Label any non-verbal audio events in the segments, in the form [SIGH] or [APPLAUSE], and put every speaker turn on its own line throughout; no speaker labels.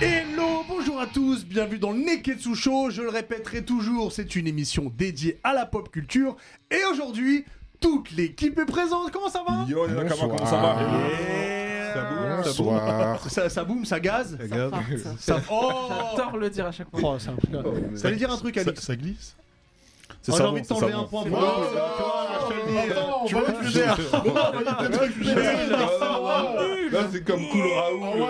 Hello, bonjour à tous, bienvenue dans le Neketsu Show. Je le répéterai toujours, c'est une émission dédiée à la pop culture. Et aujourd'hui, toute l'équipe est présente. Comment ça va
Yo les Nakamas, comment ça va
Yeah.
Ça boum, ça boum.
Bonsoir.
ça, ça boum, ça gaze.
Regarde.
Ça... Oh
J'adore le dire à chaque fois.
Oh, c'est un truc. Ça veut dire un truc, Alix.
Ça glisse
Oh, J'ai envie de t'enlever un point pour
bon.
Alix.
Oh,
Ah, je te le dis.
attends, on
Tu
va
vois,
le
je-
faire.
Là c'est comme cool Raoul.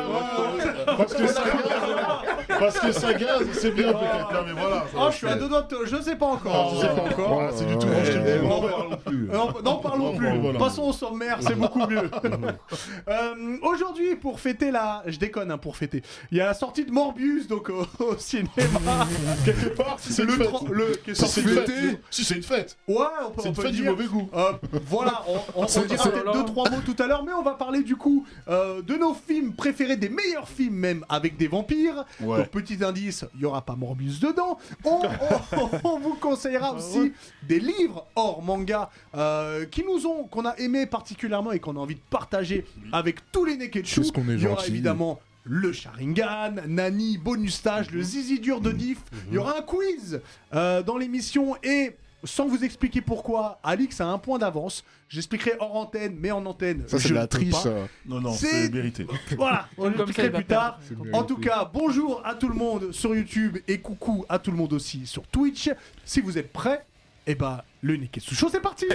Eh,
Parce que ça gaze, parce que ça gaze, c'est bien peut-être. Non, mais voilà. ça
Oh,
va.
je suis à deux doigts, de- je sais pas encore.
Ah, je sais pas encore. Ah, C'est du tout.
Ouais,
je te le dis.
on en parle plus.
Euh, Non, N'en parlons
Bon,
plus.
bon, voilà.
Passons au sommaire, c'est beaucoup
[LAUGHS]
mieux. Euh, Aujourd'hui, pour fêter la, je déconne, hein, pour fêter, il y a la sortie de Morbius donc au, au
[LAUGHS]
cinéma quelque part.
Si c'est
le
une fête.
tro- le qui est
Si c'est
sorti
une
le-
fête, si c'est une fête,
Ouais, on peut,
c'est
on
une
peut
fête du
dire.
mauvais goût.
Euh, voilà, on, on, on dira
c'est-
peut-être deux trois mots tout à l'heure, mais on va parler du coup euh, de nos films préférés, des meilleurs films même avec des vampires.
Ouais.
Donc petit indice, il y aura pas Morbius dedans. On, on- [LAUGHS] on vous conseillera
Ah
aussi des livres hors manga euh, qui nous ont, qu'on a aimé particulièrement et qu'on a envie de partager avec tous les Neketsu.
Qu'est-ce qu'on est
Il y aura
gentil.
évidemment le Sharingan, Nani, Bonus Stage,
Mhm.
le Zizi dur de Diff. Il y aura un quiz euh, dans l'émission et sans vous expliquer pourquoi, Alix a un point d'avance. J'expliquerai hors antenne, mais en antenne.
Ça, c'est
je
de la
ne peux
triche.
pas.
ça. Oh
Non, non,
C'est-
c'est vérité.
[LAUGHS] Voilà, on
Comme ça,
l'expliquerai
il va
plus tard.
perdre.
C'est bien.
En tout cas, bonjour à tout le monde sur YouTube et coucou à tout le monde aussi sur Twitch. Si vous êtes prêts, eh ben, le Neketsu Show, c'est parti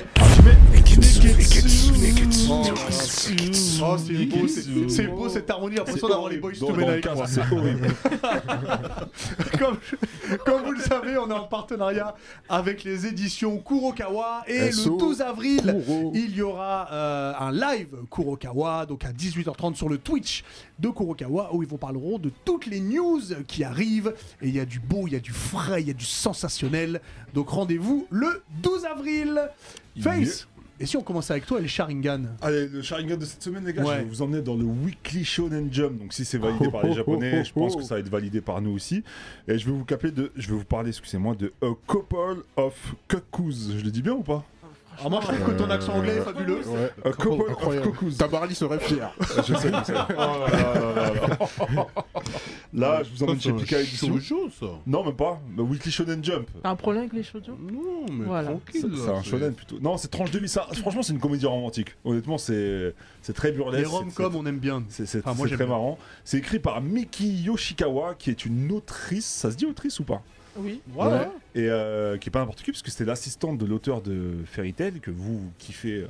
Oh, c'est beau, c'est- c'est beau cette harmonie, l'impression d'avoir les boys to men avec moi.
C'est horrible.
[LAUGHS] comme, je- comme vous le savez, on est en partenariat avec les éditions Kurokawa et
SO.
le 12 avril,
Kuro.
il y aura euh, un live Kurokawa, donc à 18h30 sur le Twitch de Kurokawa, où ils vous parleront de toutes les news qui arrivent. Et il y a du beau, il y a du frais, il y a du sensationnel. Donc rendez-vous le 12 avril. Face Et si on commençait avec toi, les Sharingan
Allez, le Sharingan de cette semaine, les gars,
Ouais.
je vais vous emmener dans le Weekly Shonen Jump. Donc, si c'est validé par
[LAUGHS]
les
Oh, oh,
Japonais,
oh,
je pense
oh.
que ça va être validé par nous aussi. Et je vais vous, caper de, je vais vous parler, excusez-moi, de A Couple of Cuckoos. Je le dis bien ou pas
Alors moi je trouve que ton accent anglais
euh,
est fabuleux.
Ouais.
A Couple of
Incroyable.
Cuckoos.
Tabarly serait fier.
je sais, je sais. Là, je vous emmène chez Pika Edition.
chaud ça.
Non, même pas. Le Weekly Shonen Jump.
T'as un problème avec les shoujo
Non, mais
Voilà.
C'est
tranquille. hein,
c'est un shonen plutôt. Non, c'est tranche de vie. Ça, franchement, c'est une comédie romantique. Honnêtement, c'est c'est très burlesque.
Les
c'est-
rom-com,
c'est-
on aime bien.
C'est c'est-
Ah, moi,
c'est
j'aime
très
bien.
marrant. C'est écrit par Miki Yoshikawa, qui est une autrice. Ça se dit autrice ou pas
Oui.
Ouais. Et euh, qui est pas n'importe qui, parce que c'était l'assistante de l'auteur de Fairy Tail que vous vous kiffez. euh,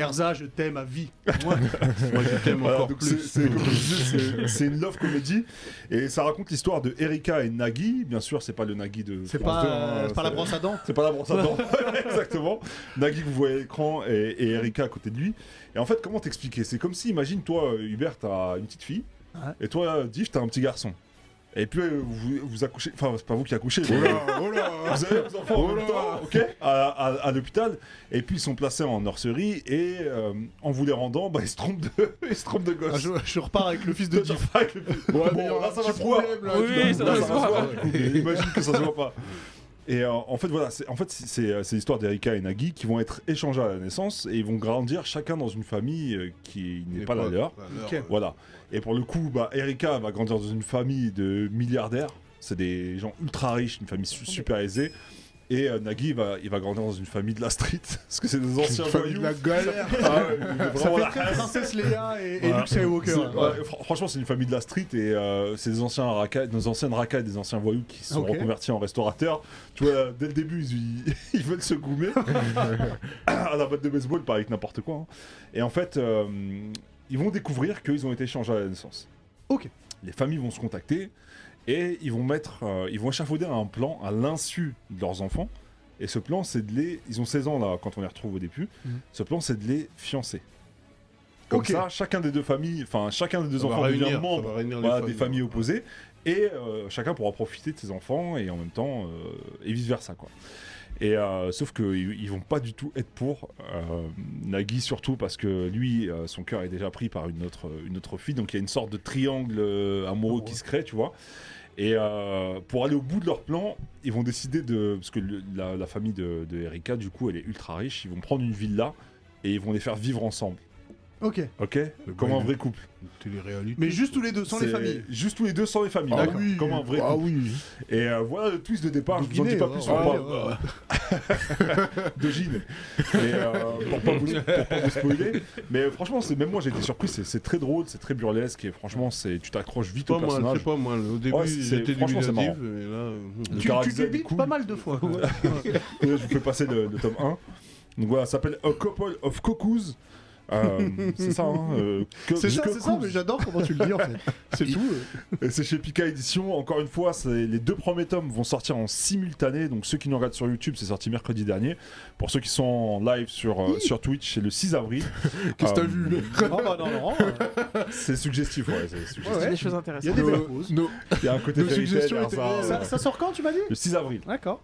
Erza, je t'aime à vie.
Moi, je t'aime
voilà,
encore
donc c'est-
plus.
c'est- comme je disais, c'est- C'est une love comedy et ça raconte l'histoire de Erika et Nagi. Bien sûr, c'est pas le Nagi de.
C'est
France
pas,
2, hein,
euh, c'est pas la
c'est-
brosse à dents.
C'est pas la brosse à dents, [LAUGHS] exactement. Nagui que vous voyez à l'écran et, et Erika à côté de lui. Et en fait, comment t'expliquer C'est comme si, imagine, toi, euh, Hubert, t'as une petite fille,
Ouais.
et toi, euh, Div, t'as un petit garçon. Et puis, euh, vous, vous accouchez, enfin, c'est pas vous qui accouchez,
Oh
mais vous avez vos enfants en même temps, ok, à, à- à l'hôpital. Et puis, ils sont placés en nurserie, et euh, en vous les rendant, bah, ils se trompent de, [LAUGHS] ils se trompent de gosse.
Ah, je, je repars avec le fils de
De
Diff.
Div avec le-
Ouais,
Bon,
mais il y aura
là,
un
ça va
petit
se voir.
problème, là,
Oui,
tu vois.
ça
Là,
va
ça
se voir.
du coup, mais Imagine que ça se voit pas. [LAUGHS] Et euh, en fait, voilà, c'est en fait, c'est- c'est euh, c'est l'histoire d'Erika et Nagui qui vont être échangés à la naissance et ils vont grandir chacun dans une famille euh, qui n'est pas la leur.
Ok.
Voilà. Et pour le coup, bah, Erika va grandir dans une famille de milliardaires. C'est des gens ultra riches, une famille su- super aisée. Et euh, Nagui, va, il va grandir dans une famille de la street. [LAUGHS] Parce que c'est des anciens
Une famille
voyous.
de la galère.
Ah ouais, mais
Ça
vraiment
fait
la
très
classe.
Princesse Leia et, et
Voilà.
Luke Skywalker.
C'est-
hein.
ouais, fr- franchement, c'est une famille de la street et euh, c'est des anciens racailles, nos anciennes racailles, des anciens voyous qui se sont
Ok.
reconvertis en restaurateurs. Tu vois, dès le début, ils, [LAUGHS] ils- ils veulent se goumer à la batte de baseball, pas avec n'importe quoi. hein. Et en fait, euh, ils vont découvrir qu'ils ont été changés à la naissance.
Ok.
Les familles vont se contacter et ils vont mettre, euh, ils vont échafauder un plan à l'insu de leurs enfants. Et ce plan, c'est de les. Ils ont 16 ans là quand on les retrouve au début.
Mhm.
Ce plan, c'est de les fiancer. Comme
Ok.
ça, chacun des deux familles, enfin chacun des deux
Ça va
enfants devient
réunir, ça
membre
va réunir les
voilà,
familles.
Bah,
hein.
des familles opposées et euh, chacun pourra profiter de ses enfants et en même temps euh, et vice versa quoi. Et euh, sauf que ils ils vont pas du tout être pour euh, Nagui surtout parce que lui euh, son cœur est déjà pris par une autre une autre fille donc il y a une sorte de triangle euh, amoureux qui se crée tu vois. Et euh, pour aller au bout de leur plan, ils vont décider de parce que le- la, la famille de, de Erika du coup elle est ultra riche, ils vont prendre une villa et ils vont les faire vivre ensemble.
Ok.
ok Comme un vrai couple.
Télé-réalité.
Mais juste tous les deux, sans les
C'est
familles.
Juste tous les deux sans les familles,
Ah
d'accord
oui.
Comme un vrai
Ah hein.
couple.
oui.
Et euh, voilà le twist de départ, je vous en dis pas plus
ouais,
pour pas-
ouais, ouais.
de Gilles. Et, euh, pour, pas vous, pour pas vous spoiler. Mais euh, franchement, c'est- même moi j'ai été surpris, c'est- c'est très drôle, c'est très burlesque et franchement, c'est tu t'accroches vite au
Pas mal,
personnage.
c'est pas mal. Au début,
Ouais, c'est-
j'étais
franchement, c'est marrant.
dubitatif, mais là. euh,
Le
Tu, tu
caractère est
débites
cool.
pas mal de fois.
euh, Je vous fais passer le, le tome 1. Donc voilà, ça s'appelle A Couple of Cocos. Euh, c'est ça, hein euh, co-
C'est ça, c'est ça,
cocos.
mais j'adore comment tu le dis en fait. [LAUGHS] C'est tout. euh.
Et C'est chez Pika Édition. Encore une fois, c'est- les deux premiers tomes vont sortir en simultané. Donc ceux qui nous regardent sur YouTube, c'est sorti mercredi dernier. Pour ceux qui sont en live sur, euh, sur Twitch, c'est le 6 avril.
Qu'est-ce que
Euh,
t'as vu mec
Ah bah non, [LAUGHS] non, euh,
C'est suggestif, ouais. C'est
Ouais,
suggestif.
ouais.
C'est des choses
Il y a
intéressantes.
des
Nos-
belles pauses.
nos-
Il y a un côté
Nos
fairy tale,
suggestions
alors
étaient-
ça, euh,
Ça, ça sort quand, tu m'as dit
Le 6 avril.
euh, D'accord.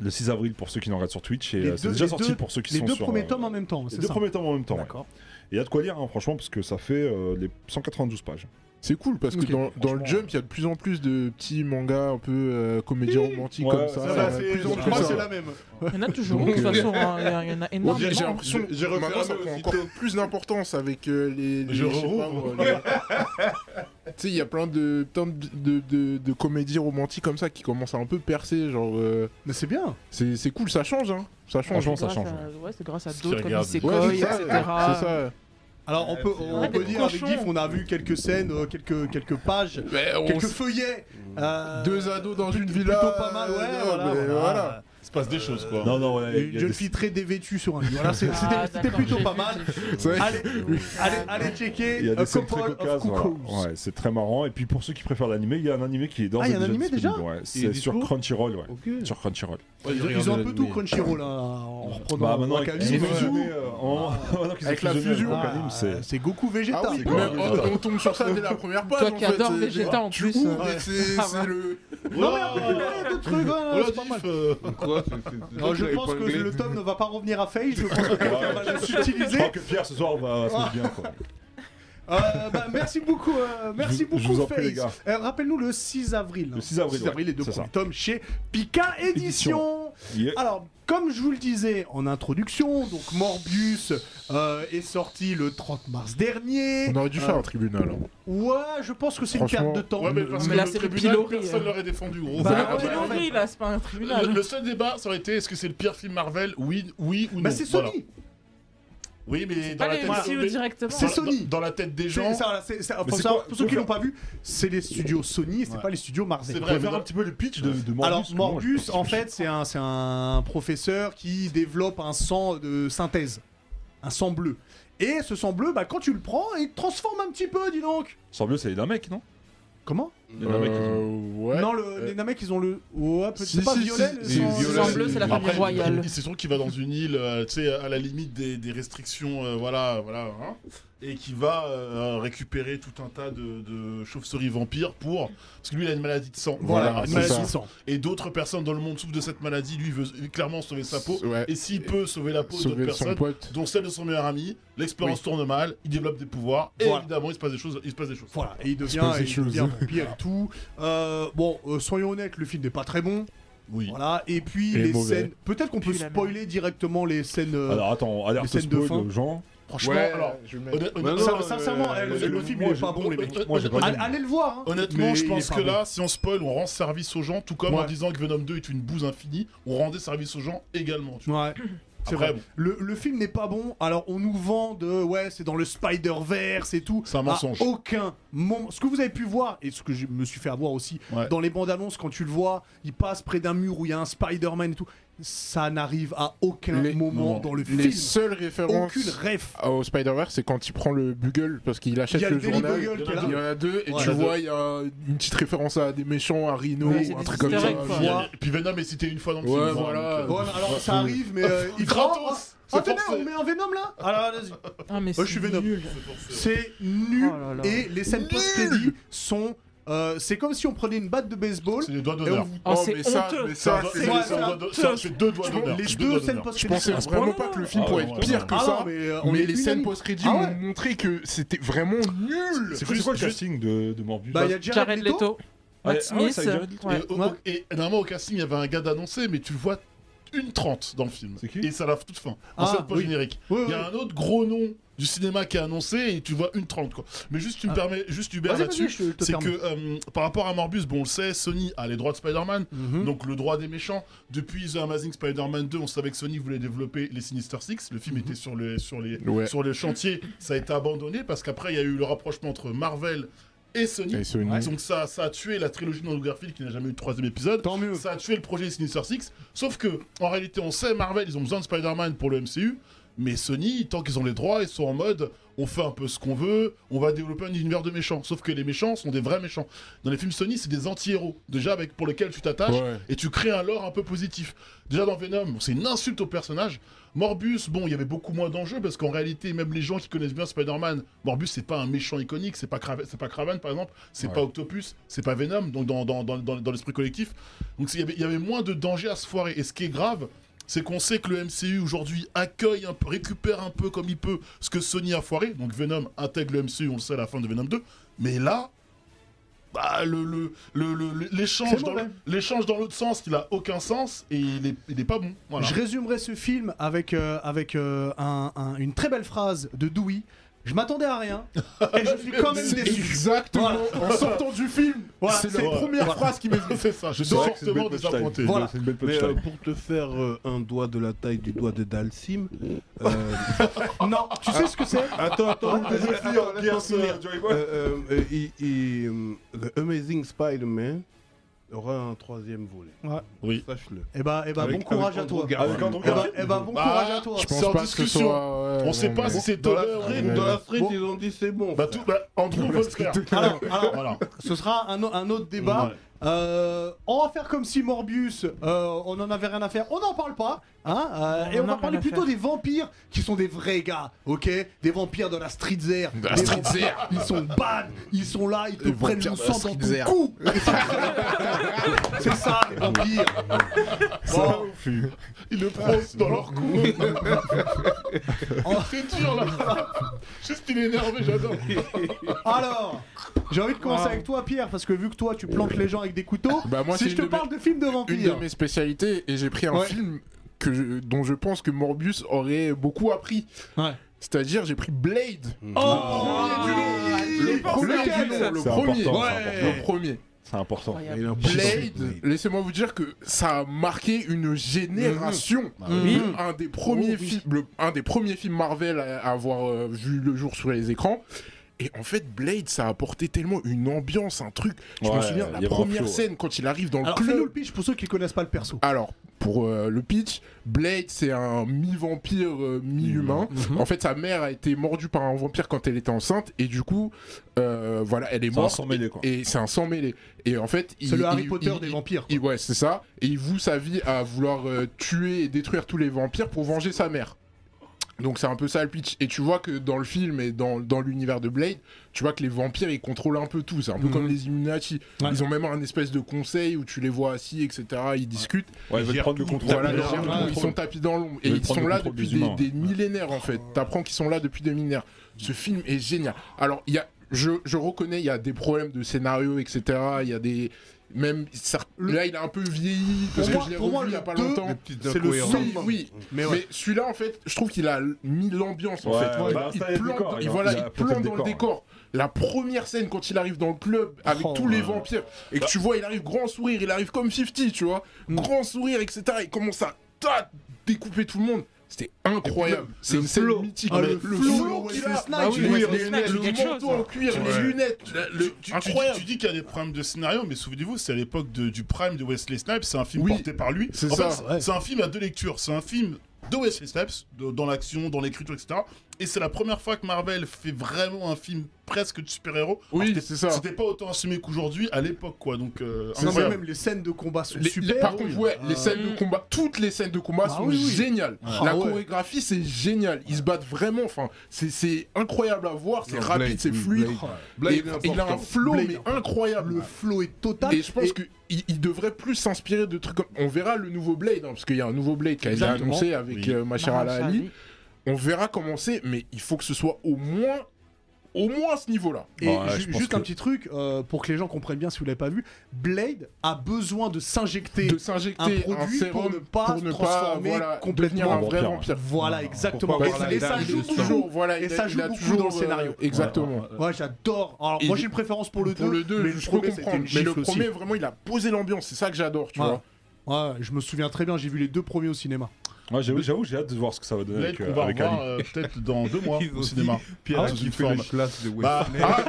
Le 6 avril pour ceux qui nous regardent sur Twitch. Et
Les
euh, c'est
deux-
déjà
les
sorti
deux-
pour ceux qui
Les
sont
deux
sur,
premiers
euh,
tomes en même temps,
Les
c'est
deux
ça
premiers tomes en même temps. ouais.
D'accord.
Et il y a de quoi lire, hein, franchement, parce que ça fait euh, les 192 pages.
C'est cool parce que
Ok,
dans, dans le
franchement,
jump, il y a de plus en plus de petits mangas un peu euh, comédies romantiques
Ouais,
comme
ça,
ça.
va,
il y en a
c'est-
de plus en
je
plus,
crois que
ça.
c'est
même.
Il y en a toujours,
Donc,
de toute
euh,
façon. hein, Il y a- il y en a
On dirait-
énormément.
J'ai l'impression
J'ai- j'ai
que maintenant ça
refermé
prend
aussitôt.
encore plus d'importance avec euh, les. les-
Je
sais pas,
[LAUGHS]
rouvre.
moi, les- Tu sais, il y a plein de, plein de, de, de- de comédies romantiques comme ça qui commencent à un peu percer. Genre, euh,
Mais c'est bien.
c'est c'est cool, ça change, hein. Ça change.
Franchement,
C'est
ça
grâce
change.
à- Ouais, c'est grâce à
Ceux qui
d'autres comme
regardent.
Isekai,
c'est ça,
etc.
c'est ça.
Alors on peut,
c'est
on
vrai.
peut
Des
dire avec
cochons.
GIF, on a vu quelques scènes, euh, quelques, quelques pages,
Mais on
quelques
s-
feuillets. euh,
Deux ados dans une
plutôt
villa.
pas mal, ouais,
euh,
voilà,
mais
voilà.
voilà.
Il se passe des choses quoi.
Non, non, ouais, il y
Une
a
jeune
des-
fille très dévêtue sur un lit. Voilà, c'est-
Ah,
c'était c'était
d'accord,
plutôt
j'ai
pas
vu,
mal.
j'ai vu.
C'est vrai.
Allez, [LAUGHS] allez, allez
il y
checker
a
A
des scènes
Couple
très
of
cocasses, voilà.
Cuckoos.
Ouais, c'est très marrant. Et puis pour ceux qui préfèrent l'animé, il y a un animé qui est dans
Ah, il y a un animé déjà
C'est sur
dispo
Crunchyroll, ouais.
Ok.
Sur Crunchyroll.
Ils, ont un peu tout Crunchyroll hein, en reprenant
Bah maintenant,
Wakanim.
ils ont
Ouais.
fusionné, euh, en- maintenant qu'ils ont
Avec la
fusionné
fusion.
avec Wakanim,
Ah,
c'est
c'est Goku Vegeta.
Ah oui,
quoi,
même,
Vegeta.
on, on tombe sur ça dès la première page.
Toi
en
qui
fait,
adore
c'est-
Vegeta en
tu
plus.
ouvres
euh,
et c'est
Ah,
c'est le.
Non mais on peut parler d'autres trucs, hein,
Voilà,
c'est pas mal.
Diff, euh,
Quoi
Alors, je pense que le tome ne va pas revenir à Faye, je pense que quelqu'un va le
Je [LAUGHS]
subtiliser.
crois que Pierre ce soir va va se mettre bien. quoi.
Euh, bah, merci beaucoup, euh, merci
Je vous-
beaucoup
je vous en prie,
Faze.
les gars.
Euh, Rappelle-nous le 6 avril.
Le 6 avril,
les deux
c'est
premiers
ça.
tomes chez Pika Édition.
Yeah.
Alors, comme je vous le disais en introduction, donc Morbius euh, est sorti le 30 mars dernier.
On aurait dû faire
Euh,
un tribunal. hein.
Ouais, je pense que c'est une
Franchement,
perte de temps.
Ouais, mais parce
Mais
que
là,
le
c'est le
tribunal,
pilori,
personne
euh.
l'aurait défendu, gros.
Bah,
C'est
ouais.
le pilori là, c'est pas un
Le,
tribunal.
le seul débat, ça aurait été est-ce que c'est le pire film Marvel Oui, oui ou non.
Bah, c'est
Voilà.
Sony.
Oui, mais dans
Pas
la,
les
tête,
MCU
mais-
directement.
C'est
dans-
Sony.
Dans, la tête des gens.
C'est- ça, voilà, c'est- c'est-
Mais
Pour
c'est
ça,
quoi-
pour ceux qui
Ouais.
l'ont pas vu, c'est les studios Sony, et c'est
Ouais.
pas les studios Marvel.
C'est
On
vrai,
peut faire
mais-
un petit peu le pitch de, de Morbius.
Alors
que moi,
Morbus,
je-
en fait, c'est un, c'est un professeur qui développe un sang de synthèse, un sang bleu. Et ce sang bleu, bah, quand tu le prends, il te transforme un petit peu, dis donc.
Semble c'est d'un mec, non
Comment
Il y en a un mec qui dit-
Euh, ouais.
Non, le, les Namek, ils ont le. Ouais, peut- c'est pas violet. le
si,
sang-
si,
le sang
si,
bleu.
bleu, c'est
si.
la famille
Après,
royale.
il- c'est sûr qu'il va dans une île, euh, tu sais, à la limite des, des restrictions, euh, voilà, voilà, hein, et qui va euh, récupérer tout un tas de, de chauves-souris vampires pour, parce que lui, il a une maladie de sang,
Voilà,
Voilà,
une
c'est
maladie
ça.
de sang.
et d'autres personnes dans le monde souffrent de cette maladie. Lui, il veut clairement sauver sa peau,
Ouais.
et s'il peut sauver la peau d'autres
Sauver son
personnes,
pote.
dont celle de son meilleur ami, l'expérience tourne mal, il développe des pouvoirs, et
Voilà.
évidemment, il se passe des choses, il se passe des choses.
Voilà, et il devient,
passe des
il
choses.
devient vampire et tout. Euh, bon, euh, soyons honnêtes, le film n'est pas très bon.
Oui.
Voilà, et puis
Et
les
mauvais.
scènes. Peut-être qu'on peut
Puis la merde.
spoiler directement les scènes. euh,
Alors attends,
les
alerte
scènes de
spoil
fin.
aux gens.
Franchement,
Ouais,
alors,
je vais mettre-
honnête-
Bah non,
honnête-
Sin- sincèrement,
euh,
eh, le,
je-
le film il est pas bon, les mecs.
honnête-
Moi, j'ai pas
Allez, allez le voir. hein.
Honnêtement,
Mais
je
il
pense
est pas
que
bon.
là, si on spoil, on rend service aux gens, tout comme
Ouais.
en disant que Venom 2 est une bouse infinie, on rendait service aux gens également. Tu vois.
Ouais. C'est
Après,
vrai.
bon.
Le, le film n'est pas bon. Alors on nous vend de ouais, c'est dans le Spider-Verse et tout.
C'est un
À
mensonge.
aucun moment. Ce que vous avez pu voir et ce que je me suis fait avoir aussi
Ouais.
dans les bandes annonces quand tu le vois, il passe près d'un mur où il y a un Spider-Man et tout. Ça n'arrive à aucun
Les-
moment
non.
dans le
Les
film.
seules références
Aucune ref.
au Spider-Verse, c'est quand il prend le bugle parce qu'il
Il y
achète
a le
le
Daily
journal.
Bugle qui est là.
Il y en a deux, et
Ouais. Il y en
tu
a
vois, il y a une petite référence à des méchants, à Rhino,
Ouais, c'est
ou un
des
truc comme
easter
ça.
eggs, quoi.
Il y a- Et puis Venom est cité une fois dans le
Ouais,
film. hein,
voilà.
donc,
Ouais, mais alors ça arrive, mais euh,
[LAUGHS]
il
Gratos,
Oh,
c'est
tenez,
forcé.
on met un Venom là Alors vas-y.
Ah, mais
Moi, je suis
c'est
Venom.
nul.
euh, c'est forcé.
C'est nul.
Oh là là.
Et les scènes post-crédit sont. euh, c'est comme si on prenait une batte de baseball.
C'est les doigts
Et on
d'honneur.
vous-
Oh,
Oh,
c'est
mais ça,
honteux.
mais ça,
C'est
c'est-
les
ouais,
doigts
ça-
d'honneur. Ça fait deux doigts d'honneur.
Les
Deux doigts
deux scènes
d'honneur.
Je
post-crédit.
pensais
sont-
vraiment pas que le film
Ah
pourrait
ouais,
être pire
ouais.
que
Ah
ça.
non, mais, euh, on
Mais
est
les scènes
unanime.
post-crédit
Ah
ont
ouais.
montré que c'était vraiment nul.
C'est quoi c'est quoi le
juste-
casting de, de Morbius
Bah, il y a
Jared Leto,
Ah, ouais,
Matt
ah ouais,
Smith.
c'est Jared Leto.
ouais.
Et, au-
Ouais.
et normalement, au casting, il y avait un gars d'annoncé, mais tu le vois une trente dans le film.
C'est qui
Et ça lave toute fin. En
Ah,
scène
oui.
post-générique.
Ouais,
Il y
ouais.
a un autre gros nom du cinéma qui est annoncé et tu vois une 30 quoi. Mais juste tu me
Ah.
permets, juste Hubert
Vas-y, vas-y,
là-dessus,
je te
c'est
permets.
que euh, par rapport à Morbus, bon on le sait, Sony a les droits de Spider-Man,
Mhm.
donc le droit des méchants. Depuis The Amazing Spider-Man 2, on savait que Sony voulait développer les Sinister Six. Le film
Hmm.
était sur les sur les
Ouais.
sur les chantiers, ça a été abandonné parce qu'après il y a eu le rapprochement entre Marvel et Sony.
Et Sony.
Ah, Donc ça, ça a tué la trilogie de Andrew Garfield qui n'a jamais eu de troisième épisode.
Tant mieux.
Ça a tué le projet des Sinister Six. Sauf que, en réalité, on sait, Marvel, ils ont besoin de Spider-Man pour le MCU. Mais Sony, tant qu'ils ont les droits, ils sont en mode on fait un peu ce qu'on veut, on va développer un univers de méchants. Sauf que les méchants sont des vrais méchants. Dans les films Sony, c'est des anti-héros, déjà avec, pour lesquels tu t'attaches
Ouais.
et tu crées un lore un peu positif. Déjà dans Venom, c'est une insulte au personnage. Morbus, bon, il y avait beaucoup moins d'enjeux parce qu'en réalité, même les gens qui connaissent bien Spider-Man, Morbus, c'est pas un méchant iconique, c'est pas, Crave- c'est pas Craven par exemple, c'est
Ouais.
pas Octopus, c'est pas Venom, donc dans, dans, dans, dans- dans l'esprit collectif. Donc c'est- il y avait- il y avait moins de danger à se foirer. Et ce qui est grave, c'est qu'on sait que le MCU aujourd'hui accueille un peu, récupère un peu comme il peut ce que Sony a foiré. Donc Venom intègre le MCU, on le sait à la fin de Venom 2. Mais là, bah, le, le, le- le- le- l'échange,
C'est
dans,
mauvais.
le- l'échange dans l'autre sens, il a aucun sens et il est, il est pas bon. Voilà.
Je résumerai ce film avec, euh, avec euh, un- un- une très belle phrase de Dewey. Je m'attendais à rien et je suis quand même
C'est
déçu.
exactement en sortant du film.
Voilà,
c'est
c'est-
la première
voilà.
phrase qui m'est venue.
[LAUGHS] C'est ça, je suis
C'est vrai que c'est une belle
fortement
punchline.
désappointé.
Voilà.
C'est une belle
Mais euh,
punchline.
pour te faire euh, un doigt de la taille du doigt de Dalsim, euh,
Non, tu sais ce que c'est
attends, attends,
Vas-y,
attends,
Pierre,
attends,
Pierre,
laisse-moi finir.
Pierre, Joey Boy.
Euh, euh, euh, il- il, euh, The Amazing Spider-Man aura un troisième volet.
Ouais.
Oui.
Sache-le.
Eh bah, eh bah
Avec-
bon courage
avec
à toi.
Andrew
Avec Andrew
Eh bah,
Garfield.
eh bah, bon
Bah,
courage à toi.
Je pense
C'est en
pas que ce
discussion.
soit. ouais,
On sait
non,
pas
mais-
si c'est
Dans
Todd
la
Herring
frite,
ou
dans la
dans
frite,
Bon.
ils ont dit c'est bon.
Bah,
frère.
tout, bah, Andrew veut le faire.
Alors,
[LAUGHS]
alors,
Voilà.
ce sera un, o- un autre débat.
Ouais.
Euh, on va faire comme si Morbius, euh, on en avait rien à faire, on n'en parle pas, hein, euh,
On
et on
en a
va
rien
parler
à
plutôt
faire.
des vampires qui sont des vrais gars, ok Des vampires de la street air.
De la
Des
street
vampires, Ils sont bad, ils sont là, ils te
Les
prennent
vampires
le
de la
sang dans
street
ton
air.
cou C'est ça, les vampires Bon,
Ils le prononcent dans leur cou.
Oh.
c'est dur là. Juste il est énervé, j'adore.
alors, j'ai envie de commencer avec toi, Pierre, parce que vu que toi, tu plantes les gens avec des couteaux,
Euh, Bah, moi,
si
c'est
je te
une de
parle de films de
une de
vampires...
mes spécialités et j'ai pris un
Ouais.
film que je- dont je pense que Morbius aurait beaucoup appris.
Ouais.
C'est-à-dire, j'ai pris Blade.
Oh,
Le
premier du
premier du
nom,
nom.
Ah. le
C'est
premier.
important,
Ouais.
c'est important.
Le premier.
C'est important.
Il a
Blade, laissez-moi vous dire que ça a marqué une génération.
oui.
Le- Un, des premiers
Oh, oui.
films, le- un des premiers films Marvel à à avoir euh, vu le jour sur les écrans. Et en fait, Blade, ça a apporté tellement une ambiance, un truc. Je me
Ouais,
souviens,
il y
la
avait un
première
flow, ouais.
scène, quand il arrive dans le
Alors,
club.
fais-nous le pitch pour ceux qui connaissent pas le perso.
Alors, pour euh, le pitch, Blade, c'est un mi-vampire, euh, mi-humain. En fait, sa mère a été mordue par un vampire quand elle était enceinte, et du coup, euh, voilà, elle est
C'est un
morte.
sang mêlé, quoi.
Et c'est un sang mêlé. Et en fait, il.
C'est le Harry
il-
Potter
il-
des vampires. quoi.
il- ouais, c'est ça. Et il voue sa vie à vouloir euh, tuer et détruire tous les vampires pour venger sa mère. Donc c'est un peu ça le pitch. Et tu vois que dans le film et dans, dans l'univers de Blade, tu vois que les vampires, ils contrôlent un peu tout. C'est un peu
Mhm.
comme les Illuminati.
Ouais.
Ils ont même un espèce de conseil où tu les vois assis, etc. Ils discutent.
Ouais, ils veulent
Gère
prendre le
tout,
contrôle.
Voilà,
Tapis
les
dans
gens,
l'ombre.
ils sont tapis dans l'ombre. Et
Ils
ils
prennent
sont
le
là
contrôle
depuis
des
des,
humains.
des millénaires, en fait. T'apprends qu'ils sont là depuis des millénaires. Ce film est génial. Alors, il y a, je, je reconnais, il y a des problèmes de scénario, etc. Il y a des... Même, ça- là, il a un peu vieilli,
Pour
parce que
moi-
je l'ai
pour moi,
revu il y a
le
pas
deux,
longtemps.
Les petites
C'est le
incohérences.
summum.
Oui, oui.
Mais
Mais,
ouais.
celui-là, en fait, je trouve qu'il a mis l'ambiance, en
Ouais,
fait.
ouais,
Il-
bah,
il
ça, il y a le
plante-
décor,
il-
il a-
voilà,
il a
il
planté le
plante dans le
décor, ouais.
décor. La première scène, quand il arrive dans le club, avec
Oh,
tous les vampires, et que tu vois, il arrive grand sourire, il arrive comme 50, tu vois. Grand sourire, etc. Il commence à ta- découper tout le monde. C'était incroyable. C'est une scène mythique.
Ah,
Mais
le flow,
flow
ouais,
qu'il
c'est
a.
Snipes,
Ah oui,
tu
les-
vois,
les-
c'est
les-
Snipes,
le
quelque chose,
manteau en
hein.
cuir,
Ouais.
les lunettes, la- le-
Tu, tu-
incroyable.
tu dis qu'il y a des problèmes de scénario, mais souvenez-vous, c'est à l'époque de- du prime de Wesley Snipes, c'est un film
Oui,
porté par lui.
c'est
En
ça,
fait, c'est-
ouais.
c'est un film à deux lectures. C'est un film de Wesley Snipes, de- dans l'action, dans l'écriture, etc. Et c'est la première fois que Marvel fait vraiment un film presque de super-héros.
Oui,
Alors,
c'est ça.
C'était pas autant assumé qu'aujourd'hui à l'époque, quoi. Donc, euh,
Non, mais
incroyable.
même les scènes de combat sont
Les- les-
super.
par contre, ouais,
Euh,
les scènes de combat, toutes les scènes de combat
Ah
sont
oui, oui.
géniales.
Ah
la
ouais.
chorégraphie, c'est génial. Ils se battent vraiment. Enfin, c'est- c'est incroyable à voir. C'est
Non,
rapide,
Blade,
c'est
oui,
fluide.
Blade.
Et-
Blade est
et il a un
important.
flow
Blade,
mais incroyable.
Le flow est total.
Et je pense qu'il il devrait plus s'inspirer de trucs comme. On verra le nouveau Blade, hein, parce qu'il y a un nouveau Blade qui a été
Exactement. Bah,
annoncé avec
Oui.
euh, Mahershala Ali. On verra comment c'est, mais il faut que ce soit au moins au moins à ce niveau-là.
Et
Ouais,
ju-
je pense
juste un
que-
petit truc, euh, pour que les gens comprennent bien si vous l'avez pas vu, Blade a besoin de s'injecter.
De s'injecter
un
un,
produit
sérum
pour ne pas se transformer
voilà,
complètement
devenir un
en
vrai
vampire.
vampire.
Voilà, exactement.
Pourquoi
Et,
pas,
ça-
voilà,
et
il
ça
a-
joue
il a-
toujours.
voilà,
Et
il a-
ça
il
joue
a
beaucoup
toujours,
dans le
euh,
scénario.
Exactement.
Ouais, j'adore. Alors,
Et
moi
il-
j'ai une préférence pour le 2.
Pour le 2,
mais
je peux
premier, c'était
comprendre.
une
Mais le
gifle aussi.
premier, vraiment, il a posé l'ambiance. C'est ça que j'adore, tu
Ouais.
vois.
Ouais, je me souviens très bien, j'ai vu les deux premiers au cinéma.
Ouais, j'avoue, j'avoue, j'ai hâte de voir ce que ça va donner
Blade
avec,
qu'on
euh,
va
avec Ali.
hein.
revoir euh, peut-être dans deux mois
Ils ont
au
dit,
cinéma.
Pierre
Ah, sous
qui
une
fait
forme.
le schlass de West.
Bah, [LAUGHS] ah,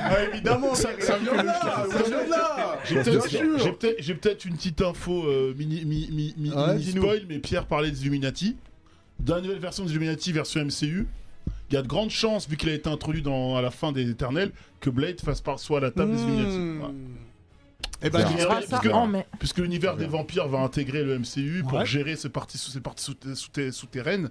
Ah,
Évidemment, ça,
Ça vient de là, ça vient de là.
J'ai peut-être
Bien sûr.
j'ai peut-être- j'ai peut-être une petite info euh, mini, mi- mi- mi-
Ouais,
mini
dis-nous.
spoil, mais Pierre parlait des Illuminati. Dans la nouvelle version des Illuminati version MCU, il y a de grandes chances, vu qu'il a été introduit dans, à la fin des Éternels, que Blade fasse par soi à la table des
Hmm.
Illuminati.
Bah,
Voilà.
Hmm.
Et ben,
Bien.
j'espère-
verra
parce
ça
que-
en mai.
Puisque l'univers des vampires va intégrer le MCU pour
Ouais.
gérer ses parties, sous- ses parties sous- sous- souterraines,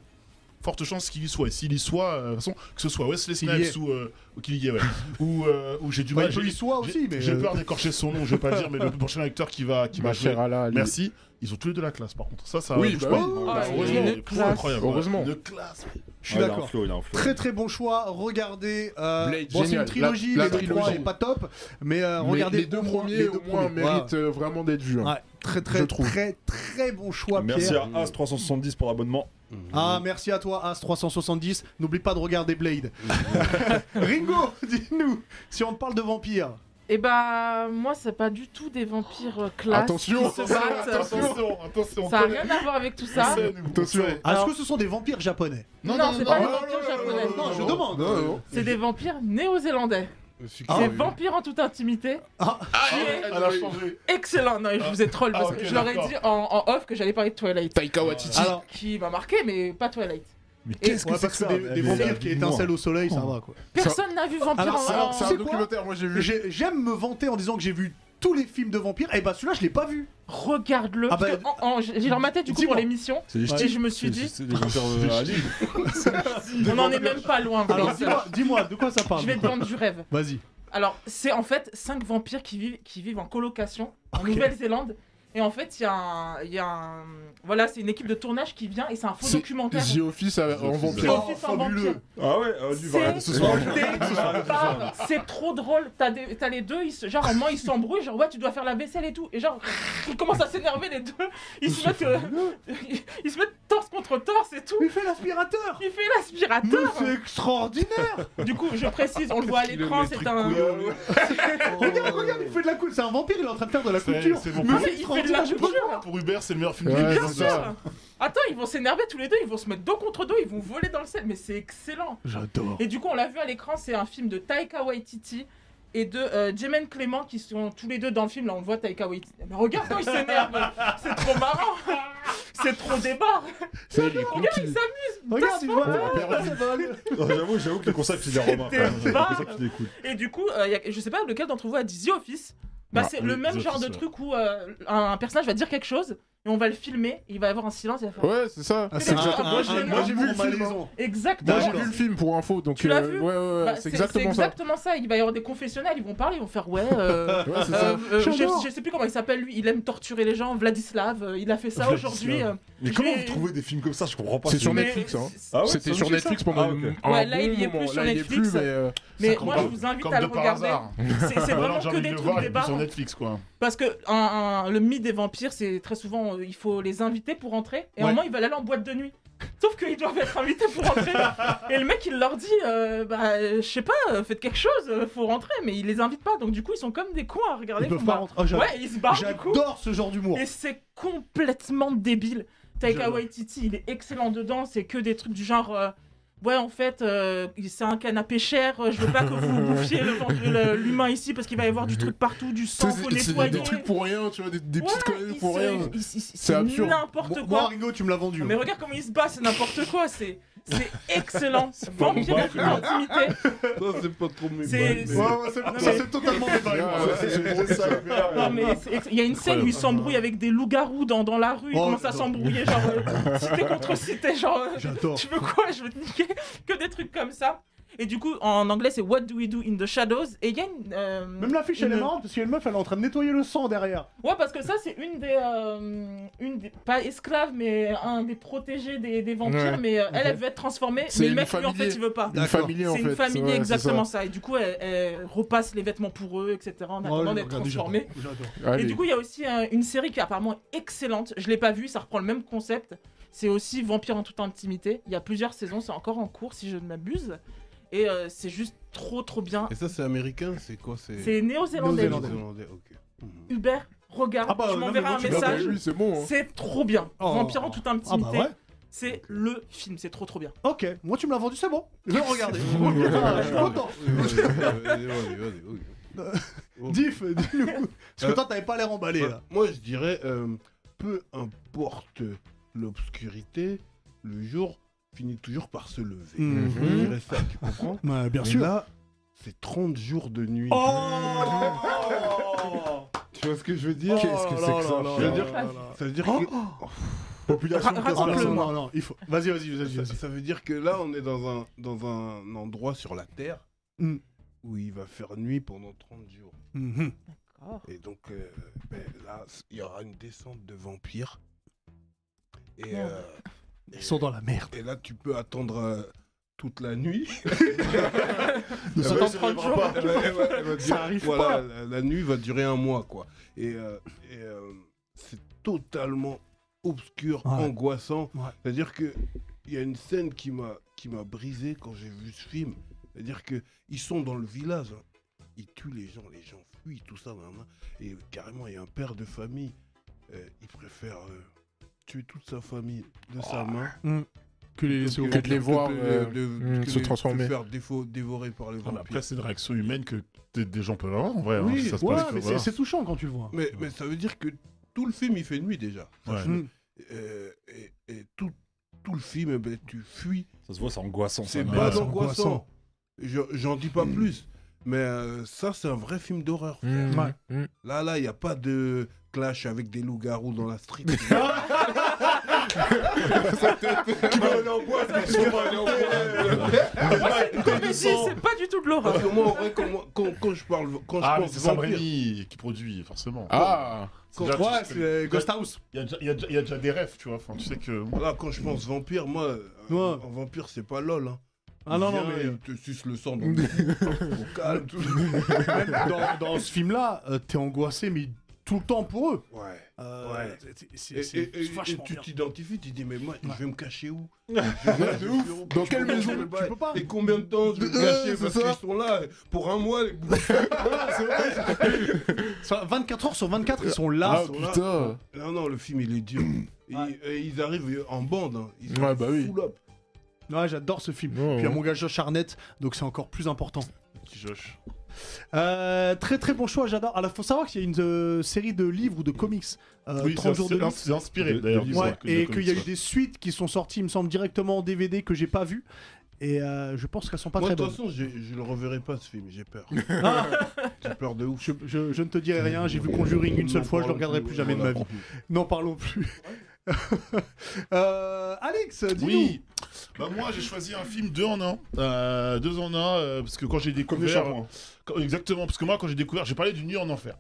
forte chance qu'il y soit. Et s'il y soit, euh, de toute façon, que ce soit Wesley
Qu'il y
Snipes ou euh, ou qu'il y ait, ouais. ou, euh, ou j'ai du
Ouais,
mal.
il peut y
j'ai-
soit
j'ai-
aussi, mais.
J'ai
euh,
peur d'écorcher son nom, je vais pas le dire, mais le prochain acteur qui va, qui va
Ma
jouer.
chère Allah, Ali.
Merci. Ils ont tous les deux la classe, par contre. Ça, ça.
Bah, Oui,
bouge
bah
pas.
oui.
Ah,
Bah,
il a
heureusement.
une
il est
classe.
incroyable.
Heureusement.
Une classe.
Je suis
Ouais, il a un
d'accord.
flow, il a un flow.
Très très bon choix. Regardez. euh,
Blade,
bon, c'est une
génial.
trilogie,
La-
les
la
deux trois
trilogie.
est pas top, mais euh,
Mais
regardez
les deux
au moins-
premiers,
les
au
deux
moins,
premiers. Ah, Ouais.
méritent euh, vraiment d'être vus. hein.
Ouais, très très
Je trouve.
très très bon choix.
Merci
Pierre.
à As370 pour l'abonnement.
Ah merci à toi As370. N'oublie pas de regarder Blade.
[LAUGHS]
Ringo, [LAUGHS] dis-nous si on te parle de vampires.
Et bah, moi, c'est pas du tout des vampires euh,
[LAUGHS]
classe
Attention,
qui se battent.
Attention, attention.
Ça a rien à voir avec tout ça.
Attention.
Est-ce
Alors-
que ce sont des vampires japonais
Non, c'est pas des vampires japonais.
Non, je demande.
Non, non.
C'est des vampires néo-zélandais.
Euh,
Ah,
c'est
oui.
Vampires en toute intimité.
Ah.
Qui est
Elle a changé.
excellent. Non, je vous ai troll
Ah,
parce
ok,
que je leur ai
d'accord.
dit en, en off que j'allais parler de Twilight.
Taika Waititi.
Ah.
Alors,
Qui m'a marqué, mais pas Twilight.
Mais
Et-
qu'est-ce
ouais,
que c'est que
parce que
ça
des,
mais-
des
mais-
vampires qui
dis-moi.
étincellent au soleil, ça va quoi.
Personne n'a vu Vampire
Alors,
en-
c'est un-
en.
c'est
C'est
un
un
C'est quoi documentaire,
documentaire, moi j'ai vu.
J'ai- J'aime me vanter en disant que j'ai vu tous les films de vampires. Et bah celui-là, je l'ai pas vu.
Regarde-le.
Ah, bah,
parce que en- en- J'ai j'ai rematé du coup
dis-moi.
pour l'émission.
C'est des
Et
ch'tis.
je me suis
C'est-
dit,
C'est des vampires euh,
[LAUGHS]
Ali.
on en est même pas loin.
Alors
Brice.
dis-moi, dis-moi, de quoi ça parle
je vais te vendre du rêve.
Vas-y.
Alors, c'est en fait cinq vampires qui vivent, qui vivent en colocation en Nouvelle-Zélande. Et en fait, il y, a un- il y a un. Voilà, c'est une équipe de tournage qui vient et c'est un faux
C'est-
documentaire.
The Office euh, en vampire.
Oh, c'est un vampire.
Ah ouais, euh, lui va regarder ce
C'est [LAUGHS]
soir.
dégueulasse. C'est trop drôle. T'as des- t'as les deux, ils se- genre, à un moment, ils s'embrouillent, genre, ouais, tu dois faire la vaisselle et tout. Et genre, ils commencent à s'énerver, les deux. Ils se mettent, euh, [LAUGHS] ils- ils se mettent torse contre torse et tout.
Mais fais l'aspirateur
Il fait
Mais
l'aspirateur.
c'est extraordinaire
Du coup, je précise, on le voit à
Qu'est-ce
l'écran,
qu'il
c'est
a
un.
le maître
Oh.
Regarde, regarde, il fait de la couture. C'est un vampire, il est en train de faire de la
C'est-
couture.
c'est mon
Mais
Non,
c'est
Ah, mais il fait de la
extraordinaire, je peux-
couture.
Pour Hubert, c'est le meilleur film
Ouais,
du
bien
monde.
sûr.
ça.
Attends, ils vont s'énerver tous les deux, ils vont se mettre dos contre dos, ils vont voler dans le ciel, mais c'est excellent.
J'adore.
Et du coup, on l'a vu à l'écran, c'est un film de Taika Waititi et de euh, Jemaine Clément qui sont tous les deux dans le film. Là, on voit Taika Waititi. Mais regarde quand il s'énerve, c'est trop marrant, c'est trop débat.
Ça, il est
Regarde, il
conquis.
s'amuse.
Regarde, il
tassement.
voit. Ah, ça vole.
Oh, J'avoue, j'avoue que le concept, c'est des Romains.
C'était
C'est le
pas-
concept, il est cool.
Et du coup, euh, y a- je sais pas lequel d'entre vous a dit The Office. Bah,
Ah,
c'est
oui,
le
The
même genre
Office,
de
ouais.
truc où euh, un, un personnage va dire quelque chose et on va le filmer, il va y avoir un silence, il va faire.
Ouais, c'est ça.
Ah, c'est
Ah,
exactement-
ah,
moi,
ah,
j'ai-
ah,
Moi j'ai vu le
ah,
film.
ah,
Exactement.
Moi j'ai vu le film pour info, donc
Tu l'as
euh,
vu
ouais, ouais, ouais,
Bah,
c'est exactement ça.
exactement ça. Il va y avoir des confessionnels, ils vont parler, ils vont faire ouais. euh,
Ouais, [LAUGHS] c'est
euh,
ça.
euh, je,
J'adore.
je sais plus comment il s'appelle lui. Il aime torturer les gens. Vladislav, euh, il a fait ça
Vladislav.
aujourd'hui. euh.
Mais
Je
comment
vais-
vous trouvez des films comme ça Je comprends pas.
C'est sur
Mais-
Netflix, hein.
Ah ouais,
C'était
c'est
sur Netflix pendant
Ah, ok. [LAUGHS]
un
Ouais,
bon
là, il y est
moment.
plus
là,
sur
il y est
Netflix.
plus, mais euh,
Mais
Comme
moi,
par-
je vous invite
comme
à
de
le
par
regarder.
hasard.
C'est c'est
Voilà,
vraiment
j'ai
que
envie de
des
le
trucs
voir, il est plus
débats.
sur Netflix, quoi.
Parce que un- un- le mythe des vampires, c'est très souvent, euh, il faut les inviter pour entrer. Et à un
Ouais.
moment, ils veulent aller en boîte de nuit. Sauf qu'ils doivent être invités pour entrer. et le mec, il leur dit, euh, bah, je sais pas, euh, faites quelque chose, euh, faut rentrer. Mais il les invite pas. Donc du coup, ils sont comme des cons à regarder.
Ils peuvent
Faut
pas
bar-
rentrer. Oh, j'adore.
Ouais, ils bah, se barrent du coup.
J'adore ce genre d'humour.
Et c'est complètement débile. Taika
J'adore.
Waititi, il est excellent dedans. C'est que des trucs du genre. euh, Ouais, en fait, euh, c'est un canapé cher. euh, Je veux pas que vous bouffiez le ventre- le- l'humain ici parce qu'il va y avoir du truc partout, du sang, faut
c'est- c'est
nettoyer.
des trucs pour rien, tu vois, des, des
Ouais,
petites conneries
il
pour
se-
rien.
il- il- il-
C'est
C'est
absurde.
Moi-
n'importe
Moi
quoi.
Ringo, tu me l'as vendu.
Mais
hein.
regarde comment il se bat, c'est n'importe quoi. C'est
[LAUGHS]
c'est excellent. Vampire en toute intimité.
Ça, c'est pas trop mes
C'est-
balles,
c'est-
mais-
Ouais, ouais, c'est-
Non,
ça,
mais-
c'est totalement débarré.
Ouais, c'est-
Non, mais c'est ex- il y a une scène où il s'embrouille avec des loups-garous dans, dans la rue. Ils
Oh,
commencent à
j'adore.
s'embrouiller, genre euh, cité contre cité, genre. euh,
J'adore.
Tu veux quoi Je veux te niquer Que des trucs comme ça. Et du coup, en anglais, c'est What do we do in the shadows Et il y a une. euh,
Même l'affiche, elle est
une-
marrante parce qu'il y a une meuf, elle est en train de nettoyer le sang derrière.
Ouais, parce que ça, c'est une des, euh, une des- Pas esclave, mais un des protégés des, des vampires.
Ouais.
Mais euh, elle, elle veut être transformée.
C'est
Mais le
une
mec, lui, en
familier.
fait, il veut pas.
Une
D'accord.
famille, en
C'est
fait.
une famille,
Ouais, c'est
exactement ça. Et du coup, elle, elle repasse les vêtements pour eux, etc. En attendant
Ouais,
d'être
regarde, j'adore,
transformée.
j'adore.
Allez.
Et du coup, il y a aussi euh, une série qui est apparemment excellente. Je l'ai pas vue, ça reprend le même concept. C'est aussi Vampire en toute intimité. Il y a plusieurs saisons, c'est encore en cours si je ne m'abuse. Et euh, c'est juste trop trop bien.
Et ça, c'est américain C'est quoi
C'est néo-zélandais.
Néo-zélandais.
ok.
Hubert, regarde,
Ah bah,
tu
non, mais
m'enverras
moi,
un
tu
Ah bah
message.
oui, c'est bon. hein.
C'est trop bien.
Oh.
Vampire en toute
Ah
intimité.
bah ouais.
C'est le film, c'est trop trop bien.
Ok, moi tu me l'as vendu, c'est bon. Je vais regarder.
[LAUGHS]
je suis content. Diff, [LAUGHS] dis-nous. Parce que
Euh,
toi, t'avais pas l'air emballé
Ouais.
là.
Moi, je dirais, euh, peu importe l'obscurité, le jour finit toujours par se lever.
Mhm.
Je dirais ça, tu comprends
Bah, bien
Mais
sûr.
là, c'est 30 jours de nuit.
Oh
tu vois ce que je veux dire
Qu'est-ce que c'est que ça
Je veux dire- Ça veut dire
Oh.
que...
Population
Ra-
15%.
raconte-le-moi.
Non, non, il faut. Vas-y, vas-y, vas-y.
Ça,
vas-y.
ça veut dire que là, on est dans un, dans un endroit sur la Terre
Mm.
où il va faire nuit pendant 30 jours.
Mhm.
Et donc, euh, ben, là, c- il y aura une descente de vampires. Et,
Merde.
euh, et-
Ils sont dans la merde.
et là, tu peux attendre euh, toute la nuit.
Nous
Eh
sommes
ben,
en
ça
30
va
jours.
pas. Eh ben, elle va- [LAUGHS] elle va durer-
arrive
voilà,
pas.
La, la nuit va durer un mois, quoi. Et, euh, et, euh, c'est totalement obscur,
Ouais.
angoissant.
Ouais.
C'est-à-dire que il y a une scène qui m'a qui m'a brisé quand j'ai vu ce film. C'est-à-dire que ils sont dans le village, hein. ils tuent les gens, les gens fuient, tout ça, nan, nan. et carrément il y a un père de famille, euh, il préfère euh, tuer toute sa famille de sa main
Que les
plutôt
que de les voir, euh, mm,
que
se
de- de
transformer.
faire défaut, dévorer par les
Non, mais
vampires.
après, c'est une réaction humaine que des, des gens peuvent avoir en vrai. hein,
Oui,
si ça se
ouais,
passe que-
mais c'est-
voilà.
c'est touchant quand tu le vois.
Mais, mais ça veut dire que tout le film, il fait nuit déjà.
Ouais.
Mm.
Euh, et et tout, tout le film, eh ben, tu fuis.
Ça se voit, c'est angoissant.
C'est
ça.
mal.
Ouais.
pas
c'est
angoissant. Je- J'en dis pas plus. Mais euh, ça, c'est un vrai film d'horreur. frère.
Ouais.
Là, là, il n'y a pas de clash avec des loups-garous dans la street.
Tu vas aller en boîte, C'est [LAUGHS] comédie, c'est pas du tout de l'horreur.
Parce
[LAUGHS]
que moi, en vrai, quand, moi- quand- quand je parle, quand je
Ah, mais
pense
c'est Sam
vampire,
Raimi qui produit, forcément.
Ah
C'est déjà-
Ouais,
tu-
c'est euh, Ghost House.
Il y, a déjà- il y a déjà- il y a déjà des rêves, tu vois. Enfin, tu sais que.
voilà, quand je pense vampire, moi, euh,
Ouais.
un vampire, c'est pas lol. hein.
Ah non, non,
Viens,
mais.
Il te suce le sang dans le cou. Au calme, tout.
Même dans, dans ce film-là, euh, t'es angoissé, mais tout le temps pour eux.
Ouais.
Euh,
Ouais.
c'est- C'est
Et, et-
c'est
et- et
vachement
tu
bien.
t'identifies, tu dis, mais moi, je vais me cacher
[LAUGHS]
où
de ouf. Dans quelle maison
Tu peux pas.
bah, Et combien de temps je vais me
Euh,
cacher
c'est
Parce
ça.
qu'ils sont là pour un mois. les-
Soit 24 heures sur 24, ils sont là.
Ah
sont là.
putain
Non, non, le film, il est dur. Et,
Ouais.
et ils arrivent en bande. hein. Ils sont
Ouais, bah oui.
full up.
Ah, Ouais, j'adore ce film.
Ouais,
Puis il y a
ouais.
mon gars Josh Arnett, donc c'est encore plus important.
Petit Josh.
Euh, très très bon choix, j'adore. Alors, faut savoir qu'il y a une euh, série de livres ou de comics, euh,
Oui,
30
c'est
jours de
c'est-
nuit.
c'est inspiré
De-
d'ailleurs.
de
du-
livres,
Ouais,
de-
et
de
qu'il y a eu
comics,
des suites qui sont sorties, il me semble, directement en DVD que j'ai pas vu. Et euh, je pense qu'elles sont pas
Moi, de
très
toute
bonnes.
façon, je, je le reverrai pas, ce film. J'ai peur.
Ah,
J'ai peur de ouf.
je, je- je ne te dirai rien, j'ai vu Conjuring une seule
N'en
fois, je le
parlons
regarderai plus jamais de ma
voilà.
vie. N'en parlons plus. [LAUGHS] Euh, Alex, dis-nous.
Oui. Bah moi j'ai choisi un film deux en un, Euh, deux en un euh, parce que quand j'ai
Comme les
découvert,
charmants.
quand- exactement parce que moi quand j'ai découvert, j'ai parlé d'une nuit en enfer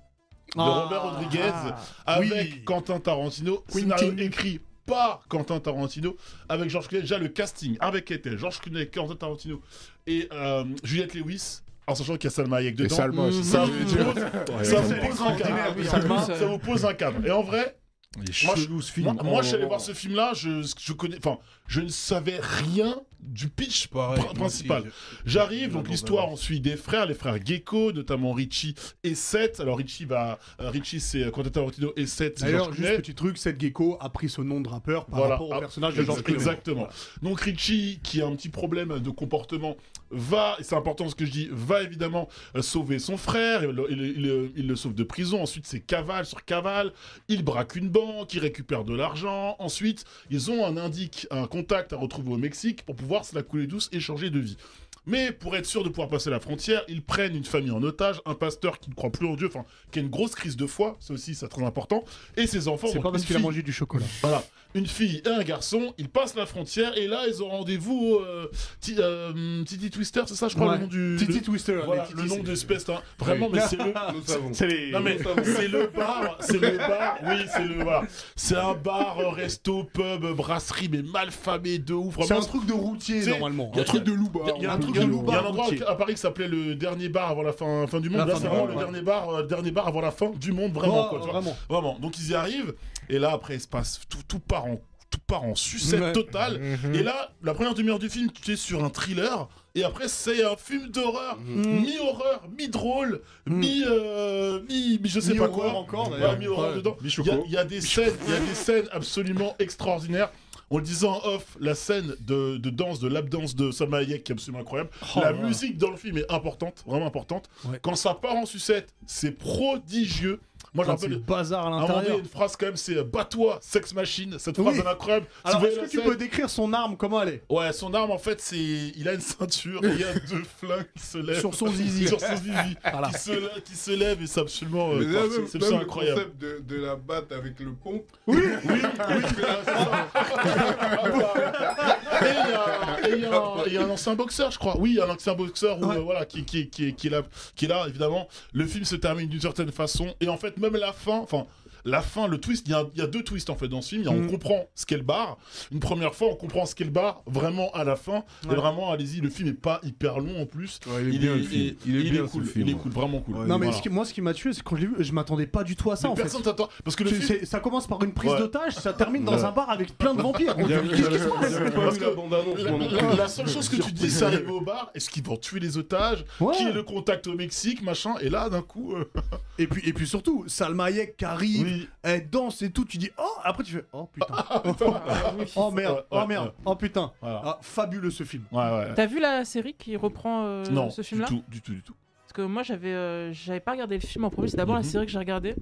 de
Ah.
Robert Rodriguez
Ah.
avec Quentin Tarantino,
Quentin.
scénario écrit par Quentin Tarantino avec Georges Clooney. Déjà le casting avec qui était Georges Clooney, Quentin Tarantino et euh, Juliette Lewis, en sachant qu'il y a Salma Hayek
Et
dedans.
Salma, c'est ça.
Ça vous pose, ça vous pose un cadre.
oui, en
Salma,
plus, euh.
ça vous pose un cadre. Et en vrai,
Il est
Moi,
chelou ce film.
moi, moi, je suis allé
Oh.
voir ce film-là, je, je connais, enfin, je ne savais rien du pitch
Pareil,
pr-
moi
principal.
aussi, je-
J'arrive, donc
J'adore
l'histoire,
vraiment.
on suit des frères, les frères Gecko, notamment Richie et Seth. Alors Richie, bah, euh, Richie, c'est euh, Quentin Tarantino et Seth, c'est
D'ailleurs,
George
juste
Clooney.
petit truc, Seth Gecko a pris ce nom de rappeur par
Voilà.
rapport au
Ah,
personnage de Jean
Exact- Exactement. Donc Richie, qui a un petit problème de comportement, va, et c'est important ce que je dis, va évidemment euh, sauver son frère, il le, il le- il le- il le sauve de prison, ensuite c'est cavale sur cavale, il braque une banque, il récupère de l'argent, ensuite ils ont un indique, un contact à retrouver au Mexique pour pouvoir se la couler douce et changer de vie. Mais pour être sûr de pouvoir passer la frontière, ils prennent une famille en otage, un pasteur qui ne croit plus en Dieu, enfin, qui a une grosse crise de foi, ça aussi, c'est très important, et ses enfants.
C'est
donc
pas parce
une
qu'il a
fille-
mangé du chocolat.
Voilà, une fille et un garçon, ils passent la frontière et là ils ont rendez-vous euh, Ti- euh, Titi Twister, c'est ça je crois
Ouais.
le nom du
Titi
le-
Twister.
voilà,
mais Titi,
le
c'est-
nom d'espèce hein. vraiment mais c'est le
[LAUGHS] Nous savons.
C'est les.
non mais c'est le bar, c'est le
[LAUGHS]
bar, oui c'est le voilà. c'est un bar, euh, resto, pub, brasserie mais mal famé de ouf
C'est un
vraiment.
truc de routier
C'est-
normalement.
y a-
Un truc de loup-bar.
Il y a un
de
truc de
loup-bar
Il y a un endroit
routier.
à Paris qui s'appelait le dernier bar avant la fin, fin du
La
monde. Là,
fin
c'est
du
vraiment
monde,
le
ouais. Oh,
dernier bar, euh, dernier bar avant la fin du monde vraiment.
Vraiment,
quoi, tu vois.
vraiment.
Vraiment. Donc ils y arrivent et là après il se passe tout, tout part en tout part en sucette
Ouais. Mhm.
totale. Et là, la première demi-heure du film, tu es sur un thriller et après c'est un film d'horreur,
Mhm.
mi-horreur, mi-drôle, mi, euh, mi, mi- je sais pas quoi.
Mi-horreur encore,
Ouais,
d'ailleurs.
mi-horreur
Ouais.
dedans. Il y,
Michoko.
a- il y a des scènes, il y a des scènes absolument extraordinaires. On le disait en off, la scène de, de danse, de lap danse de Salma Hayek qui est absolument incroyable. la musique dans le film est importante, vraiment importante.
Oh, Ouais.
Quand ça part en sucette, c'est prodigieux. Moi, je
Putain, C'est le
rappelle,
bazar à
à un moment donné,
l'intérieur.
une phrase quand même, c'est euh, Bats-toi, sex machine. Cette phrase,
Oui.
elle est incroyable. Si
Alors,
vous voyez
est-ce
la
que tu
scène-
peux décrire son arme Comment elle est
Ouais, son arme en fait, c'est. Il a une ceinture et il y a deux flingues qui se lèvent.
Sur son zizi.
[LAUGHS] Sur son zizi.
Voilà.
Qui, se lève, qui se lève et c'est absolument. euh,
Mais là,
parti-
même,
c'est
même
absolument
le
incroyable.
concept de, de la batte avec le pompe.
Et il y a- et il y, a un- et il y a un ancien boxeur, je crois. Oui, il y a un ancien boxeur où, euh, voilà, qui, qui, qui, qui est là, qui est là, évidemment. Le film se termine d'une certaine façon. Et en fait, même la fin. Enfin. La fin, le twist, il y, a, il y a deux twists en fait dans ce film. Il y
Mm.
a- On comprend ce qu'est le bar. Une première fois, on comprend ce qu'est le bar vraiment à la fin. Et vraiment, allez-y, le film est pas hyper long en plus.
il est bien, le film.
il-
Il est
il
bien, ce
cool,
film.
Il est cool, vraiment cool.
Ouais,
Non, mais
Voilà.
ce qui- moi, ce qui m'a tué, c'est quand je l'ai vu, je m'attendais pas du tout à ça
Mais
en fait.
personne t'attend. Parce que le
C'est-
film.
c'est- Ça commence par une prise
Ouais.
d'otage, ça termine dans
Ouais.
un bar avec plein de
[LAUGHS]
vampires. On dit,
J'avais-
Qu'est-ce qui se passe
j'avais pas
Parce
vu
que
la bande-annonce,
La,
moi non
la-
plus.
la seule chose que tu te dis, c'est arriver au bar, est-ce qu'ils vont tuer les otages
Ouais.
Qui est le contact au Mexique Machin. Et là, d'un coup. euh,
Et puis, et puis surtout, Salma Hayek qui arrive,
oui.
elle danse et tout, tu dis oh, après tu fais oh putain,
[LAUGHS]
oh merde,
Ouais,
oh merde,
ouais.
oh putain,
Voilà.
Ah, fabuleux ce film.
Ouais, ouais.
T'as vu la série qui reprend euh,
non,
ce
du
film-là
tout, du tout, du tout.
Parce que moi, j'avais euh, j'avais pas regardé le film en premier, c'est d'abord
Mhm.
la série que j'ai regardée.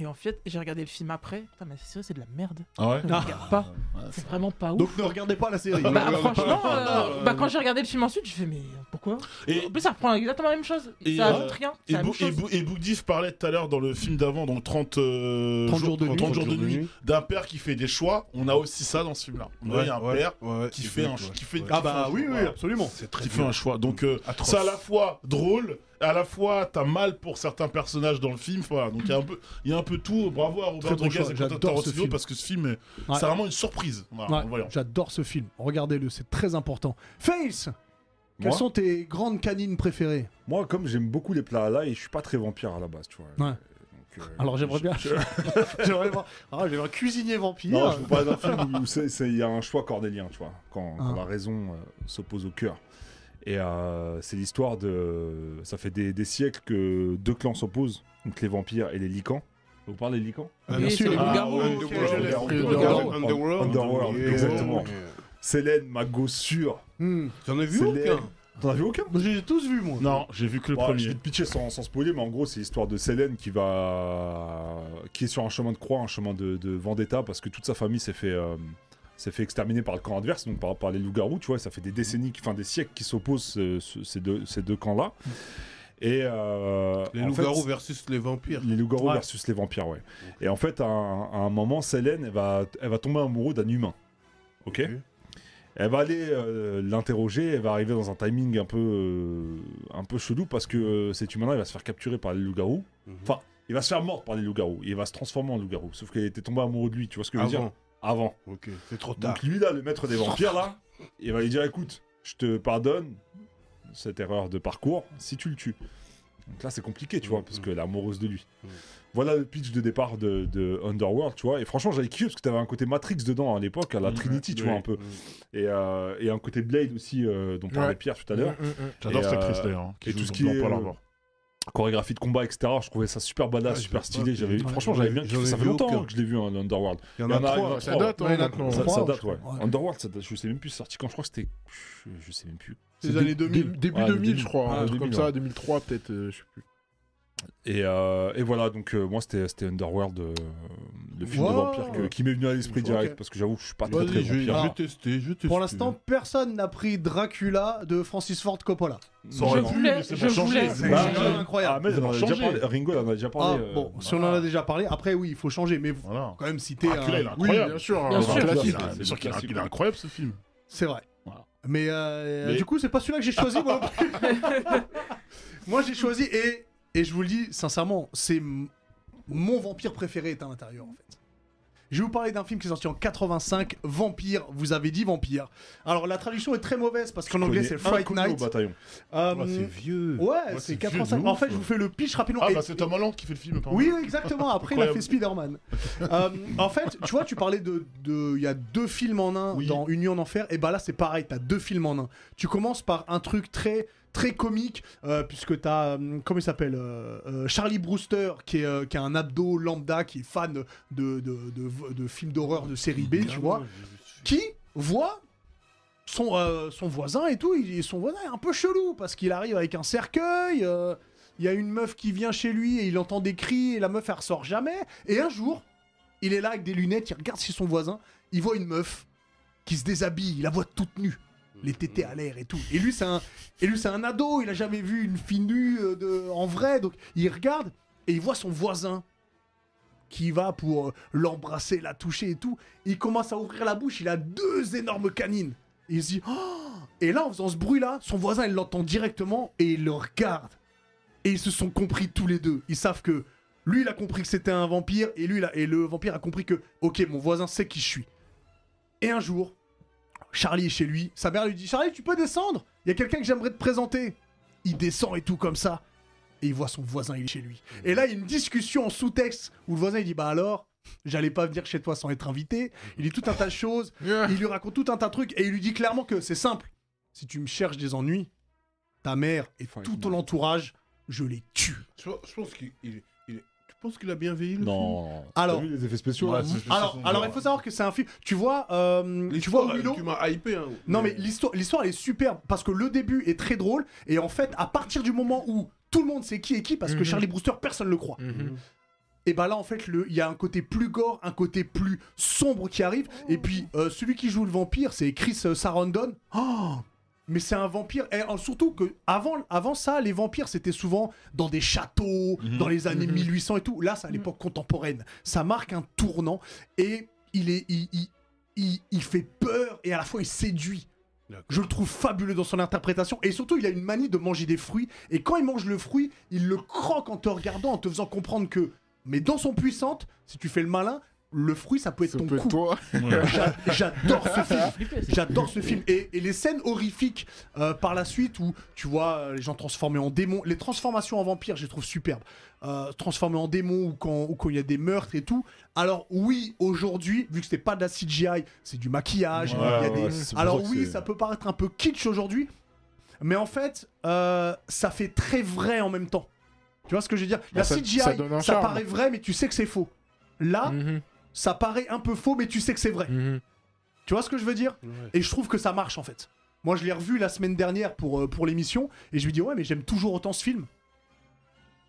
Et en fait, j'ai regardé le film après. Putain, mais la série, c'est de la merde.
Ah ouais
Je ne regarde pas. C'est vraiment pas ouf.
Donc ne regardez pas la
[LAUGHS]
série.
bah,
regarde pas.
franchement, euh,
Non, non,
bah,
non.
quand j'ai regardé le film ensuite, je fais mais pourquoi
Et-
En plus, ça reprend exactement la même chose.
Et,
ça ajoute
euh,
rien. C'est
Et,
la
Bou-
même
et,
chose.
Bou- et Bougdif parlait tout à l'heure dans le film d'avant, donc 30, euh,
30 jours de nuit.
30 jours de nuit, d'un père qui fait des choix. On a aussi ça dans ce film-là. On a
Ouais,
eu un
ouais,
père
ouais,
qui
ouais,
fait un
ouais.
ch- qui fait
Ah bah oui, oui,
voilà.
absolument.
C'est très
qui fait
bien.
un choix. Donc euh,
Atroce.
c'est à la fois drôle, à la fois t'as mal pour certains personnages dans le film. Enfin, Voilà, donc il y a un peu, il y a un peu tout. Bravo à Robert
Très bon
Rodriguez
choix,
et Quentin
j'adore ce
Tarantino
film.
parce que ce film, est-
Ouais.
c'est vraiment une surprise. Voilà,
Ouais,
en le voyant.
J'adore ce film. Regardez-le, c'est très important. Face, quelles
Moi
sont tes grandes canines préférées
Moi, comme j'aime beaucoup les plats là, et je suis pas très vampire à la base, tu vois.
Ouais.
Donc, euh,
Alors j'aimerais bien. [LAUGHS] j'aimerais voir. Ah, j'aimerais un cuisinier vampire.
Non, je vous parle d'un film où c'est- c'est- il y a un choix cornélien, tu vois, quand, quand
Ah.
la raison euh, s'oppose au cœur. Et euh, c'est l'histoire de. Ça fait des, des siècles que deux clans s'opposent, donc les vampires et les licans. Vous parlez des licans
Ah,
Oui,
bien sûr.
c'est
Ah,
le garou.
ouais,
Underworld.
je l'ai.
Underworld.
Underworld. Underworld,
Yeah.
exactement. Célène, ma gosse sûre.
Hmm.
J'en ai vu
C'est les-
aucun.
T'en as vu aucun
J'ai tous vu moi.
Non, j'ai vu que le
Ouais, Je vais
premier.
te pitcher sans, sans spoiler, mais en gros, c'est l'histoire de Célène qui va. qui est sur un chemin de croix, un chemin de, de vendetta, parce que toute sa famille s'est fait. euh, s'est fait exterminer par le camp adverse, donc par, par les loups-garous, tu vois, ça fait des décennies, enfin des siècles qui s'opposent euh, ce- ces deux, ces deux camps-là. Et euh,
Les
en fait,
loups-garous versus les vampires.
les loups-garous
Ouais.
versus les vampires, ouais. Et en fait, à un, à un moment, Célène, elle va, elle va tomber amoureuse d'un humain. Ok
Ok.
Elle va aller euh, l'interroger, elle va arriver dans un timing un peu, euh, un peu chelou parce que euh, cet humain-là, il va se faire capturer par les loups-garous.
Mhm.
Enfin, il va se faire mordre par les loups-garous. Il va se transformer en loup-garou. Sauf qu'elle était tombée amoureuse de lui, tu vois ce que je veux dire
Avant.
Avant.
Ok, c'est trop tard.
Donc lui, là, le maître des vampires, là, il va lui dire écoute, je te pardonne cette erreur de parcours si tu le tues. Donc là, c'est compliqué, tu vois, parce qu'elle est amoureuse de lui.
Mm.
Voilà le pitch de départ de, de Underworld, tu vois. Et franchement, j'avais kiffé parce que t'avais un côté Matrix dedans à l'époque, à la
Mm,
Trinity, tu
oui.
vois, un peu.
mm.
Et, euh, et un côté Blade aussi, euh, dont parlait
Ouais.
Pierre tout à l'heure.
J'adore
Et,
cette
euh,
actrice d'ailleurs. hein,
et
joue
tout ce
dans
qui est,
Pearl
euh,
Harbor.
Chorégraphie de combat, etc. Je trouvais ça super badass,
Ah, je
super
sais
stylé.
pas,
J'avais,
j'en ai-
franchement, j'avais bien
j'en
kiffé.
ai
Ça fait
vu
longtemps
aucun.
hein, que je l'ai vu, hein, Underworld.
Il y en
Il y
a
en a- oh,
trois.
il y en a
Ça
trois,
date,
ouais.
hein, maintenant.
Ça,
Trois,
ça
je
date,
crois.
ouais.
Ouais.
Underworld, ça date- je sais même plus, c'est sorti quand je crois que c'était. je- Je sais même plus.
C'est
Les années 2000.
Dé- Début
Ouais,
2000,
2000,
je crois.
ouais,
un
2000,
truc comme ça,
ouais.
2003, peut-être, euh, je sais plus.
Et, euh, et voilà, donc euh, moi c'était c'était Underworld, euh, le film de
Wow.
vampire que- qui m'est venu à l'esprit
Ok.
direct parce que j'avoue que je suis pas très
Vas-y,
très
je, vais, je
vampire.
Alors,
ah,
vais tester, je vais tester.
Pour l'instant, personne n'a pris Dracula de Francis Ford Coppola.
Ça aurait
Je
pu,
voulais-
mais c'est
je
pas changé.
voulais-
C'est
Bah,
pas
je-
changé.
Ah,
incroyable.
mais
Ils en
on en
ont
a déjà
changé.
parlé. Ringo, on en a déjà
Ah,
parlé. euh,
bon, si on en a déjà parlé, après, oui, il faut changer, mais vous-
Voilà.
quand même, si t'es.
Dracula,
un-
il
Oui,
a- Incroyable.
bien sûr.
Bien
un
sûr.
classique.
Classique,
c'est
hein.
le
C'est sûr qu'il est
classique.
il est incroyable ce film.
C'est vrai.
Voilà.
Mais, euh,
Mais-
du coup, c'est pas celui-là que j'ai choisi. moi, non plus.
[LAUGHS]
Moi, j'ai choisi et, et je vous le dis sincèrement, c'est m- mon vampire préféré est à l'intérieur en fait. Je vais vous parler d'un film qui est sorti en 85, Vampire. Vous avez dit Vampire. Alors la traduction est très mauvaise parce qu'en
je
anglais
connais
c'est
un
Fright
connu au
Night.
bataillon.
Euh,
bah, Ouais, c'est
vieux.
ouais,
c'est
c'est
vieux
85.
de
En
ouf,
fait, je
ouais.
vous fais le pitch rapidement.
Ah
Et-
bah c'est Tom Holland qui fait le film. apparemment.
oui, exactement. Après, il a
Incroyable.
fait Spider-Man. Euh, en fait, tu vois, tu parlais de. de- Il y a deux films en un
Oui.
dans Union en Enfer. Et bah là, c'est pareil, t'as deux films en un. Tu commences par un truc très. Très comique, euh, puisque t'as, euh, comment il s'appelle euh, euh, Charlie Brewster, qui est, euh, qui a un abdo lambda, qui est fan de, de, de- de films d'horreur de série B, tu vois, qui voit son, euh, son voisin et tout, il, son voisin est un peu chelou parce qu'il arrive avec un cercueil, euh, il y a une meuf qui vient chez lui et il entend des cris et la meuf elle ressort jamais. Et un jour, il est là avec des lunettes, il regarde chez son voisin, il voit une meuf qui se déshabille, il la voit toute nue. Les tétés à l'air et tout. Et lui, c'est un, et lui, c'est un ado. Il a jamais vu une fille nue euh, de, en vrai. Donc, il regarde et il voit son voisin qui va pour euh, l'embrasser, la toucher et tout. Il commence à ouvrir la bouche. Il a deux énormes canines. Il se dit Oh Et là, en faisant ce bruit-là, son voisin, il l'entend directement et il le regarde. Et ils se sont compris tous les deux. Ils savent que lui, il a compris que c'était un vampire et lui, il a- et le vampire a compris que Ok, mon voisin sait qui je suis. Et un jour, Charlie est chez lui. Sa mère lui dit Charlie, tu peux descendre Il y a quelqu'un que j'aimerais te présenter. Il descend et tout comme ça. Et il voit son voisin, il est chez lui. Et là, il y a une discussion en sous-texte où le voisin, il dit Bah alors, j'allais pas venir chez toi sans être invité. Il dit tout un tas de choses. Il lui raconte tout un tas de trucs et il lui dit clairement que c'est simple. Si tu me cherches des ennuis, ta mère et
Faut
tout
être
ton l'entourage, je les tue.
Je, je pense qu'il. il- il- Tu penses qu'il a bien veillé le film
Non.
Alors-
T'as vu les effets spéciaux
Ouais,
là
c'est-
Alors,
c'est-
alors il faut savoir que c'est un film. Tu vois, euh, tu
L'histoire,
vois Willow.
Tu m'as hypé. Hein,
Non mais l'histoire, l'histoire elle est superbe parce que le début est très drôle et en fait à partir du moment où tout le monde sait qui est qui parce que
Mhm.
Charlie Brewster personne le croit.
Mhm.
Et bah là en fait le- il y a un côté plus gore, un côté plus sombre qui arrive et puis euh, celui qui joue le vampire c'est Chris euh, Sarandon. Oh mais c'est un vampire et euh, surtout que avant, avant ça les vampires c'était souvent dans des châteaux,
Mhm.
dans les années
Mhm.
1800 et tout. Là c'est à l'époque contemporaine. Ça marque un tournant et il est il- il- il- il fait peur et à la fois il séduit. Je le trouve fabuleux dans son interprétation et surtout il a une manie de manger des fruits et quand il mange le fruit, il le croque en te regardant, en te faisant comprendre que mais dans son puissante, si tu fais le malin, le fruit ça peut être
Ça
ton
peut être
cou.
toi.
J'a- J'adore ce film.
Ah, Flippé, c'est-
J'adore ce film et, et les scènes horrifiques euh, par la suite où tu vois euh, les gens transformés en démons, les transformations en vampires, je les trouve superbes. Euh, transformés en démons ou quand ou quand il y a des meurtres et tout. Alors oui, aujourd'hui, vu que c'est pas de la CGI, c'est du maquillage. il y a des... Alors oui, ça peut paraître un peu kitsch aujourd'hui, mais en fait, euh, ça fait très vrai en même temps. Tu vois ce que je veux dire
Bah,
La
ça-
CGI, ça,
ça donne un charme. Mhm.
paraît vrai, mais tu sais que c'est faux. Là, ça paraît un peu faux, mais tu sais que c'est vrai. Tu vois ce que je veux dire et je trouve que ça marche en fait. Moi, je l'ai revu la semaine dernière pour, euh, pour l'émission et je lui dis ouais, mais j'aime toujours autant ce film.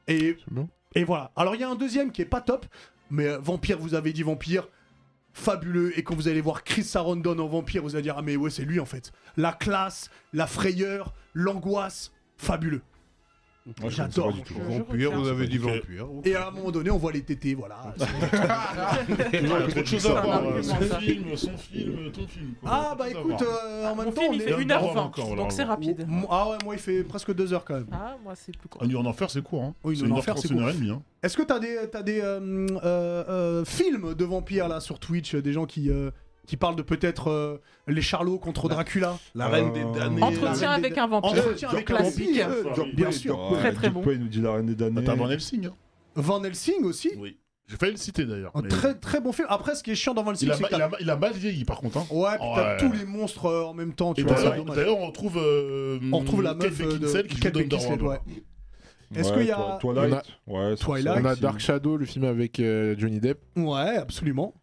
Et,
bon.
et voilà. Alors, il y a un deuxième qui est pas top, mais euh, Vampire, vous avez dit Vampire, fabuleux. Et quand vous allez voir Chris Sarandon en Vampire, vous allez dire ah, mais ouais, c'est lui en fait. La classe, la frayeur, l'angoisse, fabuleux. J'adore.
Vampire, vous avez dit
Ok.
vampire. ok.
Et à un moment donné, on voit les tétés,
Ah,
voilà. Ah,
[LAUGHS]
Il y a trop de choses
C'est
à
un
voir.
argument,
Son
ça.
film, son film, ton film. quoi.
ah, bah
Tout à voir.
écoute, euh, en
Mon
même temps,
film,
on
il
est.
fait
Viens de
1h20,
voir encore, voilà.
donc c'est rapide.
Mo- Ah ouais, moi, il fait presque deux heures quand même.
Ah, moi, c'est plus court.
Ah, Nuit en enfer, c'est court. Hein.
Oui, Nuit
c'est
en
une heure
enfer,
trente,
c'est
une
court.
heure et demie. Hein.
Est-ce que t'as des, t'as des euh, euh, euh, films de vampires là sur Twitch, euh, des gens qui, euh, qui parlent de peut-être euh, les Charlots contre
Bah,
Dracula
La
Euh,
reine des damnés.
Entretien
la reine
avec un vampire.
Entretien avec un
classique.
vampire,
hein.
des- Euh,
bien sûr.
Très, très bon.
il nous dit la reine des
Bah,
damnés.
T'as Van Helsing. Hein.
Van Helsing aussi,
Oui. J'ai failli le citer d'ailleurs.
un
mais-
très très bon film. Après, ce qui est chiant dans Van Helsing,
Il a,
c'est
ma-
que
il,
t'as-
a, ma- il a mal vieilli par contre. Hein.
ouais, puis t'as
Ouais.
tous les monstres euh, en même temps. Tu
Et
vois, c'est
d'ailleurs,
dommage.
d'ailleurs, on retrouve. euh,
On retrouve la
Kate
meuf euh, de
Beckinsale qui joue hein.
Kate
Dunder
Beckinsale,
Wampler.
ouais. Est-ce qu'il y a-
Toi,
On
Twilight Ouais, ça-
Twilight.
On a
si.
Dark Shadow, le film avec euh, Johnny Depp.
Ouais, absolument.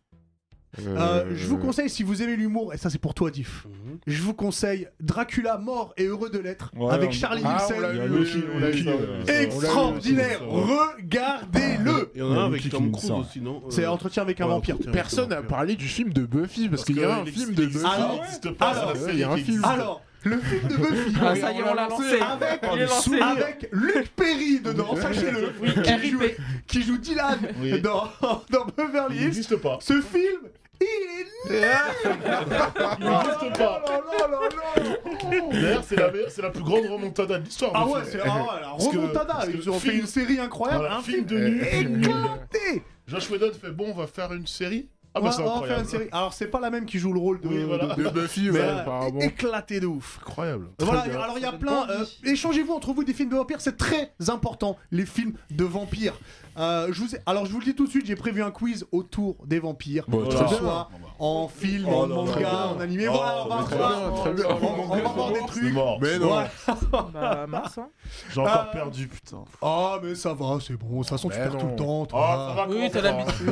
Euh,
Euh, je vous conseille, si vous aimez l'humour, et ça c'est pour toi, Diff.
Mhm.
Je vous conseille Dracula mort et heureux de l'être
Ouais,
avec
on-
Charlie
Ah, on
Nielsen.
l'a
Il y a
vu,
Loki,
oui,
on l'a
oui,
vu,
oui,
euh,
oui.
ça.
Ex-
Extraordinaire,
On l'a vu, on l'a vu.
regardez-le.
Et on
a
a un
Loki
avec
qui
Tom
nous
Cruise
sort.
aussi, non
C'est
Euh,
Entretien avec un
ouais,
vampire.
Entretien avec
Personne
un
n'a
vampire.
parlé du film de Buffy parce, qu'il y a un film de Buffy.
Ça
Alors,
n'existe pas, c'est la
alors,
série
il y a un
qui
film.
existe.
Alors, le film de Buffy.
Ah,
oui,
ça y est,
on l'a
lancé.
Avec,
Il est lancé.
avec Luc Perry dedans, sachez-le.
Oui,
qui, joue,
RIP.
qui joue Dylan
Oui.
dans, dans Beverly
Il
Hills.
n'existe pas.
Ce film, il est
Il
[LAUGHS]
n'existe pas.
Oh là là là là.
D'ailleurs, c'est la, meilleure- c'est la plus grande remontada de l'histoire.
Ah
le
ouais,
film.
c'est ah ouais, la
que-
remontada.
parce que
Ils ont
film-
fait une série incroyable,
Voilà,
un
film
film
de nu.
éclaté.
Josh Whedon fait bon, on va faire une série. Ah
Ouais,
bah
on
c'est
va faire
incroyable.
une série. Alors c'est pas la même qui joue le rôle de,
Oui, voilà.
de-
De Buffy,
mais,
ouais,
euh,
apparemment.
éclaté de ouf.
Incroyable.
Voilà,
bien.
alors il y a plein. euh, Échangez-vous entre vous des films de vampires, c'est très important, les films de vampires. Euh, je vous ai- Alors je vous le dis tout de suite, j'ai prévu un quiz autour des vampires.
Bon,
Que
très
ce
bien.
soit en film,
Oh
en
là là,
manga,
très bien.
en animé.
Oh,
voilà, on va
très
voir.
bien, très bien.
On va-
Oh,
On va voir des
C'est
trucs.
mort.
Mais non,
Voilà.
Bah, mars, hein.
J'ai encore
Euh,
perdu, putain.
Ah, mais ça va, c'est bon. De toute façon, tu
Mais
perds tout
non.
le temps.
Oh,
toi.
Ah.
ça va,
Oui,
comment ça
t'as
va
l'habitude.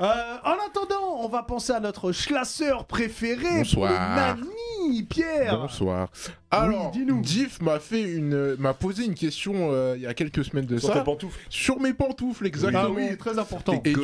Euh, en attendant, on va penser à notre schlasseur préféré.
Bonsoir.
Nani, Pierre.
Bonsoir. Alors,
dis-nous.
Diff m'a fait une, m'a posé une question euh, il y a quelques semaines de
Sur tes
ça
pantoufles.
sur mes pantoufles
Ah
exactement.
oui, très important.
Et du,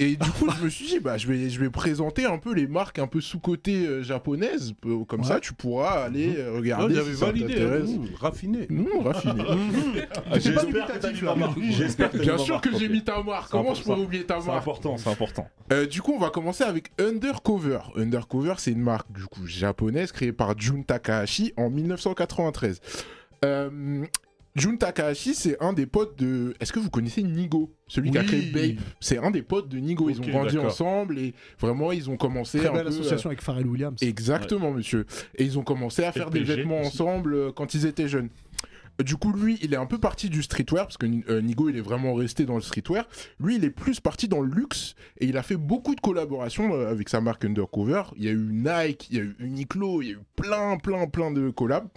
et du coup, je me suis dit, bah, je vais, je vais présenter un peu les marques un peu sous-côté euh, japonaises. peu- Comme ça, tu pourras aller euh,
Ah,
regarder.
il
si
avait
ça
validé,
t'intéresse.
hein. Mmh, raffiné.
Non, raffiné.
J'ai pas mis
J'espère que t'as
Tati,
mis
là.
la marque.
J'espère que t'as
Bien
mis ma
sûr
marque,
que j'ai
ok.
mis ta marque.
C'est
Comment je pourrais
important.
oublier ta
C'est
marque
important, c'est important.
Euh, du coup, on va commencer avec Undercover. Undercover, c'est une marque du coup japonaise créée par Jun Takahashi en 1993. Euh, Jun Takahashi, c'est un des potes de. Est-ce que vous connaissez Nigo Celui qui a
Oui.
créé Bape. C'est un des potes de Nigo. Ils
Ok,
ont grandi
d'accord.
ensemble et vraiment, ils ont commencé.
Très
un
belle
peu,
association avec Pharrell Williams.
euh, Exactement, monsieur. Et ils ont commencé à faire des
PG
vêtements
aussi.
ensemble euh, quand ils étaient jeunes. Euh, Du coup, lui, il est un peu parti du streetwear, parce que euh, Nigo, il est vraiment resté dans le streetwear. Lui, il est plus parti dans le luxe et il a fait beaucoup de collaborations euh, avec sa marque Undercover. Il y a eu Nike, il y a eu Uniqlo, il y a eu plein, plein, plein de collabs.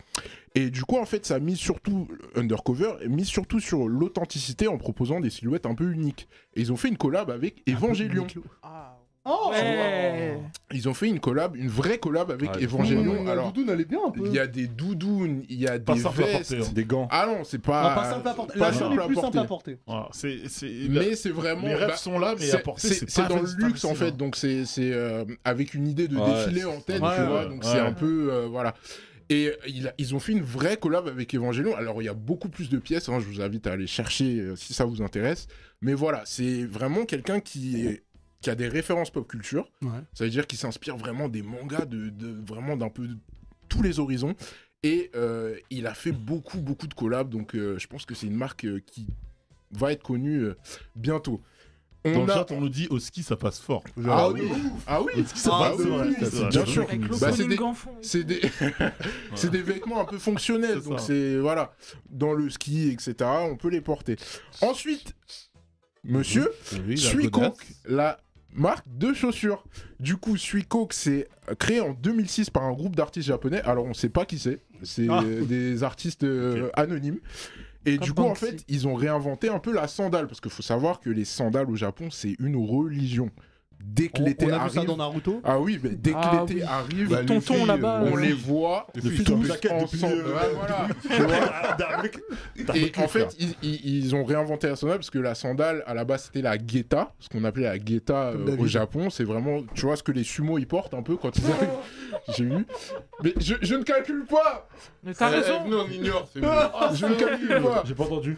Et du coup, en fait, ça mise surtout Undercover, mise surtout sur l'authenticité en proposant des silhouettes un peu uniques. Et ils ont fait une collab avec Evangelion.
Ah,
Oh,
ouais.
Ils ont fait une collab, une vraie collab avec
Ah,
Evangelion. Alors,
Doudoune, elle est bien un peu.
il y a des doudounes, il y a des
Pas simple à
vestes.
porter. hein.
Des gants.
Ah non, c'est
Ah,
pas.
pas simple à porter.
pas
La chose
simple
la
à
plus
porter.
simple à porter.
Voilà, c'est- c'est- la-
Mais c'est vraiment.
les rêves
bah,
sont là, mais
c'est-
à porter,
c'est- c'est
pas
dans le
facile,
luxe en
facile,
fait,
hein.
donc c'est c'est, euh, avec une idée de
Ouais,
défilé en tête,
ouais,
tu vois,
ouais,
donc
ouais.
c'est un peu euh, voilà. Et il a- ils ont fait une vraie collab avec Evangelion. Alors il y a beaucoup plus de pièces, hein, je vous invite à aller chercher euh, si ça vous intéresse. Mais voilà, c'est vraiment quelqu'un qui est- qui a des références pop culture.
Ouais.
Ça veut dire qu'il s'inspire vraiment des mangas de, de- vraiment d'un peu de tous les horizons. Et euh, il a fait beaucoup beaucoup de collabs, donc euh, je pense que c'est une marque euh, qui va être connue euh, bientôt. On
Eh
Dans le
a-
ben-
chat, on nous dit au ski, ça passe fort.
ah oui, ah oui,
Au ski, ça
Ah
passe
oui,
fort.
oui,
C'est
c'est
vrai.
bien sûr.
Avec l'eau
Bah,
qu'on
c'est
nous
des-
ganfons.
c'est des, [LAUGHS] c'est des vêtements un peu fonctionnels,
C'est
donc
ça.
c'est voilà, dans le ski, etc. On peut les porter. Ensuite, monsieur,
euh,
Suicoke, la marque de chaussures. Du coup, Suicoke, c'est créé en 2006 par un groupe d'artistes japonais. Alors, on sait pas qui c'est. C'est
Ah.
euh, [LAUGHS] des artistes euh, anonymes. Et
Comme
du coup, en
Banksy.
fait, ils ont réinventé un peu la sandale. Parce qu'il faut savoir que les sandales au Japon, c'est une religion. Dès que
On,
l'été
on a vu ça
arrive.
dans Naruto.
Ah oui, mais dès que
Ah
l'été
oui.
arrive,
Bah, les tontons,
filles,
là-bas,
on
euh,
les voit
Les filles,
tous
depuis la quête, depuis,
ensemble.
euh, [LAUGHS]
Ouais, voilà. Et en fait, ils, ils- ils ont réinventé la sandale parce que la sandale, à la base, c'était la guetta, ce qu'on appelait la guetta
Comme
euh,
David.
au Japon. C'est vraiment, tu vois, ce que les sumo ils portent un peu quand ils arrivent.
[LAUGHS]
J'ai eu. Mais je, je ne calcule pas
Mais t'as
Euh,
raison. Ah,
non, on ignore. c'est bon. je ne calcule pas
J'ai pas entendu.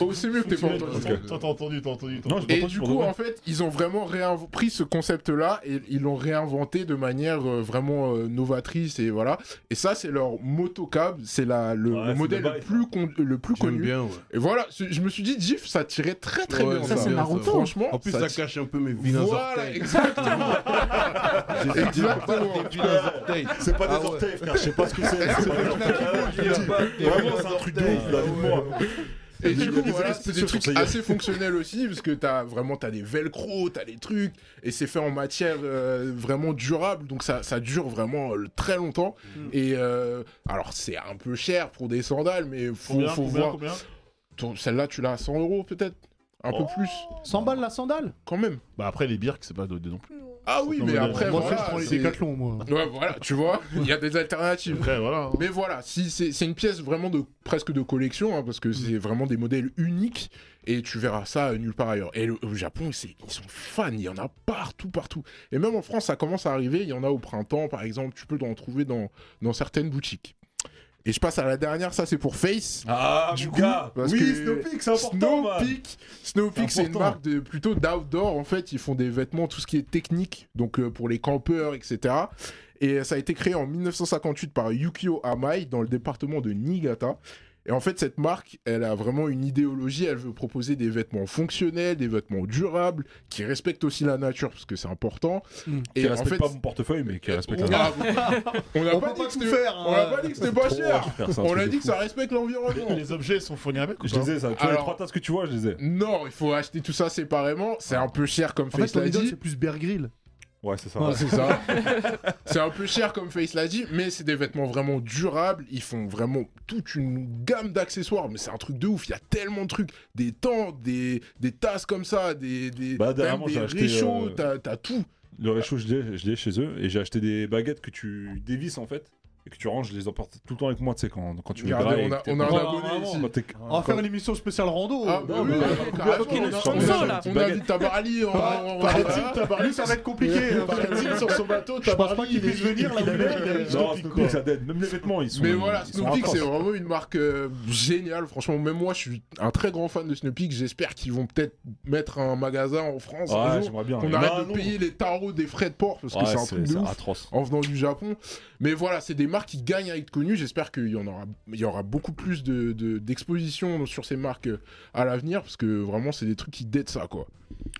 Oh, c'est mieux que t'aies pas entendu.
Toi, t'as entendu, t'as entendu. t'as
Non,
entendu.
j'ai
Et
pas entendu
du
pour
coup,
demain.
en fait, ils ont vraiment réinv- pris ce concept-là et ils l'ont réinventé de manière euh, vraiment euh, novatrice et voilà. Et ça, c'est leur motocab, c'est la- le,
Ouais,
le
c'est
modèle
Dubaï,
le plus, con- le plus
J'aime
connu.
bien, ouais.
Et voilà, c'est- je me suis dit, GIF, ça tirait très très
Ouais,
bien.
ça, c'est Naruto.
Franchement,
En plus, Oh, ça
tire-
cache un peu mes vilains
Voilà,
orteils.
exactement.
[LAUGHS] Exactement. Des vilains orteils.
C'est pas
Ah
des
ouais.
orteils, frère, je sais pas ce que c'est. C'est pas des orteils.
Ah,
Vraiment, c'est un truc de ouf, là, dites-moi.
Et du
Des
coup,
espèces
voilà,
de
c'est des
chaussures
trucs
sur ces
assez fonctionnels aussi, parce que t'as vraiment t'as des velcro, t'as des trucs, et c'est fait en matière euh, vraiment durable, donc ça, ça dure vraiment euh, très longtemps. Et euh, alors, c'est un peu cher pour des sandales, mais faut,
Combien,
faut
combien,
voir.
combien Oh.
Ton- Celle-là, tu l'as à 100 euros peut-être Un peu plus,
100 balles la sandale.
quand même.
Bah après, les birks, c'est pas donné non plus.
Ah oui,
Non,
mais
mais
après,
moi,
voilà,
je prends les
c'est-
Décathlon, moi.
Ouais, voilà, tu vois, il y a des alternatives.
Après, voilà. hein.
Mais voilà, si c'est c'est une pièce vraiment de presque de collection, hein, parce
Mm.
que c'est vraiment des modèles uniques, et tu verras ça nulle part ailleurs. Et le, au Japon, c'est- ils sont fans, il y en a partout, partout. Et même en France, ça commence à arriver, il y en a au printemps, par exemple, tu peux en trouver dans, dans certaines boutiques. Et je passe à la dernière, ça c'est pour Face.
Ah,
Du
du
coup,
gars
parce
Oui,
que
Snowpeak, c'est important
Snow
man.
Peak, Snow Peak, c'est une
important.
marque de, plutôt d'outdoor en fait. Ils font des vêtements, tout ce qui est technique, donc euh, pour les campeurs, etc. Et ça a été créé en 1958 par Yukio Amai dans le département de Niigata. Et en fait, cette marque, elle a vraiment une idéologie. Elle veut proposer des vêtements fonctionnels, des vêtements durables, qui respectent aussi la nature, parce que c'est important.
Mm.
Hmm. Qui respecte
fait,
pas mon portefeuille, mais qui respecte
on
la marque.
a- [LAUGHS] on n'a
On
pas,
peut pas
dit
tout
que c'était-
faire, hein.
on a pas dit que c'était pas
Trop
cher.
rare, frère, c'est un
On
truc
a
de
dit que
fou.
ça respecte l'environnement.
Les, les objets sont fournis avec ou
Je
pas
les ai, ça. Tu vois, les
Alors-
trois tasses que tu vois, je les ai.
Non, il faut acheter tout ça séparément. C'est un peu cher comme
En
Face
fait,
l'a
les
dit.
c'est plus Bear Grill.
Ouais, c'est ça.
Ouais.
C'est ça. [LAUGHS] c'est un peu cher comme Face l'a dit, mais c'est des vêtements vraiment durables. Ils font vraiment toute une gamme d'accessoires, mais c'est un truc de ouf. Il y a tellement de trucs, des tentes, des, des tasses comme ça, des des,
Bah,
même
dernièrement,
des
j'ai acheté,
réchauds,
euh,
t'as- t'as tout.
Le réchaud, je l'ai, je l'ai chez eux. Et j'ai acheté des baguettes que tu dévisses en fait. Et que tu ranges, je les emporte tout le temps avec moi, tu sais, quand, quand tu les grailles
Regardez, on
et
a-
que t'es-
on a un
Ouais,
abonné
vraiment,
ici.
bah, t'es-
On va faire une émission spéciale rando.
Ah, bah, oui,
bah,
carrément,
qui
on
nous
a-
sponsor,
on a-
là.
On a du tabarali. on- on-
Bah,
Paraît-il, Lui, ça va être
[LAUGHS]
compliqué. hein, parce que-
Paraît-il, sur son bateau,
Je
t'as
pense pas qu'il
Barbie,
puisse
il est-
venir, là,
il
où il est,
est-
il est-
il est-
Non,
il est-
Snowpeak, ça dead. Même les vêtements, ils sont.
Mais voilà,
ils sont
Snowpeak, c'est
atroces.
vraiment une marque euh, géniale. Franchement, même moi, je suis un très grand fan de Snowpeak. J'espère qu'ils vont peut-être mettre un magasin en France un
Ouais,
jour.
j'aimerais bien.
Qu'on
Non,
arrête de
non.
payer les tarots des frais de port parce que
Ouais,
c'est un truc de ouf
atroce.
en venant du Japon. Mais voilà, c'est des marques qui gagnent à être connues. J'espère qu'il y en aura, il y aura beaucoup plus de- de- d'expositions sur ces marques euh, à l'avenir parce que vraiment, c'est des trucs qui datent ça, quoi.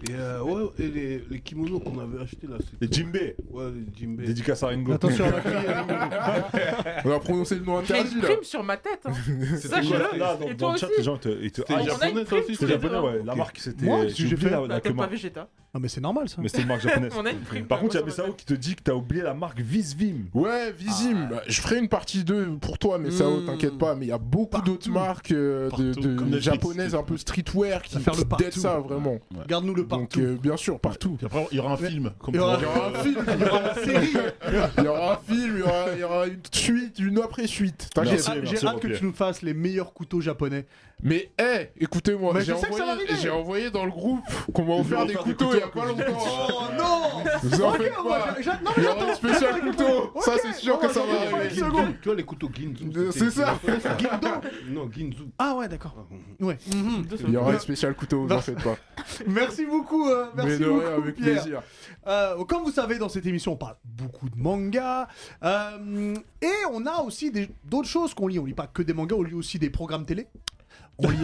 Et, euh, ouais, et les, les kimonos qu'on avait achetés là, c'était.
Les Jimbei,
Ouais, les Jimbei.
dédicace à Ringo.
Attention, on a crié.
[LAUGHS] On a prononcé le nom
J'ai euh, une
interdit là.
prime sur ma tête. hein.
Là,
Sachez-le.
là, dans,
Et
dans
toi
le chat,
aussi
les gens ils te. ils te hype.
C'était
On a une
japonais, toi
prime
aussi,
tous
C'était
les deux.
japonais,
hein.
ouais. La marque, c'était.
Moi, qu'est-ce que
j'ai
j'ai
oublié
fait
la, la
Bah, Peut-être pas
marque.
Vegeta.
Non, mais c'est normal ça.
Mais c'était une marque japonaise.
On a une prime.
Par contre, il y a
Moi, ça
Bessao qui te dit que t'as oublié la marque Visvim.
Ouais, Visim,
Ah.
bah, je ferai une partie 2 pour toi, mais ça,
Hmm.
Mm.
t'inquiète pas. Mais il y a beaucoup d'autres marques euh, de,
Partout,
de-
comme Netflix,
japonaises un peu streetwear qui,
Ça faire le
qui datent
partout.
ça vraiment.
Regarde-nous le
Donc,
partout.
euh, bien sûr, partout.
Puis après, il y aura un film. Comme
Il y
pour-
aura-
Il y aura un film,
Il y aura la série.
il y aura un film, il y aura, il y aura une suite, une après-suite.
J'ai
T'inquiète.
Merci,
hâte-
merci,
j'ai hâte que
Roger.
tu nous fasses les meilleurs couteaux japonais.
Mais hé, écoutez-moi,
Mais je
j'ai
sais que ça va
envoyé,
arriver.
j'ai envoyé dans le groupe qu'on m'a offert des couteaux il y a pas
[LAUGHS]
longtemps.
Oh non
Vous en faites
bah,
pas. Il y aura un spécial couteau. Ça, c'est
Oh,
sûr que ça va
Ouais,
arriver.
les Ginzu, tu vois les couteaux Ginzu.
C'est
c'était-
ça.
Non, Ginzu.
Ah ouais, d'accord.
Ah, hum, hum.
Ouais. Mhm.
Il
Deux
y
secondes.
aura un spécial couteau, vous en faites pas.
[LAUGHS] Merci beaucoup, euh,
Mais
merci
de
beaucoup
rien, avec
Pierre.
plaisir.
Euh, comme vous savez, dans cette émission, on parle beaucoup de mangas. Euh, et on a aussi des- d'autres choses qu'on lit. On lit pas que des mangas, on lit aussi des programmes télé. On lit.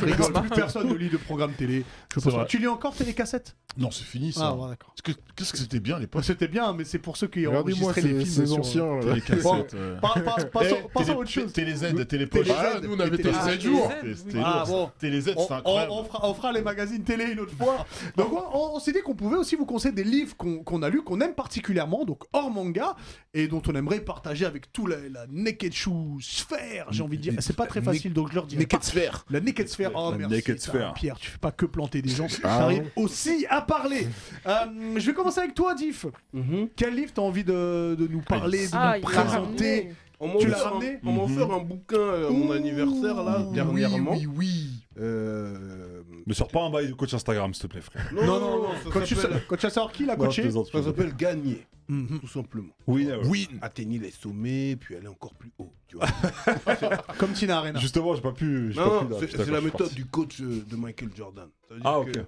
Je rigole, plus personne ne lit de programmes télé. Je pense pas.
vrai.
Tu lis encore télécassette
Non, c'est fini
Ah
ça.
ouais, d'accord.
Parce que- Qu'est-ce que c'était bien à
Bah,
l'époque
C'était bien, mais c'est pour ceux qui ont
Regardez-moi
enregistré les
ces,
films
ces
sur- euh,
anciens. là.
Les cassettes. euh.
Pas- pas- Passons passons
Eh,
à
télé-
autre chose.
Télé Z, télé
Télé
Poche.
Z.
Voilà, nous on avait
Et
télé
télé-
7
ah,
jours.
télé-
C'était
Ah,
lourd.
bon.
Télé Z,
On,
c'est
on-
incroyable.
on fera, on fera les magazines télé une autre fois. Donc on, on- on s'est dit qu'on pouvait aussi vous conseiller des livres qu'on qu'on a lus, qu'on aime particulièrement, donc hors manga, et dont on aimerait partager avec tout la, la Neketsu sphère, j'ai envie de dire. C'est pas très facile, donc je leur dis.
sphères.
La naked sphère. Oh,
La
merci.
naked
putain,
sphere.
Pierre, tu fais pas que planter des gens.
Ah,
T'arrives aussi à parler. Euh, je vais commencer avec toi, Diff.
Mhm.
Quel livre t'as envie de, de nous parler, de
Ah,
nous
il l'a
présenter
ramené.
On m'a
Tu l'as
offert,
ramené
un- on m'a
Mhm.
offert un bouquin euh, à mon anniversaire là, dernièrement.
Oui, oui,
Euh,
Ne sors pas un bail de coach Instagram, s'il te plaît, frère.
Non, non, non, ça
Quand tu
s'appelle-
sors- quand tu vas savoir qui l'a
Non, je
coaché
plaisante, je
ça
plaisante.
s'appelle gagner,
Mhm.
tout simplement.
Oui,
Voilà.
euh,
oui.
Atteignez les sommets, puis aller encore plus haut. Tu vois.
Comme Tina Arena.
Justement, j'ai pas pu. j'ai pas
non,
pu, là,
non,
putain,
c'est c'est
quand
la
je suis
méthode
parti.
du coach euh, de Michael Jordan. Ça veut dire
Ah,
que,
ok.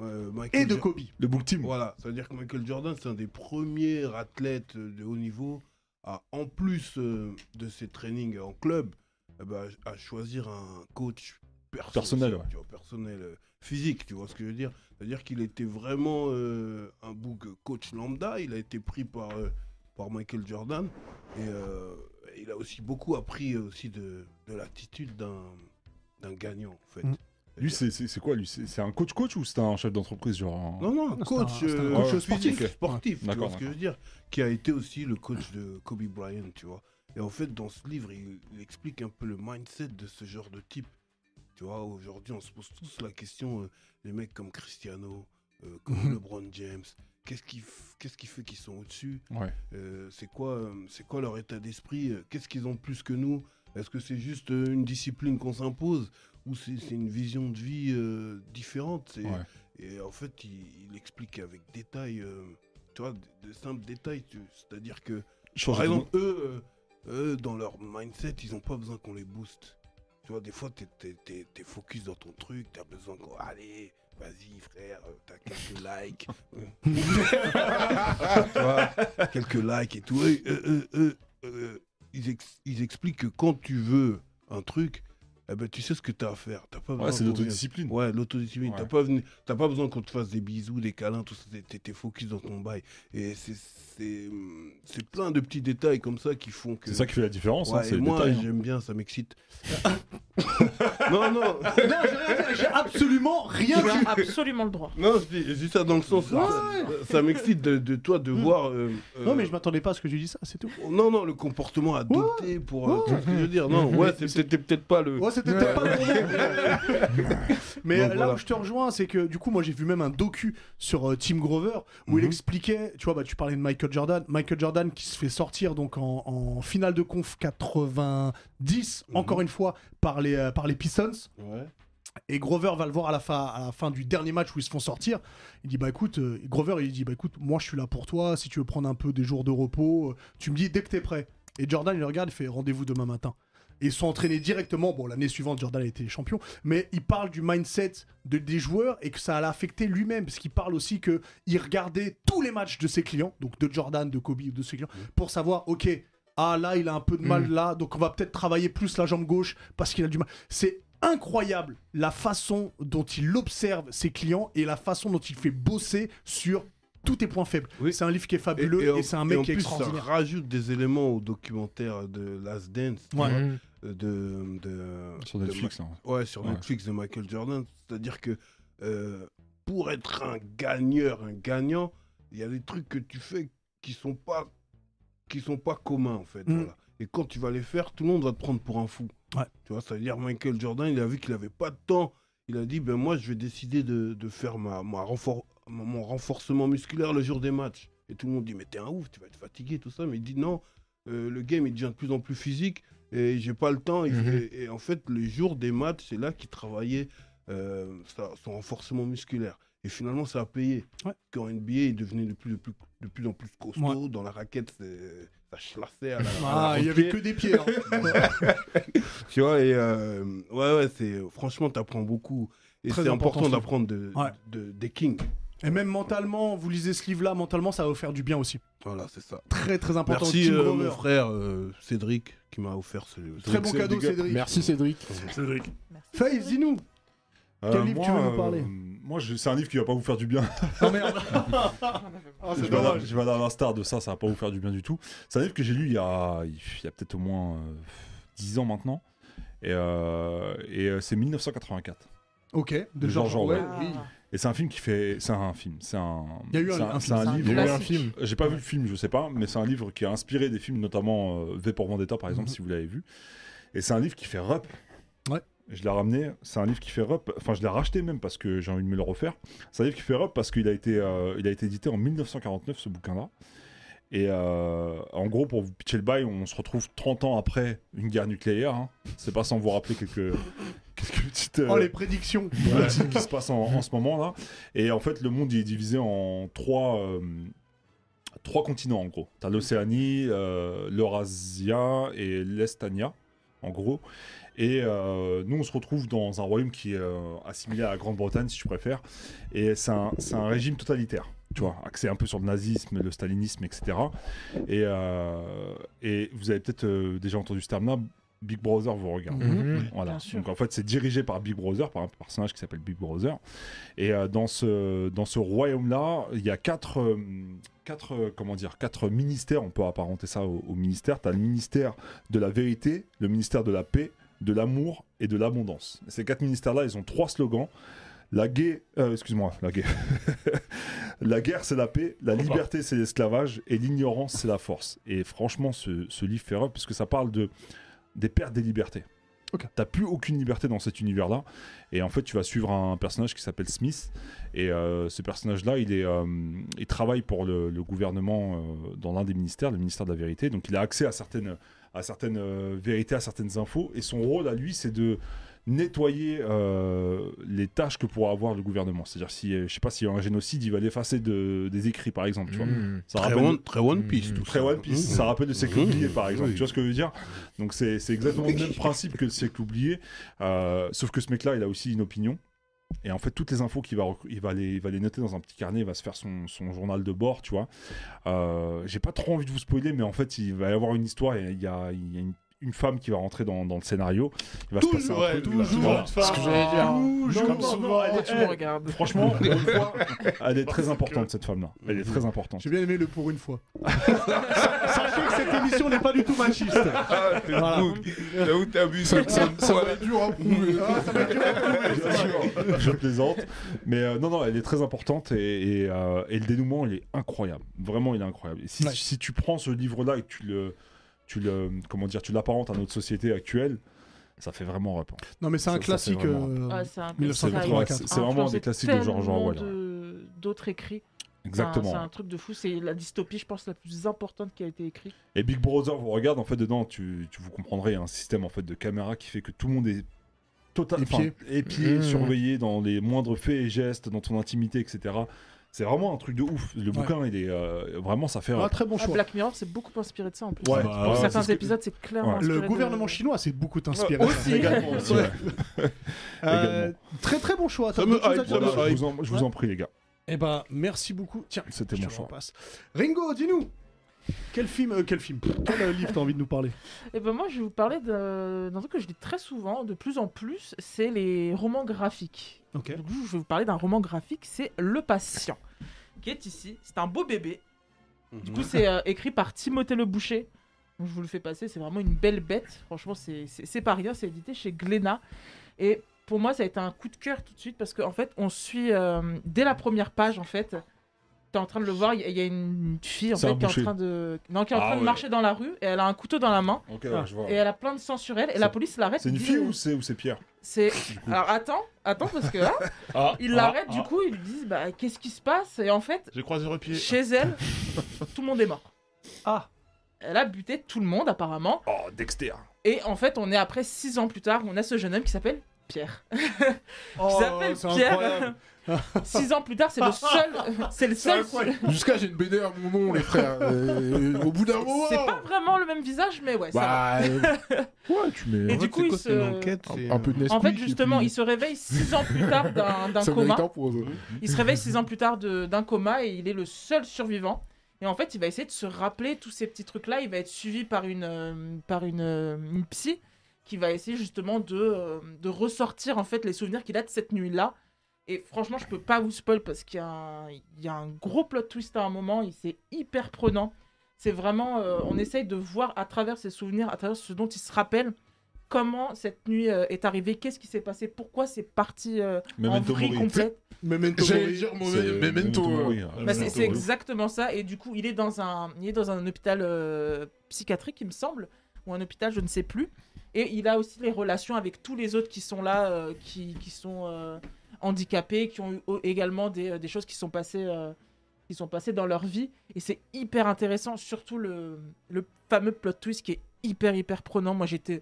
euh, Michael
Et de
Jo- [LAUGHS]
Kobe.
Le book team.
Voilà, ça veut dire que Michael Jordan, c'est un des premiers athlètes euh, de haut niveau à, en plus euh, de ses trainings en club, eh ben, à choisir un coach perso-
Personnel, ouais.
tu vois, personnel, euh, physique, tu vois ce que je veux dire. C'est-à-dire qu'il était vraiment euh, un bouc coach lambda, il a été pris par, euh, par Michael Jordan, et euh, il a aussi beaucoup appris euh, aussi de, de l'attitude d'un d'un gagnant, en fait.
Mm.
Lui, c'est- c'est c'est quoi lui C'est c'est un coach-coach ou c'est un chef d'entreprise genre un-
Non, non, un
Non,
coach,
c'est un- c'est un
euh,
coach
coach
sportif.
sportif,
Ok.
sportif tu vois
D'accord,
ce que je
d'accord.
veux dire, qui a été aussi le coach de Kobe Bryant, tu vois. Et en fait, dans ce livre, il, il explique un peu le mindset de ce genre de type. Tu vois,
[LAUGHS]
aujourd'hui, on se pose tous la question, euh, les mecs comme Cristiano, euh, comme LeBron James, Qu'est-ce qui, f- qu'est-ce qui fait qu'ils sont au-dessus
Ouais.
Euh, C'est quoi, euh, c'est quoi leur état d'esprit Euh, Qu'est-ce qu'ils ont de plus que nous Est-ce que c'est juste euh, une discipline qu'on s'impose ou c'est c'est une vision de vie euh, différente C'est-
Ouais.
Et en fait, il, il explique avec détail, euh, tu vois, de, de simples détails. tu- C'est-à-dire que
Changer
par
de
exemple, eux, euh, eux, dans leur mindset, ils n'ont pas besoin qu'on les booste. Tu vois, des fois, t'es es, focus dans ton truc, t'as besoin qu'on. Allez, vas-y, frère, euh, t'as quelques [LAUGHS] likes. Tu vois, quelques likes et tout. Eux, eux, eux, eux, euh, ils, ex- ils expliquent que quand tu veux un truc, eh ben, tu sais ce que t'as à faire. T'as pas
Ouais,
besoin
c'est
qu'on vienne-
l'autodiscipline.
Ouais, l'autodiscipline.
Ouais.
T'as pas, venu- t'as pas besoin qu'on te fasse des bisous, des câlins, tout ça. T'es- T'es t'es focus dans ton bail. Et c'est- c'est c'est plein de petits détails comme ça qui font que.
C'est ça qui fait la différence. hein,
Ouais,
c'est
et
le
moi,
détail, hein.
j'aime bien, ça m'excite. [LAUGHS] non, non,
Non, j'ai rien fait, j'ai absolument rien
Tu
dit.
as absolument le droit.
non, je dis, je dis ça dans le sens. ça- Ça, m'excite de, de toi de voir. euh,
Mm. Non,
euh,
mais je m'attendais pas à ce que tu dis ça, c'est tout.
Non, non, le comportement adopté pour. euh, tu vois ce que je veux dire Non, ouais, c'est- c'était peut-être pas le.
Mm-hmm. Ouais, c'était peut-être pas le moment.
[LAUGHS]
Mais
Donc,
euh, là
voilà.
où je te rejoins, c'est que du coup, moi j'ai vu même un docu sur euh, Tim Grover où
Mhm.
il expliquait, tu vois, bah, tu parlais de Michael Jordan, Michael Jordan qui se fait sortir donc en, en finale de conf 90,
Mhm.
encore une fois, par les, euh, par les Pistons.
Ouais.
Et Grover va le voir à la, fin, à la fin du dernier match où ils se font sortir. Il dit Bah écoute, euh, Grover, il dit Bah écoute, moi je suis là pour toi. Si tu veux prendre un peu des jours de repos, euh, tu me dis dès que t'es prêt. Et Jordan, il le regarde, il fait Rendez-vous demain matin. Et ils sont entraînés directement. Bon, l'année suivante, Jordan a été champion. Mais il parle du mindset de, des joueurs et que ça l'a affecté lui-même. Parce qu'il parle aussi que il regardait tous les matchs de ses clients, donc de Jordan, de Kobe, de ses clients,
Mm.
pour savoir Ok, ah là, il a un peu de mal là, donc on va peut-être travailler plus la jambe gauche parce qu'il a du mal. C'est incroyable la façon dont il observe ses clients et la façon dont il fait bosser sur tous tes points faibles.
Oui.
C'est un livre qui est fabuleux et,
en-
c'est un mec
en
qui est
plus,
extraordinaire.
Ça rajoute des éléments au documentaire de Last Dance
Ouais.
Mhm.
euh, de, de-
hein, Sur
de
Netflix, là.
Ma- ouais, sur
Ouais.
Netflix de Michael Jordan. C'est-à-dire que euh, pour être un gagneur, un gagnant, il y a des trucs que tu fais qui sont pas qui sont pas communs en fait.
Mm.
voilà. Et quand tu vas les faire, tout le monde va te prendre pour un fou.
Ouais.
Tu vois, c'est-à-dire Michael Jordan, il a vu qu'il avait pas de temps. Il a dit ben moi je vais décider de, de faire ma, ma renfor- mon mon renforcement musculaire le jour des matchs. Et tout le monde dit mais t'es un ouf, tu vas être fatigué tout ça. Mais il dit non, euh, le game il devient de plus en plus physique et j'ai pas le temps. Il
Mhm.
fait- et, en fait le jour des matchs c'est là qu'il travaillait euh, sa- son renforcement musculaire. Et finalement ça a payé.
Ouais.
Quand NBA il devenait de plus, de plus, de plus en plus costaud dans la raquette, c'est- ça chlassait à la,
Ah,
à la
il y
raquette.
avait que des pieds. hein.
[LAUGHS] Tu vois, et euh, ouais, ouais, c'est franchement, t'apprends beaucoup. Et
Très
c'est
important,
important
ce livre.
d'apprendre de,
Ouais.
de- des kings.
Et même mentalement, vous lisez ce livre-là, mentalement, ça va vous faire du bien aussi.
Voilà, c'est ça.
Très très important.
Merci
Tim
euh,
Grover.
mon frère euh, Cédric qui m'a offert ce.
Très bon cadeau, Cédric.
Merci Cédric.
Merci.
Faith, dis-nous. Quel livre tu veux nous parler
Euh, Moi, je- c'est un livre qui va pas vous faire du bien.
Ah,
[LAUGHS] Je vais à la- je vais à l'instar de ça, ça va pas vous faire du bien du tout. C'est un livre que j'ai lu il y a, il y a peut-être au moins euh, 10 ans maintenant. Et, euh, et euh, c'est 1984.
Ok, de
De George
George Orwell.
Ah.
oui.
Et c'est un film qui fait. C'est un film. C'est un.
Il y a eu un-
c'est
un
c'est
film, c'est un
livre.
Il y a eu un
Classique.
film.
J'ai pas vu le film, je sais pas, mais c'est un livre qui a inspiré des films, notamment euh, V pour Vendetta, par exemple, si vous l'avez vu. Et c'est un livre qui fait rep.
Mhm. Ouais.
Je l'ai ramené, c'est un livre qui fait rep. Enfin, je l'ai racheté même parce que j'ai envie de me le refaire. C'est un livre qui fait rep parce qu'il a, été, euh, il a été édité en 1949, ce bouquin-là. Et euh, en gros, pour vous pitcher le bail, on se retrouve 30 ans après une guerre nucléaire. hein. C'est pas sans vous rappeler quelques, [LAUGHS] quelques petites. euh,
Oh, les prédictions.
voilà, c'est ce qui se passe en, en ce moment là. Et en fait, le monde il est divisé en trois, euh, trois continents en gros. T'as l'Océanie, euh, l'Eurasia et l'Estania en gros. Et euh, nous, on se retrouve dans un royaume qui est euh, assimilé à la Grande-Bretagne, si tu préfères. Et c'est un, c'est un régime totalitaire, tu vois, axé un peu sur le nazisme, le stalinisme, etc. Et, euh, et vous avez peut-être euh, déjà entendu ce terme-là, Big Brother vous regarde. Voilà.
Mhm. Bien sûr.
Donc en fait, c'est dirigé par Big Brother, par un personnage qui s'appelle Big Brother. Et euh, dans ce, dans ce royaume-là, il y a quatre, euh, quatre, euh, comment dire, quatre ministères. On peut apparenter ça au, au ministère. Tu as le ministère de la vérité, le ministère de la paix, de l'amour et de l'abondance. Et Ces quatre ministères-là, ils ont trois slogans. La guerre, euh, excuse-moi, la guerre. [LAUGHS] la guerre, c'est la paix, la liberté, c'est l'esclavage, et l'ignorance, c'est la force. Et franchement, ce, ce livre fait rêve, parce que ça parle de, des pertes des libertés
Ok.
T'as plus aucune liberté dans cet univers-là. Et en fait, tu vas suivre un personnage qui s'appelle Smith. Et euh, ce personnage-là, il, est, euh, il travaille pour le, le gouvernement euh, dans l'un des ministères, le ministère de la vérité. Donc, il a accès à certaines, à certaines euh, vérités, à certaines infos. Et son rôle à lui, c'est de nettoyer euh, les tâches que pourra avoir le gouvernement. C'est-à-dire, si, euh, je sais pas, s'il y a un génocide, il va l'effacer de, des écrits, par exemple. Tu vois. Ça
Très
rappelle-
One, très One Piece, tout
Très
ça.
One Piece,
Mmh.
ça rappelle le siècle
Mmh.
oublié par exemple,
Oui.
tu vois ce que je veux dire Donc c'est c'est exactement
[LAUGHS]
le même principe que le siècle oublié, euh, sauf que ce mec-là, il a aussi une opinion. Et en fait, toutes les infos qu'il va, recru- il va, les, il va les noter dans un petit carnet, il va se faire son, son journal de bord, tu vois. Euh, J'ai pas trop envie de vous spoiler, mais en fait, il va y avoir une histoire, et il y a, il y a une, une femme qui va rentrer dans, dans le scénario. Il va se passer un
ouais,
truc,
toujours
voilà.
une femme.
ce que j'allais dire.
Toujours, Eh,
Comme
comme
souvent,
souvent,
elle est-
Tu me
[LAUGHS]
regardes.
Franchement, pour une fois, elle est très importante, cette femme-là. Elle est très importante.
J'ai bien aimé le pour une fois. Sachez que cette émission n'est pas du tout machiste.
Ah, t'es
Voilà.
fou. Là où t'abuses
Ça, ça- ça
Ouais.
va être dur à prouver.
Ah,
[LAUGHS]
je plaisante. Mais euh, non, non, elle est très importante et, et, euh, et le dénouement, il est incroyable. Vraiment, il est incroyable. Et si, si tu prends ce livre-là et que tu le, tu le, comment dire, tu l'apparentes à notre société actuelle, ça fait vraiment rap.
Non, mais c'est
Ça-
un
ça,
classique.
c'est vraiment-
euh,
Ah, c'est un-
1984.
C'est vraiment un des classiques de George
tellement
Orwell.
de- D'autres écrits. Enfin, C'est
Exactement.
un truc de fou. C'est la dystopie, je pense, la plus importante qui a été écrite.
Et Big Brother vous regarde, en fait, dedans, tu, tu vous comprendrez, il y a un système en fait de caméra qui fait que tout le monde est total,
Épié.
enfin, épié,
Mmh.
surveillé dans les moindres faits et gestes, dans ton intimité, etc. C'est vraiment un truc de ouf. Le bouquin, il est euh, vraiment, ça fait
Ah, très bon
Ah,
choix.
Black Mirror, c'est beaucoup inspiré de ça en plus.
Ouais,
Pour
ouais,
certains
Ah, c'est ce que-
épisodes, c'est clairement.
Ouais.
inspiré
Le
de-
gouvernement chinois s'est beaucoup inspiré.
aussi.
Également aussi, [LAUGHS] ouais.
Euh,
également.
très très bon choix. T'as
Ça me
d'autres choses à
hype,
dire
Voilà,
ça me
je, vous en, je vous en prie, les gars.
Eh ben, merci beaucoup. Tiens,
C'était
je
mon
te
choix.
repasse. Ringo, dis-nous quel film, euh, quel film, quel euh, livre t'as envie de nous parler
Et ben moi, je vais vous parler d'un d'un truc que je lis très souvent, de plus en plus, c'est les romans graphiques.
Ok.
Du coup, je vais vous parler d'un roman graphique, c'est Le Patient, qui est ici. C'est un beau bébé. Du coup, c'est euh, écrit par Timothée Le Boucher. Donc, je vous le fais passer, c'est vraiment une belle bête. Franchement, c'est- c'est c'est pas rien, c'est édité chez Glénat. Et pour moi, ça a été un coup de cœur tout de suite parce qu'en fait, on suit euh, dès la première page, en fait. T'es en train de le voir, il y a- il y, a une fille en
C'est
fait,
un
qui est en
boucher.
train de, non, qui est en
Ah
train de
ouais.
marcher dans la rue et elle a un couteau dans la main. Et elle a plein de sang sur elle et la
C'est-
police l'arrête.
C'est une
il dit-
fille ou c'est, ou c'est Pierre
c'est Alors attends, attends parce que là, il l'arrête du coup, ils lui disent bah qu'est-ce qui se passe et en fait
J'ai croisé le pied.
chez elle, tout le monde est mort.
Ah.
Elle a buté tout le monde apparemment
Oh, Dexter
et en fait on est après six ans plus tard, on a ce jeune homme qui s'appelle Pierre. qui s'appelle
Oh, c'est
Pierre. Six ans plus tard, c'est le seul, [LAUGHS] c'est le seul.
Jusqu'à j'ai une BD à mon nom, les frères. Euh, au bout d'un moment.
C'est pas vraiment le même visage, mais ouais. ça va.
Bah, euh,
Ouais, tu mets.
Et
Ouais,
du coup, il
quoi, c'est une
se...
enquête c'est,
un peu de
En
Nesquik,
fait,
et
justement,
puis-
il se réveille six ans plus tard d'un d'un
ça mérite
coma.
un point, ça.
Il se réveille six ans plus tard de- d'un coma et il est le seul survivant. Et en fait, il va essayer de se rappeler tous ces petits trucs-là. Il va être suivi par une, euh, par une, euh, une psy qui va essayer justement de, euh, de ressortir en fait les souvenirs qu'il a de cette nuit-là. Et franchement, je peux pas vous spoil parce qu'il y, a un- il y a un gros plot twist à un moment. Il C'est hyper prenant. C'est vraiment, euh, on essaye de voir à travers ses souvenirs, à travers ce dont il se rappelle, comment cette nuit euh, est arrivée, qu'est-ce qui s'est passé, pourquoi c'est parti euh, en
Memento
vrille
Mori.
complète.
Memento
J'allais
Mori.
dire
C'est-
mauvais- Memento.
Mori,
euh,
hein.
Bah, c'est
Memento,
c'est
oui.
exactement ça. Et du coup, il est dans un, il est dans un hôpital euh, psychiatrique, il me semble, ou un hôpital, je ne sais plus. Et il a aussi les relations avec tous les autres qui sont là, euh, qui, qui sont euh, handicapés, qui ont eu au- également des, euh, des choses qui sont passées. euh, qui sont passées dans leur vie et c'est hyper intéressant surtout le, le fameux plot twist qui est hyper hyper prenant moi j'étais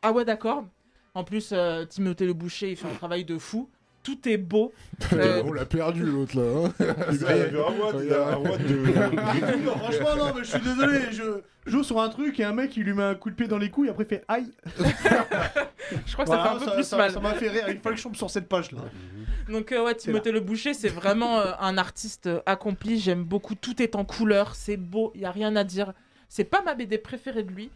ah ouais d'accord en plus euh, Timothée le Boucher il fait un travail de fou tout est beau Euh,
On l'a perdu, l'autre, là. hein.
Il avait un watt, il avait un watt
[LAUGHS]
de-
Non, franchement, non, mais je suis désolé. Je joue sur un truc et un mec, il lui met un coup de pied dans les couilles. Après, il fait aïe.
je crois que
Voilà,
ça fait un peu plus
ça-
mal
Ça m'a fait rire. Il fallait que je tombe sur cette page-là.
Donc euh, ouais, Timothée Le Boucher, c'est vraiment euh, un artiste euh, accompli. J'aime beaucoup. Tout est en couleur, c'est beau, il y a rien à dire. C'est pas ma BD préférée de lui,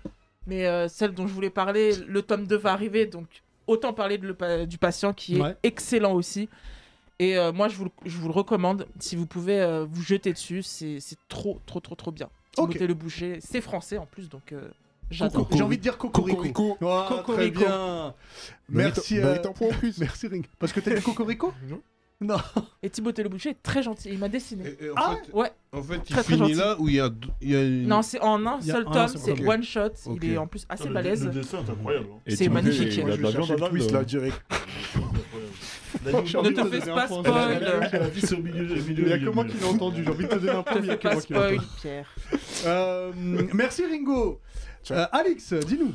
mais euh, celle dont je voulais parler, le tome 2 va arriver, donc autant parler de le pa- du patient qui est
Ouais.
excellent aussi. Et euh, moi, je vous, le- je vous le recommande. Si vous pouvez euh, vous jeter dessus, c'est c'est trop, trop, trop, trop bien.
Ok.
Timothée Le Boucher, c'est français en plus, donc euh, j'adore.
J'ai envie de dire cocorico.
Cocorico.
Ah, très
Cocorico.
bien. Merci.
Mérite-
euh,
mérite un point en plus. [LAUGHS]
Merci Ring. Parce que t'as dit cocorico
Non.
Non.
Et Timothée Le Boucher est très gentil, il m'a dessiné.
Et- et en,
Ah
fait,
ouais.
en fait, il
Très, très
finit
gentil.
là où il y a, d- il y a une...
Non, c'est en un
Il y a
seul
un
tome,
seul
c'est
tome.
one shot.
Ok.
Il est en plus assez
le-
balèze.
Le dessin est incroyable. hein.
Et
C'est
Timothée,
magnifique.
Il
Moi,
a
je
de la
vais
viande
chercher le
d'Inde.
twist là direct.
Ne te fais pas
Elle a-
spoil.
elle a dit c'est au milieu. au milieu,
Il y a
au
que
milieu,
moi
au
qui
milieu.
l'ai entendu, j'ai envie de te donner un
Ne te
premier.
fais pas spoil, Pierre.
Euh, merci Ringo.
Ciao.
Euh, Alix, dis-nous.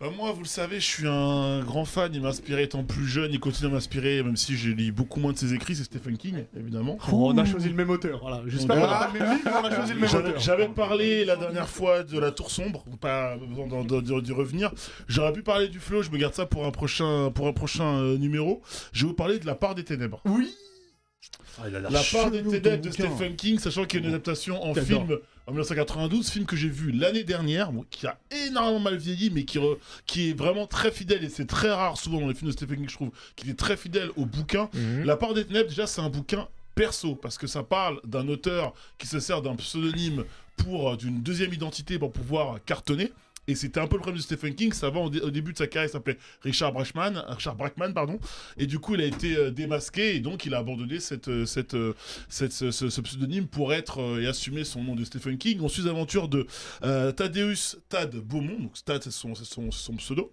Bah, moi, vous le savez, je suis un grand fan. Il m'a inspiré étant plus jeune. Il continue à m'inspirer, même si j'ai lu beaucoup moins de ses écrits. C'est Stephen King, évidemment.
on a choisi le même auteur, voilà. J'espère qu'on a pas le même livre, mais on a choisi le même
J'avais-
auteur.
J'avais parlé la dernière fois de la tour sombre, pas besoin d'en- d'en- d'en- d'y revenir. J'aurais pu parler du flot, je me garde ça pour un prochain, pour un prochain euh, numéro. Je vais vous parler de la part des ténèbres.
Oui.
La part des
ténèbres
ténèbres de Stephen King, sachant qu'il y a une adaptation en film en 1992, film que j'ai vu l'année dernière, bon, qui a énormément mal vieilli, mais qui, re- qui est vraiment très fidèle, et c'est très rare souvent dans les films de Stephen King, je trouve, qu'il est très fidèle au bouquin. La part des ténèbres, déjà, c'est un bouquin perso, parce que ça parle d'un auteur qui se sert d'un pseudonyme pour euh, d'une deuxième identité pour pouvoir cartonner. Et c'était un peu le problème de Stephen King, ça va au, dé- au début de sa carrière, il s'appelait Richard Brachman, Richard Brackman, pardon, et du coup il a été euh, démasqué et donc il a abandonné cette, euh, cette, euh, cette- ce, ce- ce pseudonyme pour être euh, et assumer son nom de Stephen King. On suit les aventures de euh, Thaddeus Tad Beaumont, donc Tad c'est son, c'est son, c'est son pseudo.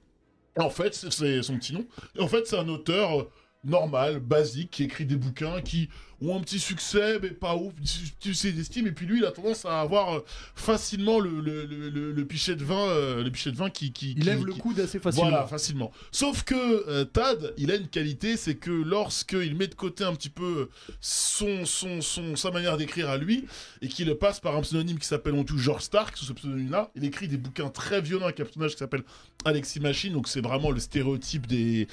En fait, c'est- c'est son petit nom. Et en fait, c'est un auteur euh, normal, basique, qui écrit des bouquins qui ont un petit succès, mais pas ouf, tu sais, d'estime. Et puis lui, il a tendance à avoir euh, facilement le, le, le, le- le pichet de vin, euh, le pichet de vin qui, qui
Il lève
qui-
le
qui-
coude assez facilement.
voilà, facilement. Sauf que euh, Tad, il a une qualité, c'est que lorsqu'il met de côté un petit peu son, son, son, sa manière d'écrire à lui, et qu'il le passe par un pseudonyme qui s'appelle en tout George Stark, sous ce pseudonyme-là, il écrit des bouquins très violents avec un personnage qui s'appelle Alexis Machine, donc c'est vraiment le stéréotype des...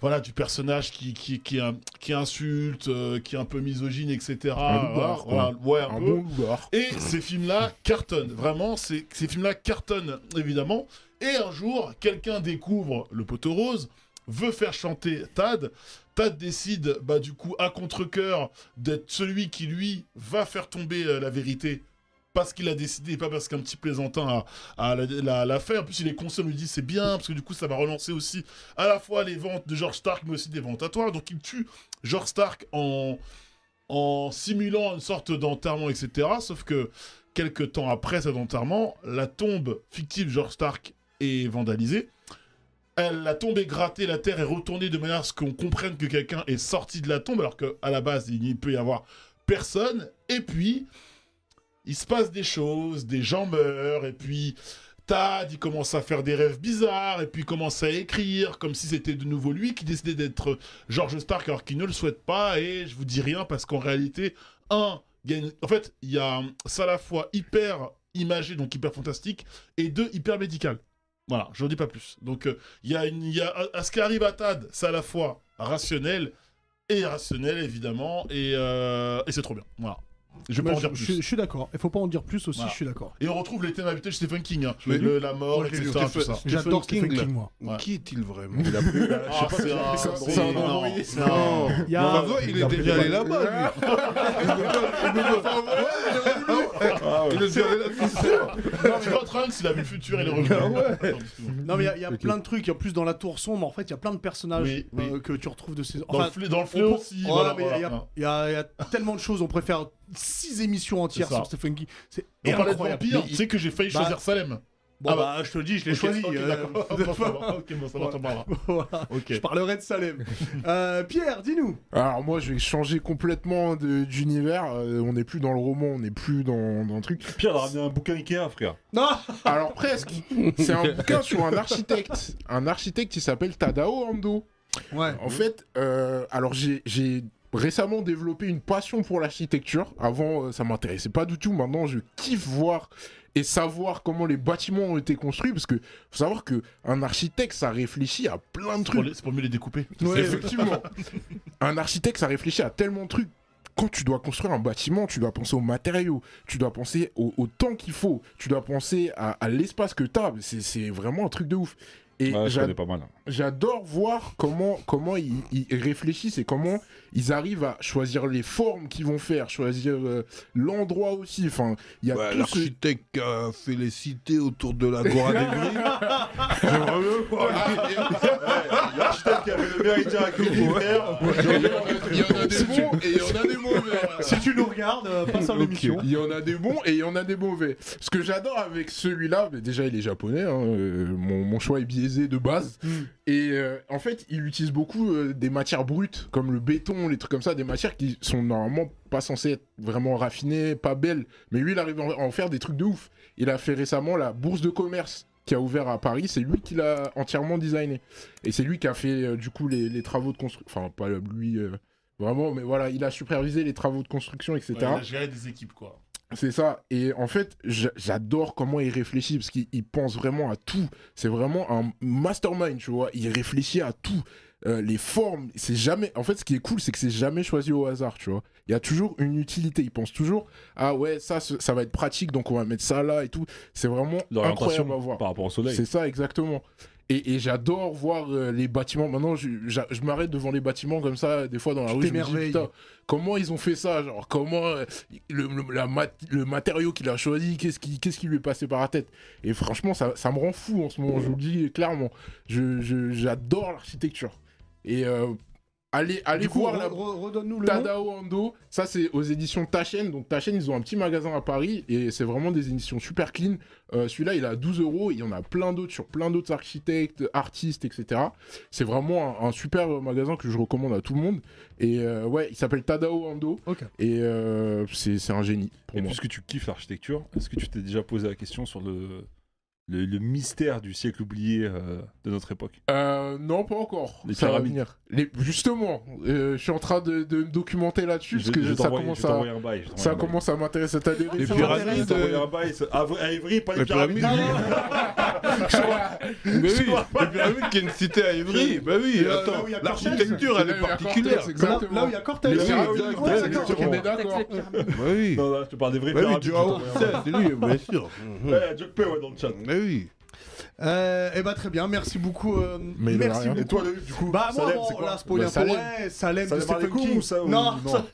Voilà, du personnage qui, qui, qui, un- qui insulte, euh, qui est un peu misogyne, etc.
loupard,
Voilà, ouais, un
Un
peu.
bon loupard.
Et ces films-là cartonnent, vraiment, ces, ces films-là cartonnent, évidemment. Et un jour, quelqu'un découvre le poteau rose, veut faire chanter Tad. Tad décide, bah, du coup, à contre-coeur, d'être celui qui, lui, va faire tomber euh, la vérité. Parce qu'il a décidé, et pas parce qu'un petit plaisantin a, a la, la- l'a fait. En plus, il est conscient, il lui dit c'est bien, parce que du coup, ça va relancer aussi à la fois les ventes de George Stark, mais aussi des ventes à toi. Donc, il tue George Stark en, en simulant une sorte d'enterrement, etc. Sauf que quelques temps après cet enterrement, la tombe fictive George Stark est vandalisée. Elle, la tombe est grattée, la terre est retournée de manière à ce qu'on comprenne que quelqu'un est sorti de la tombe, alors qu'à la base, il n'y peut y avoir personne. Et puis, il se passe des choses, des gens meurent, et puis Tad, il commence à faire des rêves bizarres, et puis il commence à écrire, comme si c'était de nouveau lui qui décidait d'être George Stark alors qu'il ne le souhaite pas et je vous dis rien parce qu'en réalité, un, il y a une- en fait, il y a ça à la fois hyper imagé donc hyper fantastique et deux hyper médical. Voilà, je n'en dis pas plus. Donc euh, il y a une, il y a à ce qui arrive à Tad, c'est à la fois rationnel et irrationnel évidemment et, euh, et c'est trop bien. Voilà. Je peux
Moi,
en dire
je, je-
plus.
je suis d'accord. Il faut pas en dire plus aussi,
Voilà.
je suis d'accord.
Et on retrouve les thèmes habituels chez Stephen King, hein.
l'ai
Le- la mort,
Moi, je l'ai
etc.
lu.
Tout ça.
Stephen
J'adore Stephen
King,
King,
là.
moi.
Ou
Ouais.
Qui est-il vraiment
Ah, c'est un-
c'est un-
c'est
c'est un
non,
envoyé.
c'est un-
Il y a-
Bravo, il était bien allé là-bas, lui.
Ah
Il est sur les-
Scott Ranks, il a vu le futur et le revenu.
Ah
Attends, excuse-moi.
Non, mais il y a, il y a plein de trucs. En plus, dans la tour sombre, en fait, il y a plein de personnages
Oui, oui.
euh, que tu retrouves de ces.
Dans
Enfin,
le flé- dans le
on
fléau
peut-
aussi.
voilà,
voilà,
mais il y a-
voilà. Hein.
il y a- il y, a- il y a tellement de choses. On préfère six émissions entières
C'est ça.
sur Stephen King. C'est
On parlait de
incroyable.
vampire,
Mais
tu sais que j'ai failli
Bah,
choisir Salem.
Bon,
Ah
bah, je te le dis, je l'ai
Ok,
choisi.
ok,
euh,
d'accord.
[LAUGHS] de-
Bon, ça va. Ok, bon, ça va, t'en parleras.
[LAUGHS] voilà.
Ok.
Je parlerai de Salem. Euh, Pierre, dis-nous.
Alors moi je vais changer complètement de- d'univers, Euh, on n'est plus dans le roman, on n'est plus dans, dans le truc.
Pierre a ramené un bouquin Ikea, frère.
Non
Alors presque, c'est un bouquin sur un architecte, un architecte qui s'appelle Tadao Ando.
Ouais.
En fait, euh, alors j'ai- j'ai récemment développé une passion pour l'architecture. Avant, euh, ça m'intéressait pas du tout. Maintenant, je kiffe voir et savoir comment les bâtiments ont été construits parce que faut savoir que un architecte, ça réfléchit à plein de
Pour
trucs.
les- C'est pour mieux les
[LAUGHS]
découper.
Ouais, effectivement. un architecte, ça réfléchit à tellement de trucs. Quand tu dois construire un bâtiment, tu dois penser aux matériaux, tu dois penser au, au temps qu'il faut, tu dois penser à, à l'espace que tu as. C'est vraiment un truc de ouf. Et
Ouais, je
j'ad-
connais pas mal.
j'adore voir comment, comment ils, ils réfléchissent et comment ils arrivent à choisir les formes qu'ils vont faire, choisir euh, l'endroit aussi. Enfin, il y a
Ouais,
tout ce-
L'architecte qui a fait les cités autour de
Ah,
l'Agora des Grilles. J'aimerais bien voir.
Ah,
L'architecte qui avait le mérite à
Il y en a des bons et il y en a des mauvais.
Si tu nous regardes, euh, passe à l'émission.
Il y en a des bons et il y en a des mauvais. Ce que j'adore avec celui-là, mais déjà il est japonais, hein, euh, mon, mon choix est biaisé de base. Et euh, en fait, il utilise beaucoup euh, des matières brutes, comme le béton, les trucs comme ça, des matières qui sont normalement pas censées être vraiment raffinées, pas belles. Mais lui, il arrive à en- à en faire des trucs de ouf. Il a fait récemment la bourse de commerce qui a ouvert à Paris, c'est lui qui l'a entièrement designé. Et c'est lui qui a fait euh, du coup les, les travaux de construction. Enfin, pas lui euh, vraiment, mais voilà, il a supervisé les travaux de construction, etc.
Ouais, il a géré des équipes, quoi.
C'est ça. Et en fait, j'a- j'adore comment il réfléchit parce qu'il il pense vraiment à tout. C'est vraiment un mastermind, tu vois. Il réfléchit à tout. Euh, les formes, c'est jamais. En fait, ce qui est cool, c'est que c'est jamais choisi au hasard, tu vois. Il y a toujours une utilité. Il pense toujours, ah ouais, ça, ce- ça va être pratique, donc on va mettre ça là et tout. C'est vraiment incroyable à
L'orientation
voir.
par rapport au soleil.
C'est ça, exactement. Et, et j'adore voir euh, les bâtiments. Maintenant, je, j'a- je m'arrête devant les bâtiments comme ça, des fois dans la rue. Je me dis,
t'émerveilles.
putain, comment ils ont fait ça Genre, comment euh, le, le- la mat- le matériau qu'il a choisi, qu'est-ce qui, qu'est-ce qui lui est passé par la tête Et franchement, ça, ça me rend fou en ce moment, je vous le dis clairement. Je, je- j'adore l'architecture. Et euh, allez, allez
Du coup,
voir
re-
la.
re- redonne-nous le nom.
Tadao Ando, ça c'est aux éditions Tachen. Donc Tachen, ils ont un petit magasin à Paris et c'est vraiment des éditions super clean. Euh, Celui-là, il est à 12 euros. Il y en a plein d'autres sur plein d'autres architectes, artistes, etc. C'est vraiment un, un super magasin que je recommande à tout le monde. Et euh, ouais, il s'appelle Tadao Ando.
Ok.
Et euh, c'est c'est un génie pour
Et
moi.
puisque tu kiffes l'architecture, est-ce que tu t'es déjà posé la question sur le, le, le mystère du siècle oublié euh, de notre époque
Euh, non, pas encore.
Les
ça va
pyramides.
venir. Les- justement, euh, je suis en train de, de me documenter là-dessus parce que ça
t'envoie-
commence
je
à.
t'envoie un bail. je t'envoie
Ça
un bail.
commence à m'intéresser à des
Les
ça
pyramides,
Je
m'intéresse.
t'envoie un bail. ça- À à Ivry, pas les
Les
pyramides.
pyramides. Mais oui, les pyramides qui est une cité à Ivry. Bah oui,
Là, là
attends,
où il y a
l'architecture elle
Là où
est
il y a
particulière.
Là,
Cortex, exactement.
là où il y a Cortex.
Les
Oui,
pyramides,
exact,
ouais,
exact,
d'accord,
exact.
on est d'accord.
Bah oui,
Non, là, je te parle des vrais
bah oui,
pyramides.
du
je t'envoie un bail.
Haut-Seine, c'est lui, bien sûr.
Ouais, la joke paye, ouais, dans le chat.
Mais oui.
Euh, eh ben très bien, merci beaucoup. euh,
Mais il a
merci
rien.
beaucoup.
Et toi, Loïc, du coup,
Bah moi,
Salem,
bon,
c'est quoi
là, spoiler
Bah,
pour
Salem.
ouais, Salem
Ça
de
démarre les
Stephen
coups
King.
ou ça ou-
non, ça-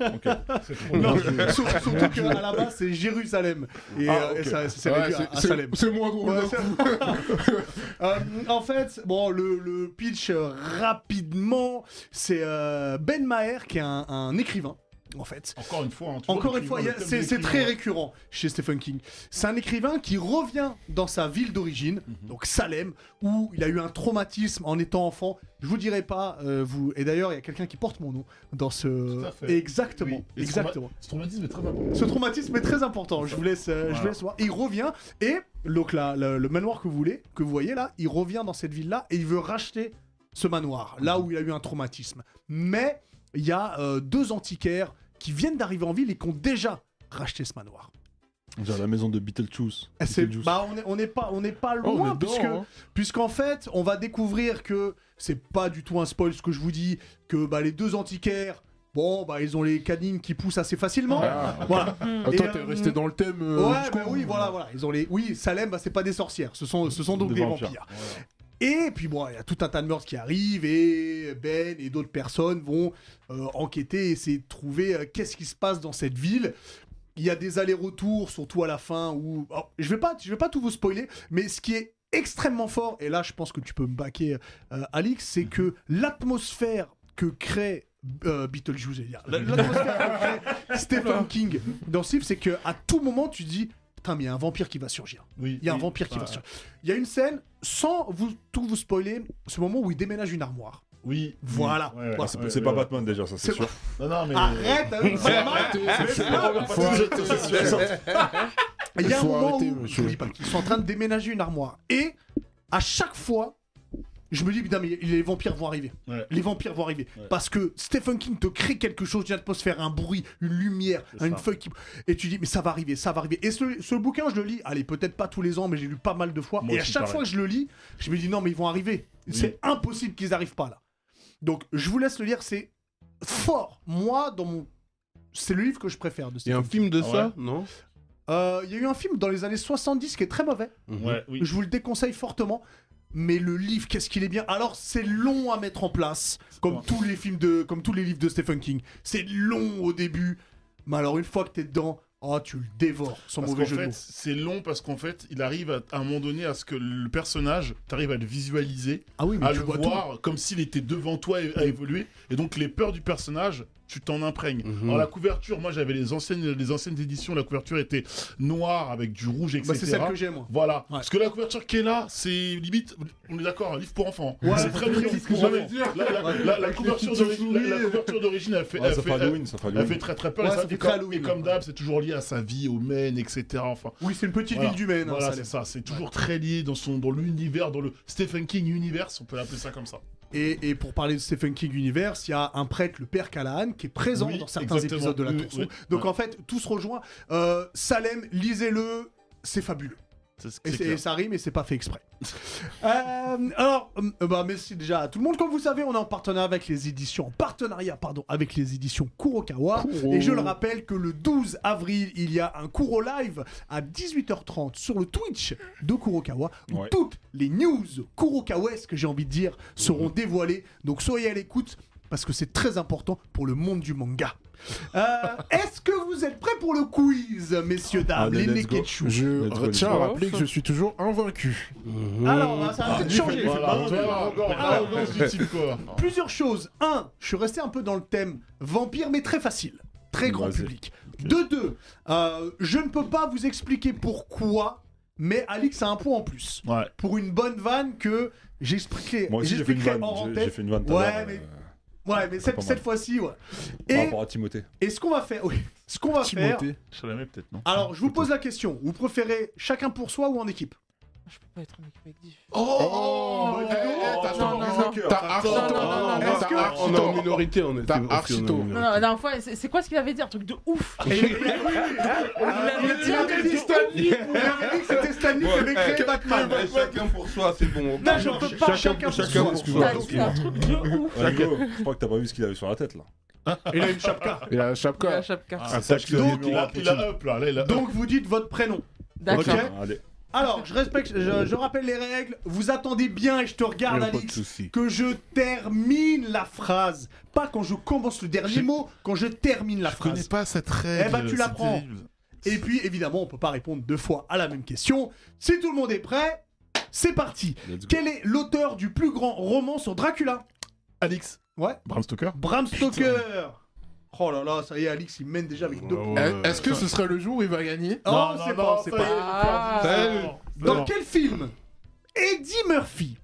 [LAUGHS]
Ok.
non, sur- surtout qu'à la base c'est Jérusalem et,
Ah,
euh,
ok.
et ça, c'est
Ouais,
réduit à- à
c'est-
Salem.
c'est moins drôle.
Ouais,
d'un
c'est-
coup.
hein.
[LAUGHS] Euh, en fait, bon, le, le pitch euh, rapidement, c'est euh, Ben Maher qui est un, un écrivain, en fait.
Encore une fois, hein, tu vois,
Encore
le
une fois, il y
climat,
a-
le thème
c'est
des hein.
c'est
clients.
très récurrent chez Stephen King. C'est un écrivain qui revient dans sa ville d'origine,
Mhm.
donc Salem, où il a eu un traumatisme en étant enfant. Je vous dirai pas, euh, vous. Et d'ailleurs, il y a quelqu'un qui porte mon nom dans ce.
Tout à fait.
Exactement,
Oui, et ce
exactement.
trauma- Ce traumatisme est très important.
Ce traumatisme est très important. Je vous laisse, euh, je vous laisse voir. Il revient et donc là, le, le manoir que vous voulez, que vous voyez là, il revient dans cette ville là et il veut racheter ce manoir là où il a eu un traumatisme. Mais il y a euh, deux antiquaires qui viennent d'arriver en ville et qui ont déjà racheté ce manoir.
On dirait la maison de Beetlejuice.
Et c'est-
Beetlejuice.
bah, on est- on n'est pas, on n'est pas
Oh, on est
loin
dedans,
puisque
hein.
Puisqu'en fait, on va découvrir que c'est pas du tout un spoil ce que je vous dis, que bah, les deux antiquaires, bon, bah, ils ont les canines qui poussent assez facilement.
Ah,
Voilà.
Ah,
Et,
toi, t'es
euh,
resté dans le thème. euh,
ouais,
jusqu'au
bah oui,
bout.
voilà, voilà. Ils ont les... Oui, Salem, bah, c'est pas des sorcières, ce sont, ce sont donc des,
Des
vampires.
vampires,
Et puis bon, il y a tout un tas de meurtres qui arrivent et Ben et d'autres personnes vont euh, enquêter, essayer de trouver euh, qu'est-ce qui se passe dans cette ville. Il y a des allers-retours, surtout à la fin où. Alors, je vais pas, je vais pas tout vous spoiler, mais ce qui est extrêmement fort, et là je pense que tu peux me baquer, euh, Alix, c'est que l'atmosphère que crée euh, Beetlejuice, j'allais dire. l'atmosphère que [LAUGHS] crée Stephen King dans ce livre, c'est que à tout moment tu dis, putain, mais il y a un vampire qui va surgir.
Oui,
Il y a un
oui.
vampire qui va
Ah,
sur. Il y a une scène, sans vous, tout vous spoiler, ce moment où il déménage une armoire.
Oui.
Voilà.
Ouais, ouais,
Ah, c'est
ouais,
c'est pas
ouais.
Batman déjà, ça c'est
C'est
sûr.
Non, non, mais.
Arrête hein. avec ça,
[LAUGHS]
Marc
Faut arrêter, c'est sûr.
Il y a un
Faut
moment
arrêter,
où
monsieur.
je vous dis pas, ils sont en train de déménager une armoire. Et à chaque fois, je me dis, putain, mais les vampires vont arriver.
Ouais.
Les vampires vont arriver.
Ouais.
Parce que Stephen King te crée quelque chose, une atmosphère, un bruit, une lumière,
C'est
une
ça.
feuille qui. Et tu dis, mais ça va arriver, ça va arriver. Et ce, ce bouquin, je le lis, allez, peut-être pas tous les ans, mais j'ai lu pas mal de fois.
Moi
et à
aussi,
chaque
pareil.
fois que je le lis, je me dis, non, mais ils vont arriver. C'est impossible qu'ils arrivent pas là. Donc, je vous laisse le lire, c'est fort. Moi, dans mon. C'est le livre que je préfère de
Il y a
Stephen
un film de
Ah ouais.
ça, non
euh, Il y a eu un film dans les années 70 qui est très mauvais.
[LAUGHS] Ouais, oui.
Je vous le déconseille fortement. mais le livre, qu'est-ce qu'il est bien. Alors, c'est long à mettre en place, comme tous les films de, comme tous les livres de Stephen King. C'est long au début, mais alors une fois que t'es dedans, oh, tu le dévores, sans
Parce
mauvais
qu'en
jeu de
fait,
mots.
c'est long parce qu'en fait, il arrive à, à un moment donné à ce que le personnage, t'arrives à le visualiser,
Ah oui, mais
à
tu
le
vois tout.
voir comme s'il était devant toi et à évoluer. Et donc, les peurs du personnage, tu t'en imprègnes.
Mhm.
Alors, la couverture, moi, j'avais les anciennes, les anciennes éditions, la couverture était noire avec du rouge, etc.
Bah, c'est celle que j'ai, moi.
Voilà. Parce que la couverture qui est là, c'est limite, on est d'accord, un livre pour enfants. c'est très mignon.
c'est ce que
pour
j'allais
enfants.
dire.
La, la- la- la
[LAUGHS]
couverture d'origine, la- la couverture d'origine, elle fait,
Ah,
elle
ça
fait-
fait Halloween, ça fait
elle
Halloween.
fait très très peur.
Ouais,
et
ça
ça fait
fait
comme-
très Halloween.
et comme d'hab, c'est toujours lié à sa vie, au Maine, etc. Enfin,
Oui, c'est une petite
voilà.
ville du Maine. hein,
Voilà,
ça
c'est
l'est.
ça. C'est toujours très lié dans son, dans l'univers, dans le Stephen King universe, on peut l'appeler ça comme ça.
Et, et pour parler de Stephen King Universe, il y a un prêtre, le père Callahan, qui est présent
Oui,
dans certains
exactement.
épisodes de la
Oui,
Tour Sombre.
oui.
Donc
Ouais.
en fait, tout se rejoint. Euh, Salem, lisez-le, c'est fabuleux.
C'est c'est
Et, c'est-
clair.
et ça rime et c'est pas fait exprès. [LAUGHS] Euh, alors, euh, bah, merci déjà à tout le monde. Comme vous savez, on est en partenariat avec les éditions, en partenariat pardon, avec les éditions Kurokawa. Et je le rappelle que le 12 avril, il y a un Kuro live à 18h30 sur le Twitch de Kurokawa où
Ouais.
toutes les news Kurokawesques, j'ai envie de dire, seront dévoilées. Donc soyez à l'écoute parce que c'est très important pour le monde du manga.
[LAUGHS]
Euh, Est-ce que vous êtes prêts pour le quiz, messieurs dames,
Allez,
les
let's go.
Neketsu
Je
Let's go,
tiens à
let's
go.
rappeler que je suis toujours invaincu.
Mmh.
Alors, ça
Ah,
va peut-être changer.
Voilà, Ah,
Voilà.
voilà, arrogance du type quoi.
Plusieurs choses. Un, je suis resté un peu dans le thème vampire, mais très facile. Très grand
Vas-y.
public. De deux, euh, je ne peux pas vous expliquer pourquoi, mais Alix a un point en plus.
Ouais.
Pour une bonne vanne que j'expliquais.
Moi aussi, j'ai fait une
j'expliquerai
vanne.
en
j'ai-
tête.
J'ai fait une vanne tout à
Ouais,
l'heure,
mais,
euh,
ouais, mais cette,
pas mal.
cette fois-ci, ouais.
Par
Et,
rapport à Timothée.
et ce qu'on va faire. oui, ce qu'on va faire.
Je l'avais peut-être, non
Alors, je vous pose la question. Vous préférez chacun pour soi ou en équipe
Je peux pas être en équipe avec 10.
Oh, bah, eh,
Ah,
eh, t'as
non,
surpris
non,
ça.
non.
T'as
Non, non,
Archito.
non, non,
T'as
est-ce que-
Archito.
On est en minorité, on est
T'as
aussi, on est en
Archito.
minorité.
Non, non, la dernière fois, c'est c'est quoi ce qu'il avait dit Un truc de ouf
Et- et- et-
Il avait dit un truc de
Il avait dit que c'était Stanley qui avait créé
Ah,
Batman.
Ouais, Chacun pour soi, c'est bon.
Non, je peux pas. Chacun pour
chacun
soi.
pour
ouf
soi.
T'as dit un truc de ouf
Ouais, Nico, je crois que t'as pas vu ce qu'il avait sur la tête là.
Il a une chapka.
Il a la
La
chapka.
chapka.
Ah, ça, je te
Donc,
l'ai mis, il a- il a up là, là, il a up.
Donc vous dites votre prénom.
D'accord.
Ok.
Allez.
Alors, je respecte, je, je rappelle les règles. Vous attendez bien et je te regarde,
Pas de
Alix,
soucis.
que je termine la phrase. Pas quand je commence le dernier mot, quand je termine la
Je connais
phrase.
pas cette règle.
Eh ben, tu
c'est
l'apprends.
terrible.
Et puis, évidemment, on peut pas répondre deux fois à la même question. Si tout le monde est prêt, c'est parti.
Let's go.
Quel est l'auteur du plus grand roman sur Dracula
Alix.
Ouais.
Bram Stoker.
Bram Stoker. Oh là là, ça y est, Alix, il mène déjà avec deux points.
Eh, Est-ce que ce serait le jour où il va gagner
Oh,
Non, non,
c'est
non,
pas, c'est
ça
pas.
y est,
Ah.
c'est bon.
Dans
Non.
quel film Eddie Murphy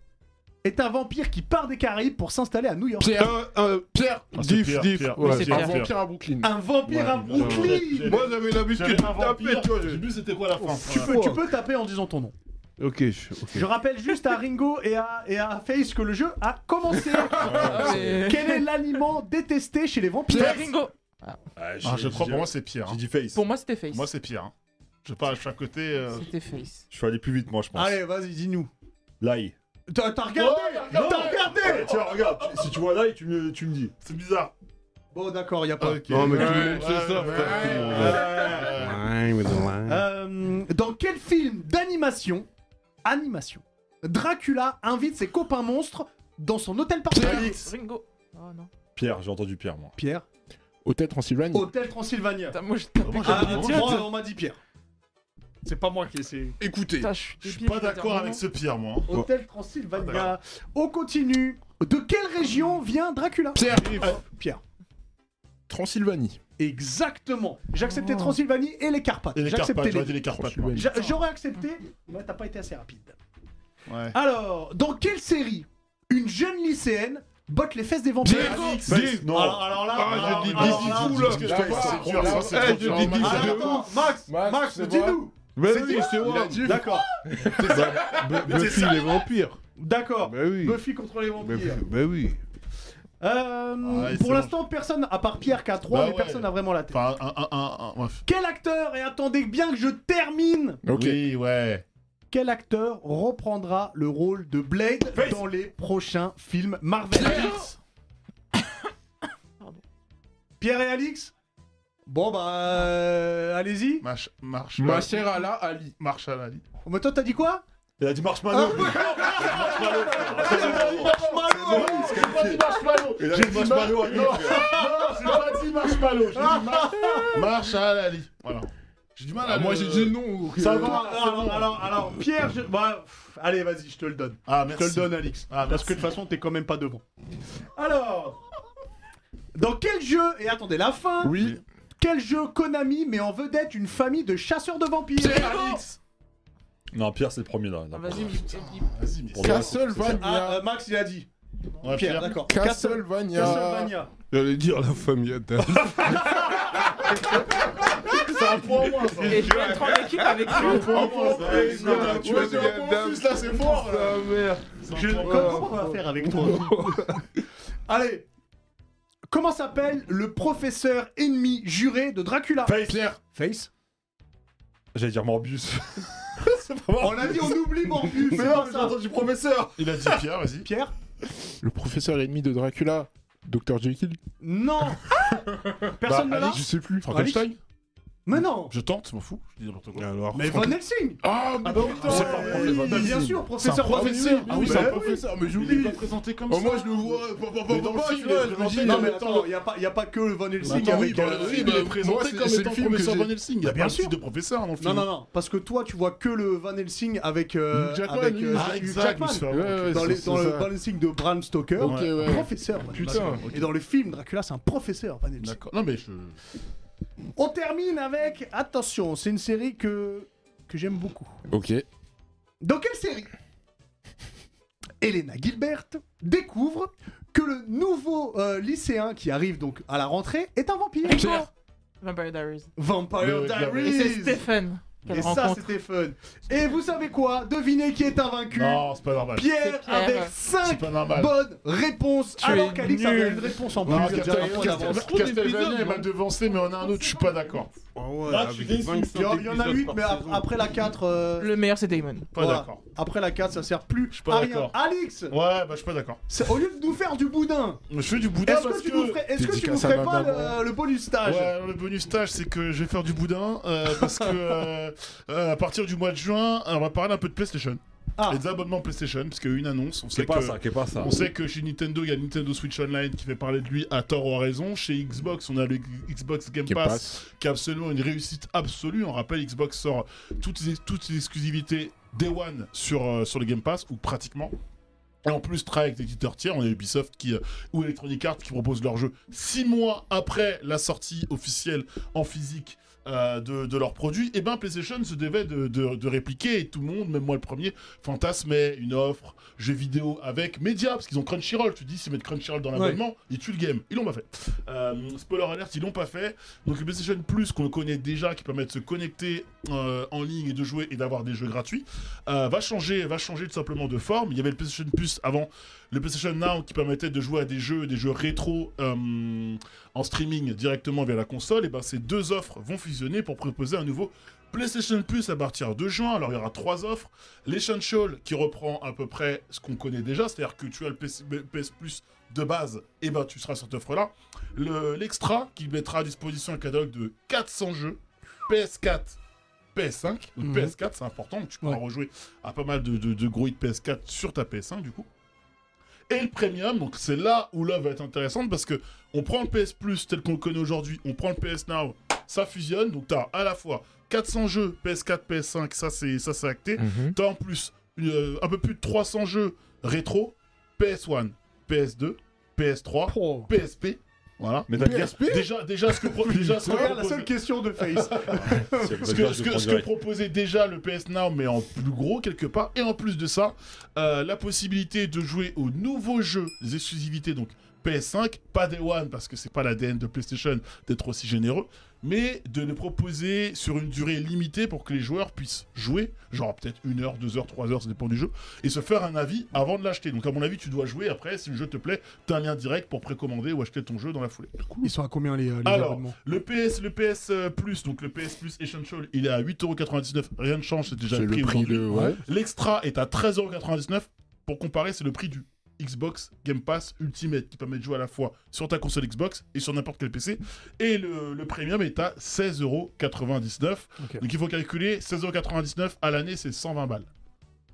est un vampire qui part des Caraïbes pour s'installer à New York
Pierre,
Euh, euh,
Pierre,
Ah, c'est
Diff,
Pierre,
Diff.
Pierre.
Ouais,
Oui, c'est
un
Pierre.
vampire à Brooklyn.
Un vampire à Brooklyn
J'ai-
Moi j'avais l'habitude
J'avais
de
un
taper,
vampire.
toi.
J'ai
je-
vu c'était quoi la fin.
Oh, tu peux, tu peux taper en disant ton nom.
Ok, je- ok.
Je rappelle juste à Ringo et à, et à Face que le jeu a [LAUGHS] commencé.
Ah, mais-
Quel est l'aliment détesté chez les vampires
Ringo
Ah, j'ai-
Ah, je crois
j'ai-
pour moi c'est Pierre. hein.
J'ai dit face.
Pour moi, c'était Face.
Moi c'est Pierre. hein. Je sais pas, je suis à côté. euh,
C'était Face.
Je suis allé plus vite, moi, je pense.
Allez, vas-y, dis-nous.
L'ail.
T'as t'as regardé T'as regardé
Eh, Tiens, regarde, tu- si tu vois l'ail, tu me, tu me dis.
C'est bizarre.
Bon, d'accord, y a pas.
Non, mais tout
Ouais,
le monde se
ouais,
sauve.
ouais,
quoi, tout le monde. Line with a line.
Euh, dans quel film d'animation Animation. Dracula invite ses copains monstres dans son hôtel particulier.
Ringo. Oh non.
Pierre, j'ai entendu Pierre, moi.
Pierre.
Hôtel Transylvanie.
Hôtel Transylvania.
Putain, moi, je tapais
Moi,
comme
j'avais
un
dit
idiot.
moi, on m'a dit Pierre. C'est pas moi qui ai essayé.
Écoutez,
Putain, je suis
Je suis
débile,
pas
je vais
d'accord
dire
avec
non.
ce Pierre moi. hein.
Hôtel Transylvania. On continue. De quelle région vient Dracula
Pierre,
Euh, Pierre.
Transylvanie.
Exactement. J'acceptais Transylvanie et les Carpates.
Et les Carpates,
J'acceptais
j'aurais dit
les.
les Carpates.
Franchement,
moi.
J'a- J'aurais accepté, mais t'as pas été assez rapide.
Ouais.
Alors, dans quelle série une jeune lycéenne botte les fesses des vampires Ah,
Alix,
Dis-
non.
alors, alors là,
Ah,
alors-
je dis
alors
dis-
là-
dis- dis-
parce que je
là,
trouve que
là,
c'est dur, ça,
là,
c'est
je
trop
dis-
dur.
dis-
Ah,
dis-
attends, Max,
Max,
Max,
c'est
dis-nous.
Bah
C'est
oui,
toi.
c'est
Il
moi.
a dit-
[LAUGHS] D'accord,
Bu- Buffy les vampires.
d'accord.
Bah oui.
Buffy contre les
Bah
vampires.
bah oui.
Euh,
Ah ouais,
pour
c'est
l'instant, personne, à part Pierre qui a 3,
Bah
mais
ouais.
personne n'a vraiment la tête.
Enfin, un, un, un, un, bref.
Quel acteur, et attendez bien que je termine,
Ok.
Oui, ouais.
quel acteur reprendra le rôle de Blade dans les prochains films Marvel
Pardon.
Pierre et Alix Bon bah, euh, allez-y.
Marche, marche.
Bah, Ma chère Allah Ali.
Marche à la lit.
Oh, Mais toi, t'as dit quoi
Il a dit Marshmallow.
J'ai pas dit marshmallow.
Il a
Ah, J'ai
dit
dit
marshmallow à
mar-
lui.
Non, non, j'ai pas dit marshmallow. J'ai dit mar- Marshall Ali. Voilà. J'ai du mal à.
Ah, moi
le-
j'ai dit non.
Ça
euh,
va. c'est
Ah, Alors,
bon.
alors, alors, Pierre, je- bah, pff, allez, vas-y, je te le donne.
Ah
Je te le
merci.
donne, Alix.
Ah,
parce
merci.
que de toute façon, t'es quand même pas devant. Alors, dans quel jeu, et attendez la fin,
euh, Oui.
quel jeu Konami met en vedette une famille de chasseurs de vampires
Alix
Non, Pierre, c'est le premier là. là.
Ah, Vas-y, mais-
Vas-y, mais.
Pour le reste,
Ah,
Castlevania.
euh, Max, il a dit.
Ouais,
Pierre,
Pierre.
d'accord. Castle-
Castlevania.
Castlevania.
J'allais dire la famille Adams.
C'est un point en moins. ça.
Et je vais être en équipe avec
Un
lui.
point en moins. ça.
Ouais, c'est
Ouais,
un
tu
point
as dit un
de
point en
Gaddam.
plus, là, c'est
Oh,
fort. là.
Sa mère.
Je-
C'est un point en
comment on va faire avec toi Oh. [LAUGHS] Allez. Comment s'appelle le professeur ennemi juré de Dracula
Pierre.
Face.
J'allais dire Morbius. c'est pas
On
mal.
a dit on oublie Morbius.
Mais
c'est
non,
pas
j'ai
ça.
entendu professeur.
Il a dit Pierre, vas-y.
Pierre
[LAUGHS] Le professeur ennemi de Dracula. Dr Jekyll.
Non. Personne
Bah,
ne l'a.
Bah, Je sais plus.
Frankenstein
Mais non.
Je tente, je m'en fous. Je dis n'importe quoi.
Alors,
Mais Van Helsing.
Ah, mais
Ah bah oui,
putain.
c'est pas
oui.
Van
Mais bien
Helsing.
sûr,
C'est un
professeur.
professeur.
Ah oui,
c'est
bah
un
oui.
professeur. Mais
Il est
j'oublie.
pas
présenté comme
Oh, moi je le vois. pa- pa- pa-
Mais dans le
pa-
film,
tu
il est
vois, je me dis,
présenté
Non
comme-
mais
Mais
attends, il n'y a, pas que le Van Helsing
Attends, oui,
avec...
dans
euh,
le film, il est présenté
c'est-
comme
c'est le
étant
film que
professeur
j'ai-
Van Helsing. Il y
Bah,
a
bien
pas
sûr.
de professeur dans le
Non,
film.
non, non, parce que toi, tu vois que le Van Helsing avec, euh,
Hugh Jackman,
avec
lui,
euh,
Ah,
Hugh
exact.
Jackman.
Mr.
Ouais, ouais,
dans
c'est-
les-
c'est
dans le
ça.
Van Helsing de Bram Stoker,
Ok, ouais.
professeur. Van
Putain.
Helsing. Et dans le film Dracula, c'est un professeur Van Helsing.
D'accord. Non, mais je.
Ah,
On termine avec, attention, c'est une série que, que j'aime beaucoup.
Ok.
Dans quelle série [LAUGHS] Elena Gilbert découvre que le nouveau euh, lycéen qui arrive donc à la rentrée est un vampire.
Vampire Diaries.
Vampire
Le-
Et c'est
Diaries.
Stephen qu'elle
Et ça,
rencontre.
c'était fun. Et vous savez quoi Devinez qui est invaincu.
Non, c'est pas normal.
Pierre,
C'est Pierre.
avec
C'est
5
pas normal.
bonnes réponses.
Tu
alors
es
qu'Alix avait
nul.
une réponse en plus.
Non,
déjà un point d'avance.
Castel- Castelvania il m'a devancé, mais on a un autre, je suis pas d'accord.
Ah,
Là, je suis déçu.
Il y en- il y en a 8, mais ap- après la 4, euh,
Le meilleur, c'est Damon.
Pas
Voilà.
d'accord.
après la 4 ça sert plus
suis pas
à rien.
d'accord.
Alix,
Ouais, bah je suis pas d'accord.
c'est- au lieu de nous faire du boudin,
Mais je fais du boudin
est-ce
parce
que tu nous ferais, Ah, est-ce que tu nous
Dédicace à
ferais pas
ma maman.
le, le bonus stage
Ouais, le bonus stage, c'est que je vais faire du boudin euh, parce que euh, euh, à partir du mois de juin, on va parler un peu de PlayStation
Ah.
et des abonnements PlayStation parce qu'il y a eu une annonce. On
Qu'est
sait
pas
que
ça, qu'est pas ça.
on sait que chez Nintendo, il y a Nintendo Switch Online qui fait parler de lui à tort ou à raison. Chez Xbox, on a le Xbox Game Pass qui est absolument une réussite absolue. On rappelle, Xbox sort toutes les, toutes les exclusivités Day One sur, euh, sur le Game Pass, ou pratiquement. Et en plus, travaille avec des éditeurs tiers, on a Ubisoft qui, euh, ou Electronic Arts qui proposent leur jeu six mois après la sortie officielle en physique euh, de, de leurs produits. Et ben PlayStation se devait de, de- de répliquer, et tout le monde, même moi le premier, fantasmait une offre, jeux vidéo avec médias, parce qu'ils ont Crunchyroll. Tu dis, s'ils mettent Crunchyroll dans l'abonnement, ils tuent le game. Ils l'ont pas fait. Euh, spoiler alert, ils l'ont pas fait. Donc le PlayStation Plus qu'on le connaît déjà, qui permet de se connecter euh, en ligne et de jouer et d'avoir des jeux gratuits, euh, va changer, va changer tout simplement de forme. Il y avait le PlayStation Plus avant, le PlayStation Now qui permettait de jouer à des jeux, des jeux rétro euh, en streaming directement via la console. Et ben ces deux offres vont fusionner pour proposer un nouveau PlayStation Plus à partir de juin. Alors il y aura trois offres. L'Essential qui reprend à peu près ce qu'on connaît déjà, c'est-à-dire que tu as le PS, Plus de base, et ben tu seras sur cette offre-là. Le- L'Extra qui mettra à disposition un catalogue de 400 jeux PS4, PS5. Donc
Mhm.
PS4 c'est important, donc tu pourras rejouer à pas mal de, de, de gros hits PS4 sur ta PS5 du coup. Et le premium, donc c'est là où l'offre va être intéressante parce que on prend le PS Plus tel qu'on le connaît aujourd'hui, on prend le PS Now, ça fusionne, donc tu as à la fois 400 jeux PS4, PS5, ça c'est ça c'est acté, T'as en plus une- euh, un peu plus de 300 jeux rétro, PS1, PS2, PS3,
Oh.
PSP. Voilà.
Mais t'as
[LAUGHS]
bien
Déjà, déjà ce
[LAUGHS]
que pro- déjà ce que
Regarde la
propose-
seule question de Face.
[LAUGHS] ce que, ce que- ce que proposait déjà le PS Now, mais en plus gros quelque part. Et en plus de ça, euh, la possibilité de jouer aux nouveaux jeux, les exclusivités donc PS5, pas Day One parce que c'est pas l'ADN de PlayStation d'être aussi généreux, mais de les proposer sur une durée limitée pour que les joueurs puissent jouer, genre peut-être une heure, deux heures, trois heures, ça dépend du jeu, et se faire un avis avant de l'acheter. Donc à mon avis, tu dois jouer après. Si le jeu te plaît, t'as un lien direct pour précommander ou acheter ton jeu dans la foulée.
Ils sont à combien les, euh, les
Alors,
abonnements
le PS, le PS euh, Plus, donc le PS Plus Essential, il est à 8,99€. Rien ne change, c'est déjà
C'est
le prix.
le prix
aujourd'hui.
de. Ouais.
L'extra est à 13,99€. Pour comparer, c'est le prix du Xbox Game Pass Ultimate qui permet de jouer à la fois sur ta console Xbox et sur n'importe quel PC. Et le, le premium est à 16,99€.
Ok.
Donc il faut calculer 16,99€ à l'année, c'est 120 balles.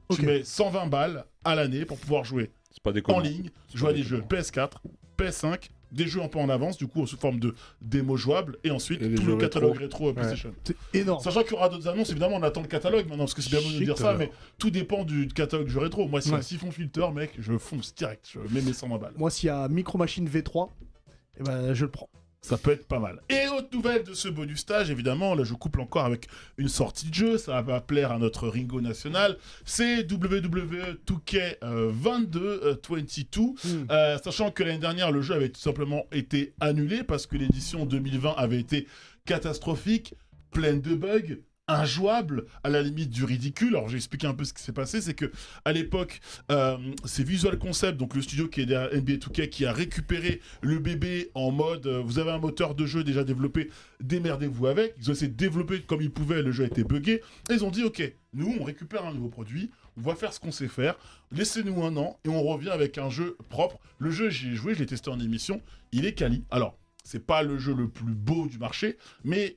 Ok.
Tu mets 120 balles à l'année pour pouvoir jouer
C'est pas
en
déconnant.
ligne,
C'est
jouer à
pas
des jeux PS4, PS5, des jeux un peu en avance, du coup, sous forme de démos jouables, et ensuite
Et les
tout
jeux
le catalogue rétro, PlayStation.
C'est énorme.
Sachant qu'il y aura d'autres annonces, évidemment, on attend le catalogue maintenant, parce que c'est bien beau de
Shit,
dire ça,
alors.
mais tout dépend du catalogue jeu rétro. Moi, si
Ouais.
un siphon filter, mec, je fonce direct, je mets mes 120 balles.
Moi, s'il y a Micro Machine V3, eh ben, je le prends.
Ça peut être pas mal. Et autre nouvelle de ce bonus stage, évidemment, là je couple encore avec une sortie de jeu, ça va plaire à notre Ringo national, c'est WWE 2K22. euh, 22, euh, sachant que l'année dernière, le jeu avait tout simplement été annulé parce que l'édition 2020 avait été catastrophique, pleine de bugs, injouable, à la limite du ridicule. Alors j'ai expliqué un peu ce qui s'est passé, c'est que à l'époque, euh, c'est Visual Concept, donc le studio qui est derrière NBA 2K, qui a récupéré le bébé en mode euh, vous avez un moteur de jeu déjà développé, démerdez-vous avec. Ils ont essayé de développer comme ils pouvaient, le jeu était buggé. Et ils ont dit ok, nous on récupère un nouveau produit, on va faire ce qu'on sait faire, laissez-nous un an et on revient avec un jeu propre. Le jeu, j'y ai joué, je l'ai testé en émission, il est quali. Alors, c'est pas le jeu le plus beau du marché, mais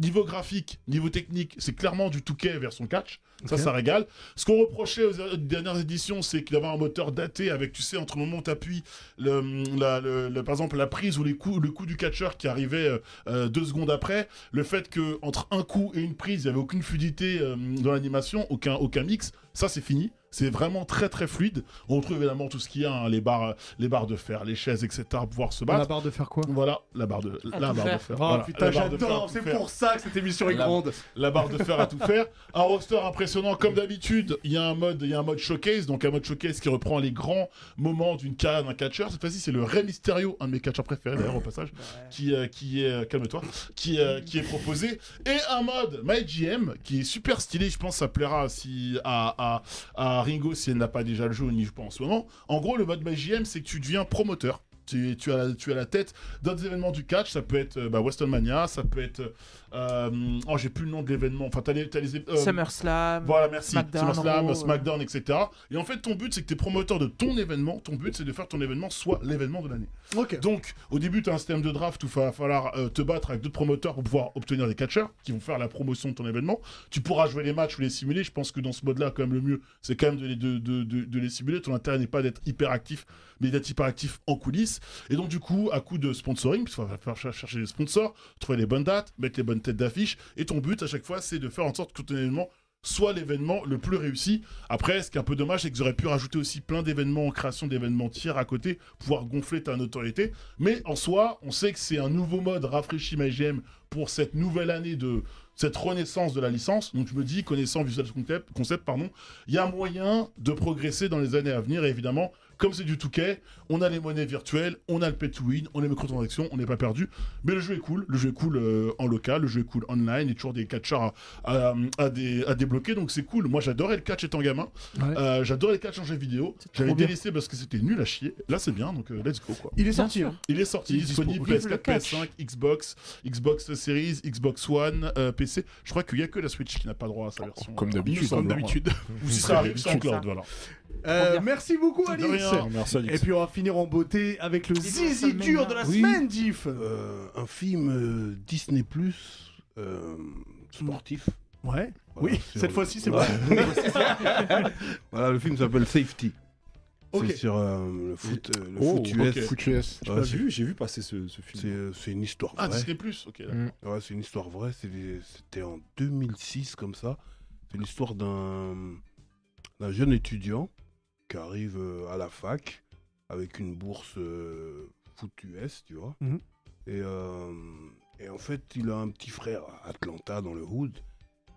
niveau graphique, niveau technique, c'est clairement du 2K version catch. Ça, ça régale. Ce qu'on reprochait aux er- dernières éditions, c'est qu'il y avait un moteur daté avec, tu sais, entre le moment où t'appuies, le, la- le- le- par exemple, la prise ou les coups, le coup du catcheur qui arrivait euh, euh, deux secondes après, le fait que entre un coup et une prise, il n'y avait aucune fluidité euh, dans l'animation, aucun, aucun mix, ça c'est fini. C'est vraiment très très fluide. On retrouve évidemment tout ce qu'il y a, hein, les, barres, les barres de fer, les chaises, etc. pour pouvoir se
la
battre.
barre de faire quoi
Voilà, la barre de,
À
la barre
tout
de
faire.
fer.
Oh
Ah,
Voilà,
putain,
Bah. Ah, la barre de fer à
j'adore,
tout
c'est
faire.
pour ça que cette émission est
La-
grande.
La barre de fer à tout faire. Un roster impressionnant comme d'habitude. Il y a un mode, il y a un mode showcase, donc un mode showcase qui reprend les grands moments d'une carrière d'un catcheur. Cette fois-ci, c'est le Rey Mysterio, un de mes catcheurs préférés d'ailleurs au passage, qui euh, qui est euh, calme-toi, qui euh, qui est proposé et un mode MyGM qui est super stylé. Je pense que ça plaira si à à, à Ringo si elle n'a pas déjà le jeu n'y joue pas en ce moment. En gros, le mode MyGM, c'est que tu deviens promoteur. Tu, tu, as la, tu as la tête d'autres événements du catch, ça peut être euh, bah, Westonmania, ça peut être euh, oh, j'ai plus le nom de l'événement. Enfin, t'as les. t'as les, euh,
SummerSlam.
Voilà, merci.
SmackDown,
SummerSlam,
Raw, euh.
SmackDown, etc. Et en fait, ton but, c'est que t'es promoteur de ton événement. Ton but, c'est de faire ton événement soit l'événement de l'année.
Ok.
Donc, au début, t'as un système de draft où il va falloir euh, te battre avec d'autres promoteurs pour pouvoir obtenir des catcheurs qui vont faire la promotion de ton événement. Tu pourras jouer les matchs ou les simuler. Je pense que dans ce mode-là, quand même, le mieux, c'est quand même de les, de, de- de- de les simuler. Ton intérêt n'est pas d'être hyper actif, mais d'être hyper actif en coulisses. Et donc, du coup, à coup de sponsoring, puisqu'il va falloir ch- chercher des sponsors, trouver les bonnes dates, mettre les bonnes têtes d'affiche. Et ton but, à chaque fois, c'est de faire en sorte que ton événement soit l'événement le plus réussi. Après, ce qui est un peu dommage, c'est qu'ils auraient pu rajouter aussi plein d'événements, création d'événements tiers à côté, pouvoir gonfler ta notoriété. Mais en soi, on sait que c'est un nouveau mode rafraîchi MyGM pour cette nouvelle année de cette renaissance de la licence. Donc je me dis, connaissant Visual Concept, concept pardon, il y a moyen de progresser dans les années à venir. Et évidemment, comme c'est du touquet, on a les monnaies virtuelles, on a le pay to win, on a les microtransactions, on n'est pas perdu. Mais le jeu est cool, le jeu est cool euh, en local, le jeu est cool online, il y a toujours des catchers à, à- à dé- à débloquer, donc c'est cool. Moi j'adorais le catch étant gamin,
Ouais.
Euh, j'adorais le catch en jeu vidéo, j'avais
trop bien.
délaissé parce que c'était nul à chier. Là c'est bien, donc euh, let's go quoi.
Il est
Bien
sorti.
sûr.
hein.
Il est sorti,
Il est dispo.
disponible
Vive le
PS4,
catch.
PS5, Xbox, Xbox Series, Xbox One, euh, PC. Je crois qu'il n'y a que la Switch qui n'a pas droit à sa version.
Oh, Comme
euh,
d'habitude. hein,
il
[LAUGHS]
me semble.
Comme
d'habitude. Ou si ça arrive sans cloud, voilà.
Euh,
Trop bien.
merci beaucoup,
De
Alice.
rien.
Merci Alix.
Et puis on va finir en beauté avec le
Dis-moi, ça
zizi
m'énerve.
dur de la
Oui.
semaine, Diff.
Euh, un film euh, Disney Plus euh, sportif.
Mm. Ouais.
Voilà,
oui,
sur
cette
le-
fois-ci, c'est
Ouais.
vrai.
[LAUGHS] voilà, le film s'appelle Safety.
Ok.
C'est sur euh, le foot, euh, le
Oh,
foot US.
ok.
Ouais,
Foot US.
J'ai pas
c'est-
vu, j'ai vu passer ce, ce
c'est
film.
euh, c'est une histoire
Ah,
vraie.
Disney Plus, ok. d'accord.
Ouais, c'est une histoire vraie. c'est des- C'était en 2006 comme ça. C'est l'histoire d'un d'un jeune étudiant qui arrive euh, à la fac avec une bourse euh, foot US, tu vois.
Mhm.
et, euh, et en fait, il a un petit frère à Atlanta dans le hood.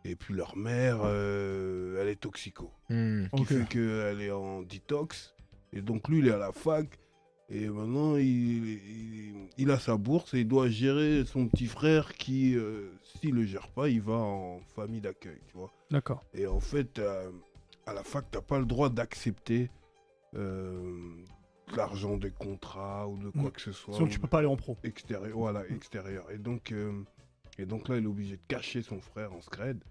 Et puis leur mère, euh, elle est toxico qui fait qu'elle est en détox. Et donc lui, il est à la fac. Et maintenant, il, il- il a sa bourse et il doit gérer son petit frère qui, euh, s'il le gère pas, il va en famille d'accueil, tu vois.
D'accord.
Et en fait, euh, à la fac, t'as pas le droit d'accepter euh, l'argent des contrats ou de quoi
Mm.
que ce soit.
Sinon, tu peux Mm. pas aller en pro.
Extérieur, voilà, extérieur. Et donc, euh, et donc là, il est obligé de cacher son frère en scred.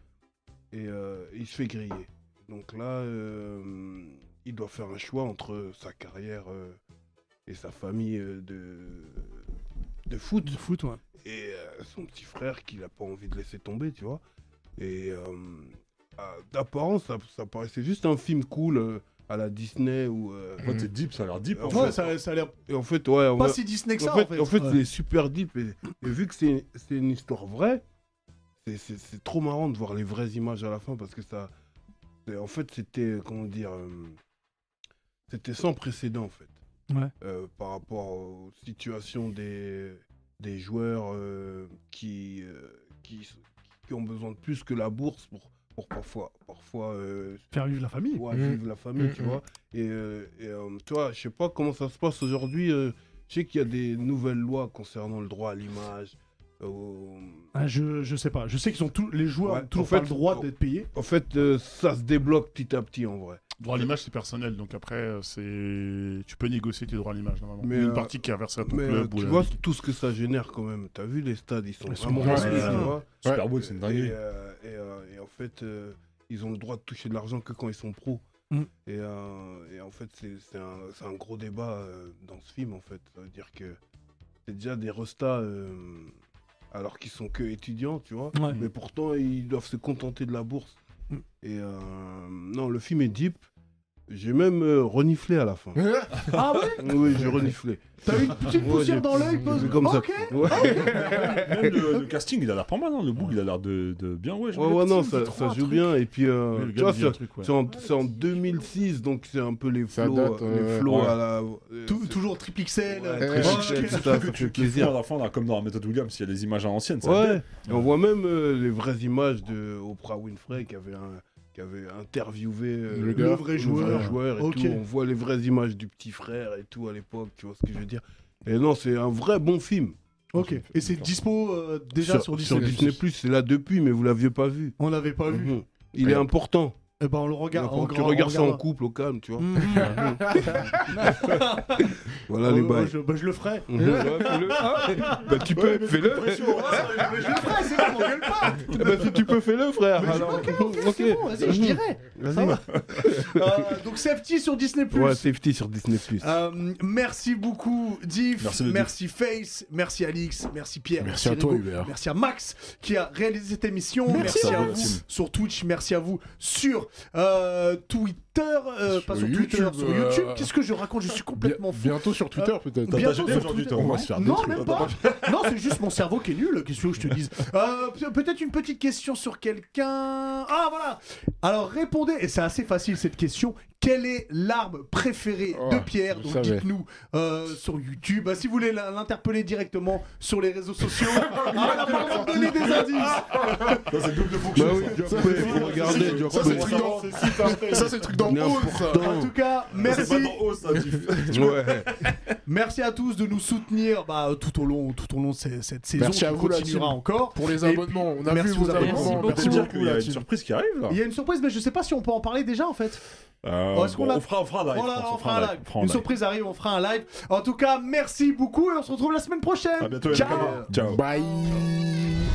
Et euh, il se fait griller. Donc là, euh, il doit faire un choix entre sa carrière euh, et sa famille euh, de, de foot.
Du foot, ouais.
Et euh, son petit frère qu'il n'a pas envie de laisser tomber, tu vois. Et euh, euh, d'apparence, ça, ça paraissait juste un film cool euh, à la Disney ou. euh,
En fait, c'est
[LAUGHS]
deep, ça a l'air deep.
en
Ouais,
fait-
ça, ça a l'air
et en fait, ouais. on
pas
va-
si Disney que ça
en
en
fait,
fait.
en fait,
Ouais.
c'est super deep. Et, et vu que c'est c'est une histoire vraie, c'est- c'est c'est trop marrant de voir les vraies images à la fin parce que ça. c'est- En fait, c'était. euh, Comment dire. euh, C'était sans précédent, en fait.
Ouais.
Euh, par rapport aux situations des, des joueurs euh, qui, euh, qui, s- qui ont besoin de plus que la bourse pour, pour parfois, parfois euh,
Faire vivre la famille.
Ouais,
Mm.
vivre la famille,
Mm,
tu
mm.
vois. Et, euh, et, euh, tu vois, je sais pas comment ça se passe aujourd'hui. euh, je sais qu'il y a des nouvelles lois concernant le droit à l'image. euh,
Ah, je, je sais pas. Je sais qu'ils ont tous les joueurs
Ouais,
ont toujours
en fait,
pas le droit
on-
d'être payés.
en fait, euh, ça se débloque petit à petit en vrai.
Droit à l'image, c'est personnel, donc après, euh, c'est tu peux négocier tes droits à l'image normalement.
Mais,
Il y a
euh,
une partie qui est inversée à ton
Mais euh,
club. ou
tu
la-
vois tout ce que ça génère quand même. T'as vu les stades, ils sont
Ils sont
vraiment
grands,
remplis,
ouais.
tu vois.
Ah
Super beau, c'est une
Et,
dinguerie.
euh, et, euh, et en fait, euh, ils ont le droit de toucher de l'argent que quand ils sont pros.
Mm.
Et, euh, et en fait, c'est c'est un, c'est un gros débat euh, dans ce film, en fait. Ça veut dire que c'est déjà des restas, euh, alors qu'ils sont que étudiants, tu vois.
Ouais.
Mais pourtant, ils doivent se contenter de la bourse.
Mm.
Et euh, non, le film est deep. J'ai même euh, reniflé à la fin.
[LAUGHS] Ah ouais
oui, j'ai reniflé.
T'as eu une petite
Ouais,
poussière
j'ai-
dans l'œil, pose.
j'ai comme ça.
Ok. Ah
Ouais.
Même le, le casting, il a l'air pas mal, hein. le boug, il a l'air de, de bien. Ouais, j'aime
Ouais,
bien
ouais,
le
non,
casting,
ça,
c'est
ça
trop un
joue
truc.
bien. Et puis, euh,
Oui, le
tu
gars
vois,
dit un
c'est
truc, ouais.
c'est en, c'est en 2006, donc c'est un peu les
Ça
flots,
date,
euh,
euh,
les flots
ouais.
à la. euh,
Tou- Toujours triple euh, XL.
Ouais,
très
ouais,
chic,
tout ça,
Parce
ça
que
fait
tu kiffes
plaisir.
à la fin, là, comme dans la méthode Williams, il y a des images à l'ancienne. Ça
Ouais, et on voit même euh, les vraies images de Oprah Winfrey qui avait, un- qui avait interviewé euh,
Le gars.
vrai joueur, joueur et
Ok.
tout. On voit les vraies images du petit frère et tout à l'époque, tu vois ce que je veux dire. Et non, c'est un vrai bon film.
Ok. Et c'est dispo euh, déjà sur, Disney.
Sur Disney+, c'est là depuis, mais vous l'aviez pas vu.
On l'avait pas vu.
Mhm. Il est important.
Eh ben on le regarde.
Quand
on
tu
gra- on
regardes ça en
regarde.
couple, au calme, tu vois.
Mhm.
Voilà
Ouais,
les
ouais,
bails.
je, bah, je le ferai. [LAUGHS] Ah,
Bah, tu peux, fais-le.
Mais je le ferai, c'est bon, on gueule pas.
si tu peux, fais-le, frère.
Ok, ok, c'est bon, vas-y, je dirai. oh, Ça va. Euh, donc Safety sur Disney+.
Ouais, safety sur Disney. Plus.
Euh, merci beaucoup, Diff.
Merci,
Merci,
le Diff.
Face. Merci, Alix. Merci, Pierre.
Merci à toi,
Hugo.
Hubert.
Merci à Max qui a réalisé cette émission. Merci,
à
à
vous,
vous
la team.
sur Twitch. Merci à vous sur euh, Twitter. euh,
Sur
pas sur
YouTube,
Twitter, sur
euh,
YouTube. Qu'est-ce que je raconte Je suis
euh,
Bien-
complètement fou.
bientôt sur Twitter, peut-être.
T'as
Bah
Bientôt
gêné
sur
aujourd'hui,
Twitter.
toi, on va se faire
Non,
détruire.
même pas. non, c'est juste mon cerveau qui est nul. Qu'est-ce que tu veux que je te dise Euh, pe- Peut-être une petite question sur quelqu'un. Ah, voilà. Alors, répondez, et c'est assez facile cette question. Quelle est l'arme préférée
Oh,
de Pierre
je
Donc
savais.
dites-nous euh, sur YouTube. Ah, si vous voulez la- l'interpeller directement sur les réseaux sociaux, [LAUGHS] Ah, on a pas le droit de donner des indices.
Ça, c'est double fonction.
Bah oui, Diop P, faut regarder Diop
Ah,
Ça,
P.
c'est truc dans- ça, c'est truc dans Pause, ça.
En tout cas,
Ça,
merci.
C'est pas dans haut, ça. tu-
Ouais.
Merci à tous de nous soutenir bah, tout au long, tout au long de ces- cette saison.
Merci à
qui
vous, la
continuera
team.
encore.
Pour les
Et
abonnements, on a
merci
vu vos
aux abonnements.
abonnements.
Merci
On peut
Merci
dire
beaucoup,
qu'il y a
la
une
team.
surprise qui arrive, là.
Il y a une surprise, mais je sais pas si on peut en parler déjà en fait.
Euh,
Oh, est-ce qu'on
bon,
l'a-
on fera on fera un live. je
Voilà,
pense,
on fera un live. Une
live.
surprise arrive, on fera un live. En tout cas, merci beaucoup et on se retrouve la semaine prochaine.
À bientôt, les
Ciao.
gars. Ciao.
Bye.